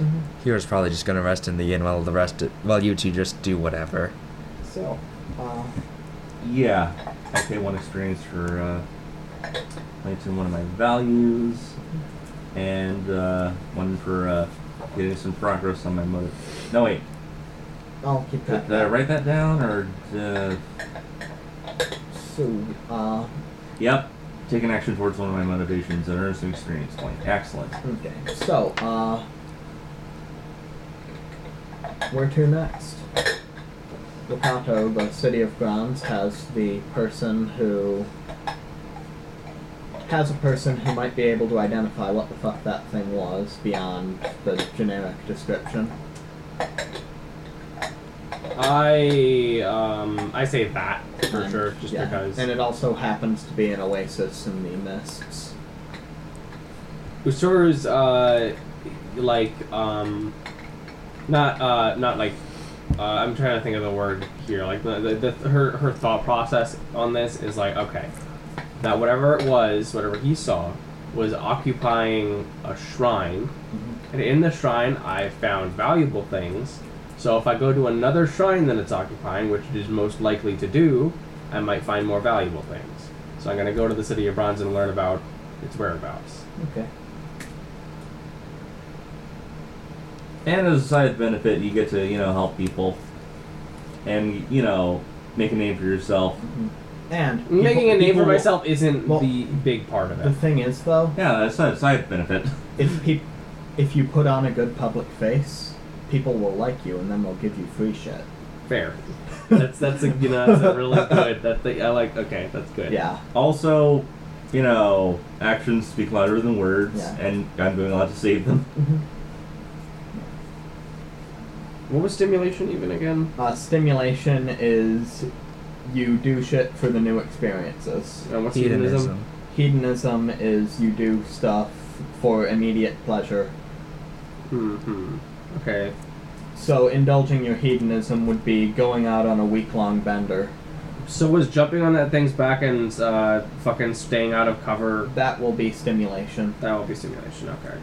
Speaker 1: Mhm.
Speaker 4: Hero's probably just gonna rest in the inn while the rest, while you two just do whatever.
Speaker 1: so, uh,
Speaker 2: Yeah. I'll pay one experience for uh, launching one of my values, and uh, one for uh, getting some progress on my motive. No, wait.
Speaker 1: I'll keep
Speaker 2: Did,
Speaker 1: track.
Speaker 2: did I write that down, or uh,
Speaker 1: So, uh,
Speaker 2: yep? Take an action towards one of my motivations and earn some experience point. Excellent.
Speaker 1: okay. So, uh, where to next? Lepato, the city of grounds, has the person who has a person who might be able to identify what the fuck that thing was beyond the generic description.
Speaker 3: I um I say that for
Speaker 1: And-
Speaker 3: sure, just
Speaker 1: yeah,
Speaker 3: because.
Speaker 1: And it also happens to be an oasis in the mists.
Speaker 3: Usuru's uh like um not uh not like uh, I'm trying to think of the word here like the, the, the her her thought process on this is like okay that whatever it was whatever he saw was occupying a shrine and in the shrine I found valuable things so if I go to another shrine than it's occupying which it is most likely to do I might find more valuable things so I'm gonna go to the city of bronze and learn about its whereabouts.
Speaker 1: Okay.
Speaker 2: And as a side benefit, you get to you know help people, and you know make a name for yourself.
Speaker 1: And
Speaker 3: Making
Speaker 1: people-
Speaker 3: a name for
Speaker 1: people-
Speaker 3: myself isn't
Speaker 1: well,
Speaker 3: the big part of
Speaker 1: The
Speaker 3: it.
Speaker 1: thing is, though,
Speaker 2: Yeah, that's a side benefit.
Speaker 1: if peop- if you put on a good public face, people will like you, and then they'll give you free shit.
Speaker 3: Fair. That's that's a you know that's a really good that thing I like. Okay, that's good.
Speaker 1: Yeah.
Speaker 2: Also, you know, actions speak louder than words,
Speaker 1: Yeah.
Speaker 2: and I'm doing a lot to save them.
Speaker 3: What was stimulation even again?
Speaker 1: Uh, stimulation is you do shit for the new experiences.
Speaker 3: And Uh, what's
Speaker 4: Hedonism.
Speaker 1: Hedonism is you do stuff for immediate pleasure.
Speaker 3: Hmm. Okay.
Speaker 1: So indulging your hedonism would be going out on a week long bender.
Speaker 3: So was jumping on that thing's back and uh, fucking staying out of cover.
Speaker 1: That will be stimulation.
Speaker 3: That will be stimulation. Okay.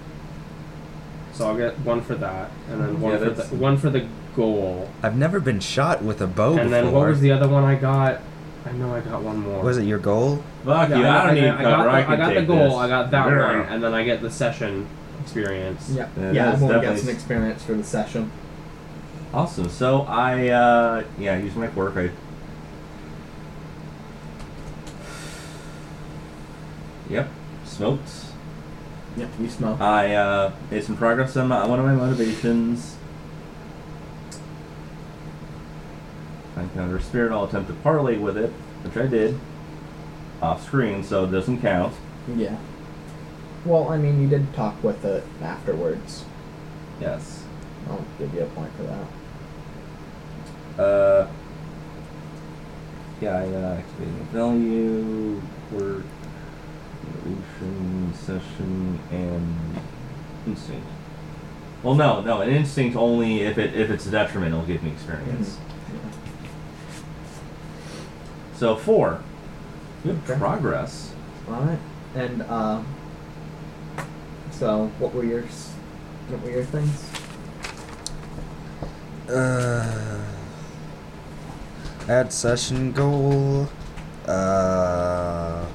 Speaker 3: So I'll get one for that, and then one
Speaker 2: Yeah,
Speaker 3: for the
Speaker 2: that's-
Speaker 3: one for the goal,
Speaker 4: I've never been shot with a
Speaker 1: Oh,
Speaker 4: bow
Speaker 3: and
Speaker 4: before.
Speaker 3: then what was the other one I got? I know I got one more.
Speaker 4: Was it your goal?
Speaker 2: Fuck
Speaker 3: Yeah,
Speaker 2: you! I,
Speaker 3: I,
Speaker 2: don't need
Speaker 3: I,
Speaker 2: cover.
Speaker 3: got,
Speaker 2: I,
Speaker 3: the, I
Speaker 2: can
Speaker 3: got the
Speaker 2: take
Speaker 3: goal.
Speaker 2: this.
Speaker 3: I got that
Speaker 2: Yeah.
Speaker 3: one, and then I get the session experience.
Speaker 1: Yeah,
Speaker 2: Yeah,
Speaker 1: yeah,
Speaker 2: that's
Speaker 1: everyone gets an
Speaker 2: definitely-
Speaker 1: experience for the session.
Speaker 2: Awesome. So I, uh, yeah, I use my quirk. I. Yep, smoked.
Speaker 1: Yep, you smoke.
Speaker 2: I uh, made some progress on my, one of my motivations. I encounter a spirit. I'll attempt to parlay with it, which I did, off screen, so it doesn't count.
Speaker 1: Yeah. Well, I mean, you did talk with it afterwards.
Speaker 2: Yes.
Speaker 1: I'll give you a point for that.
Speaker 2: Uh, yeah, I uh, activating value, work, evolution, session, and instinct. Well, no, no, an instinct only if it if it's a detriment will give me experience. So four. Good
Speaker 1: Okay.
Speaker 2: progress.
Speaker 1: All right. And uh, so what were your s- what were your things?
Speaker 4: Uh, add session goal. Uh,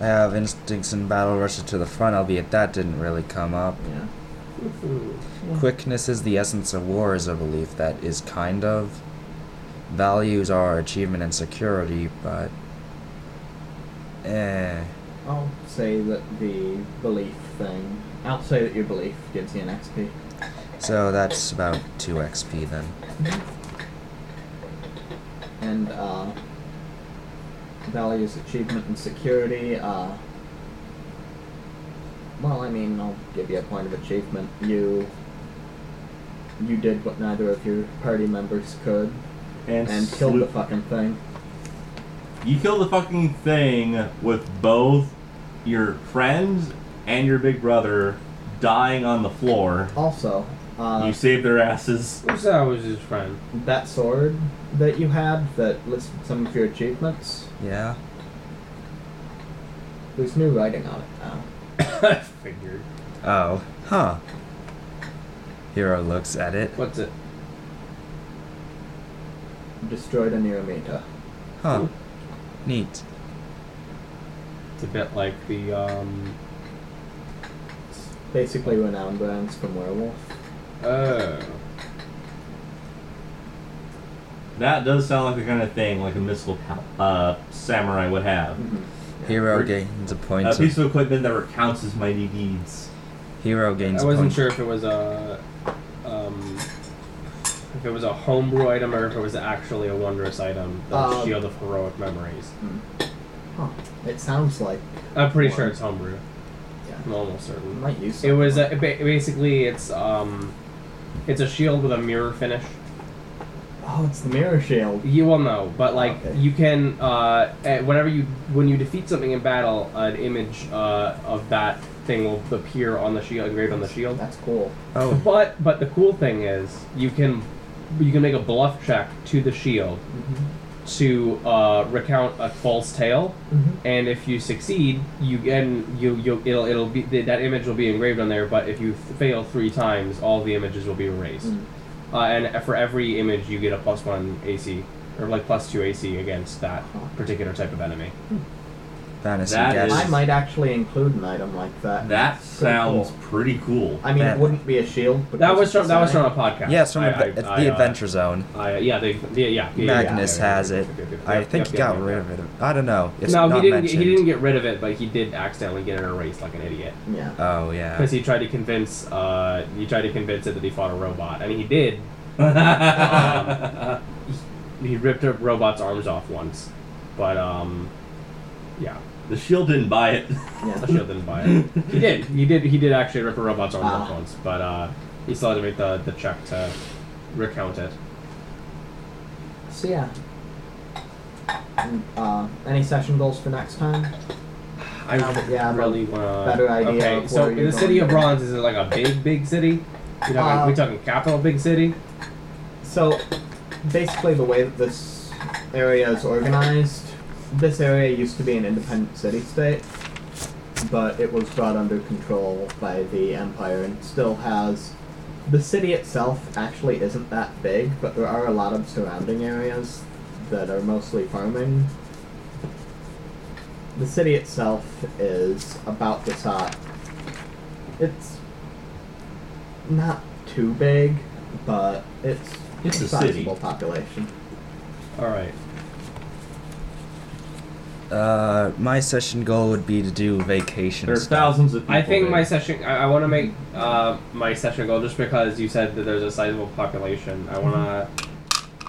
Speaker 4: I have instincts in battle rushes to the front, albeit that didn't really come up.
Speaker 1: Yeah.
Speaker 4: Quickness is the essence of war, is a belief that is kind of. Values are achievement and security, but. Eh.
Speaker 1: I'll say that the belief thing. I'll say that your belief gives you an XP.
Speaker 4: So that's about 2 XP then.
Speaker 1: and uh, values achievement and security. Uh, well, I mean, I'll give you a point of achievement. You you did what neither of your party members could,
Speaker 2: And,
Speaker 1: and killed the
Speaker 2: salute-
Speaker 1: fucking thing.
Speaker 2: You killed the fucking thing with both your friends and your big brother dying on the floor.
Speaker 1: Also, Uh,
Speaker 2: you saved their asses.
Speaker 3: Usa was his friend.
Speaker 1: that sword that you had that listed some of your achievements.
Speaker 4: Yeah.
Speaker 1: There's new writing on it now.
Speaker 3: I figured.
Speaker 4: Oh. Huh. Hero looks at it.
Speaker 3: What's it?
Speaker 1: Destroyed a Niramita.
Speaker 4: Huh. Neat.
Speaker 3: It's a bit like the um.
Speaker 1: It's basically renowned brands from Werewolf.
Speaker 3: Oh.
Speaker 2: That does sound like the kind of thing like a mystical cou- uh, samurai would have.
Speaker 3: Mm-hmm.
Speaker 4: Hero
Speaker 2: Or-
Speaker 4: gains a point.
Speaker 2: A
Speaker 4: Of,
Speaker 2: piece of equipment that recounts his mighty deeds.
Speaker 4: hero gains
Speaker 3: I
Speaker 4: a
Speaker 3: wasn't
Speaker 4: point.
Speaker 3: sure if it was a um. If it was a homebrew item or if it was actually a wondrous item, the
Speaker 1: Um,
Speaker 3: shield of heroic memories.
Speaker 1: Huh. It sounds like.
Speaker 3: I'm pretty sure
Speaker 1: one.
Speaker 3: it's homebrew.
Speaker 1: Yeah.
Speaker 3: I'm almost
Speaker 1: We
Speaker 3: certain.
Speaker 1: might use
Speaker 3: It was
Speaker 1: something.
Speaker 3: a, ba- basically it's um, it's a shield with a mirror finish.
Speaker 1: Oh, it's the mirror shield.
Speaker 3: You will know, but like
Speaker 1: Okay.
Speaker 3: you can uh, eh, whenever you when you defeat something in battle, an image uh, of that thing will appear on the shield, engraved on the shield.
Speaker 1: That's cool.
Speaker 4: Oh.
Speaker 3: But but the cool thing is you can you can make a bluff check to the shield
Speaker 1: Mm-hmm.
Speaker 3: to uh, recount a false tale,
Speaker 1: Mm-hmm.
Speaker 3: and if you succeed, you and you you it'll it'll be th- that image will be engraved on there. But if you fail three times, all the images will be erased. Uh, and for every image, you get a plus one AC or like plus two AC against that particular type of enemy.
Speaker 4: Fantasy
Speaker 2: That
Speaker 4: gadget.
Speaker 2: is-
Speaker 1: I might actually include an item like that.
Speaker 2: That sounds
Speaker 1: cool.
Speaker 2: pretty cool.
Speaker 1: I mean,
Speaker 4: That-
Speaker 1: it wouldn't be a shield, but
Speaker 3: That was from that was from a podcast.
Speaker 4: Yes, from
Speaker 3: I-
Speaker 4: the-
Speaker 3: I-
Speaker 4: it's
Speaker 3: I,
Speaker 4: the
Speaker 3: uh,
Speaker 4: Adventure Zone.
Speaker 3: I, uh, yeah, they, yeah, yeah, yeah,
Speaker 4: Magnus
Speaker 3: yeah, yeah,
Speaker 4: has
Speaker 3: yeah,
Speaker 4: it.
Speaker 3: yeah, yeah, yeah,
Speaker 4: I
Speaker 3: yeah,
Speaker 4: think
Speaker 3: yeah,
Speaker 4: he got
Speaker 3: yeah,
Speaker 4: rid
Speaker 3: yeah.
Speaker 4: of it. I don't know. It's
Speaker 3: no,
Speaker 4: not
Speaker 3: he didn't.
Speaker 4: mentioned.
Speaker 3: He didn't get rid of it, but he did accidentally get it erased like an idiot
Speaker 1: Yeah.
Speaker 4: Oh yeah.
Speaker 3: because he tried to convince. Uh, he tried to convince it that he fought a robot, and he did. Um, He ripped a robot's arms off once, but um, yeah,
Speaker 2: the shield didn't buy it.
Speaker 1: Yeah.
Speaker 3: the shield didn't buy it. He did. He did. He did actually rip a robot's arms off
Speaker 1: Ah.
Speaker 3: once, but uh, he still had to make the the check to recount it.
Speaker 1: So yeah. And, uh, any session goals for next time?
Speaker 3: I
Speaker 1: Uh, yeah,
Speaker 3: really want to.
Speaker 1: better idea
Speaker 3: Okay,
Speaker 1: of
Speaker 3: so
Speaker 1: where you're
Speaker 3: the city of
Speaker 1: going.
Speaker 3: Bronze is it like a big, big city? You know,
Speaker 1: Uh,
Speaker 3: we talking capital big city?
Speaker 1: So, basically, the way that this area is organized, this area used to be an independent city state, but it was brought under control by the Empire and still has. The city itself actually isn't that big, but there are a lot of surrounding areas that are mostly farming. The city itself is about the size. It's not too big, but it's
Speaker 2: It's a
Speaker 1: sizable
Speaker 2: city.
Speaker 1: population.
Speaker 3: All right.
Speaker 4: Uh, my session goal would be to do vacation.
Speaker 2: There are
Speaker 4: stuff.
Speaker 2: thousands of people.
Speaker 3: I think my
Speaker 2: there.
Speaker 3: session. I, I want to make uh, my session goal just because you said that there's a sizable population. I wanna,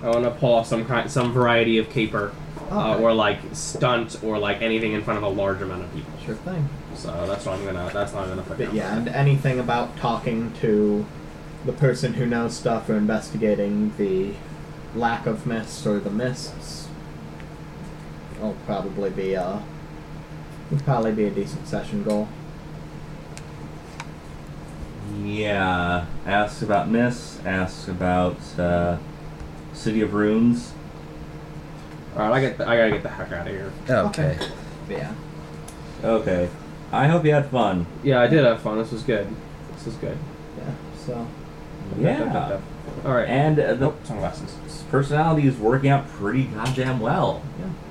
Speaker 3: I wanna pull off some kind, some variety of caper, uh,
Speaker 1: Okay.
Speaker 3: or like stunt, or like anything in front of a large amount of people.
Speaker 1: Sure thing.
Speaker 3: So that's what I'm gonna. That's what I'm gonna put
Speaker 1: But
Speaker 3: down.
Speaker 1: yeah, and anything about talking to the person who knows stuff or investigating the lack of mists or the mists will probably be a would probably be a decent session goal.
Speaker 2: Yeah. Ask about Miss. Ask about uh, City of Runes.
Speaker 3: All right, I get. The, I gotta get the heck out of here.
Speaker 4: Okay.
Speaker 1: But yeah.
Speaker 2: Okay. I hope you had fun.
Speaker 3: Yeah, I did have fun. This was good. This was good.
Speaker 1: Yeah. So
Speaker 2: Yeah.
Speaker 3: All right.
Speaker 2: And uh, the
Speaker 3: sunglasses.
Speaker 2: personality is working out pretty goddamn well.
Speaker 1: Yeah.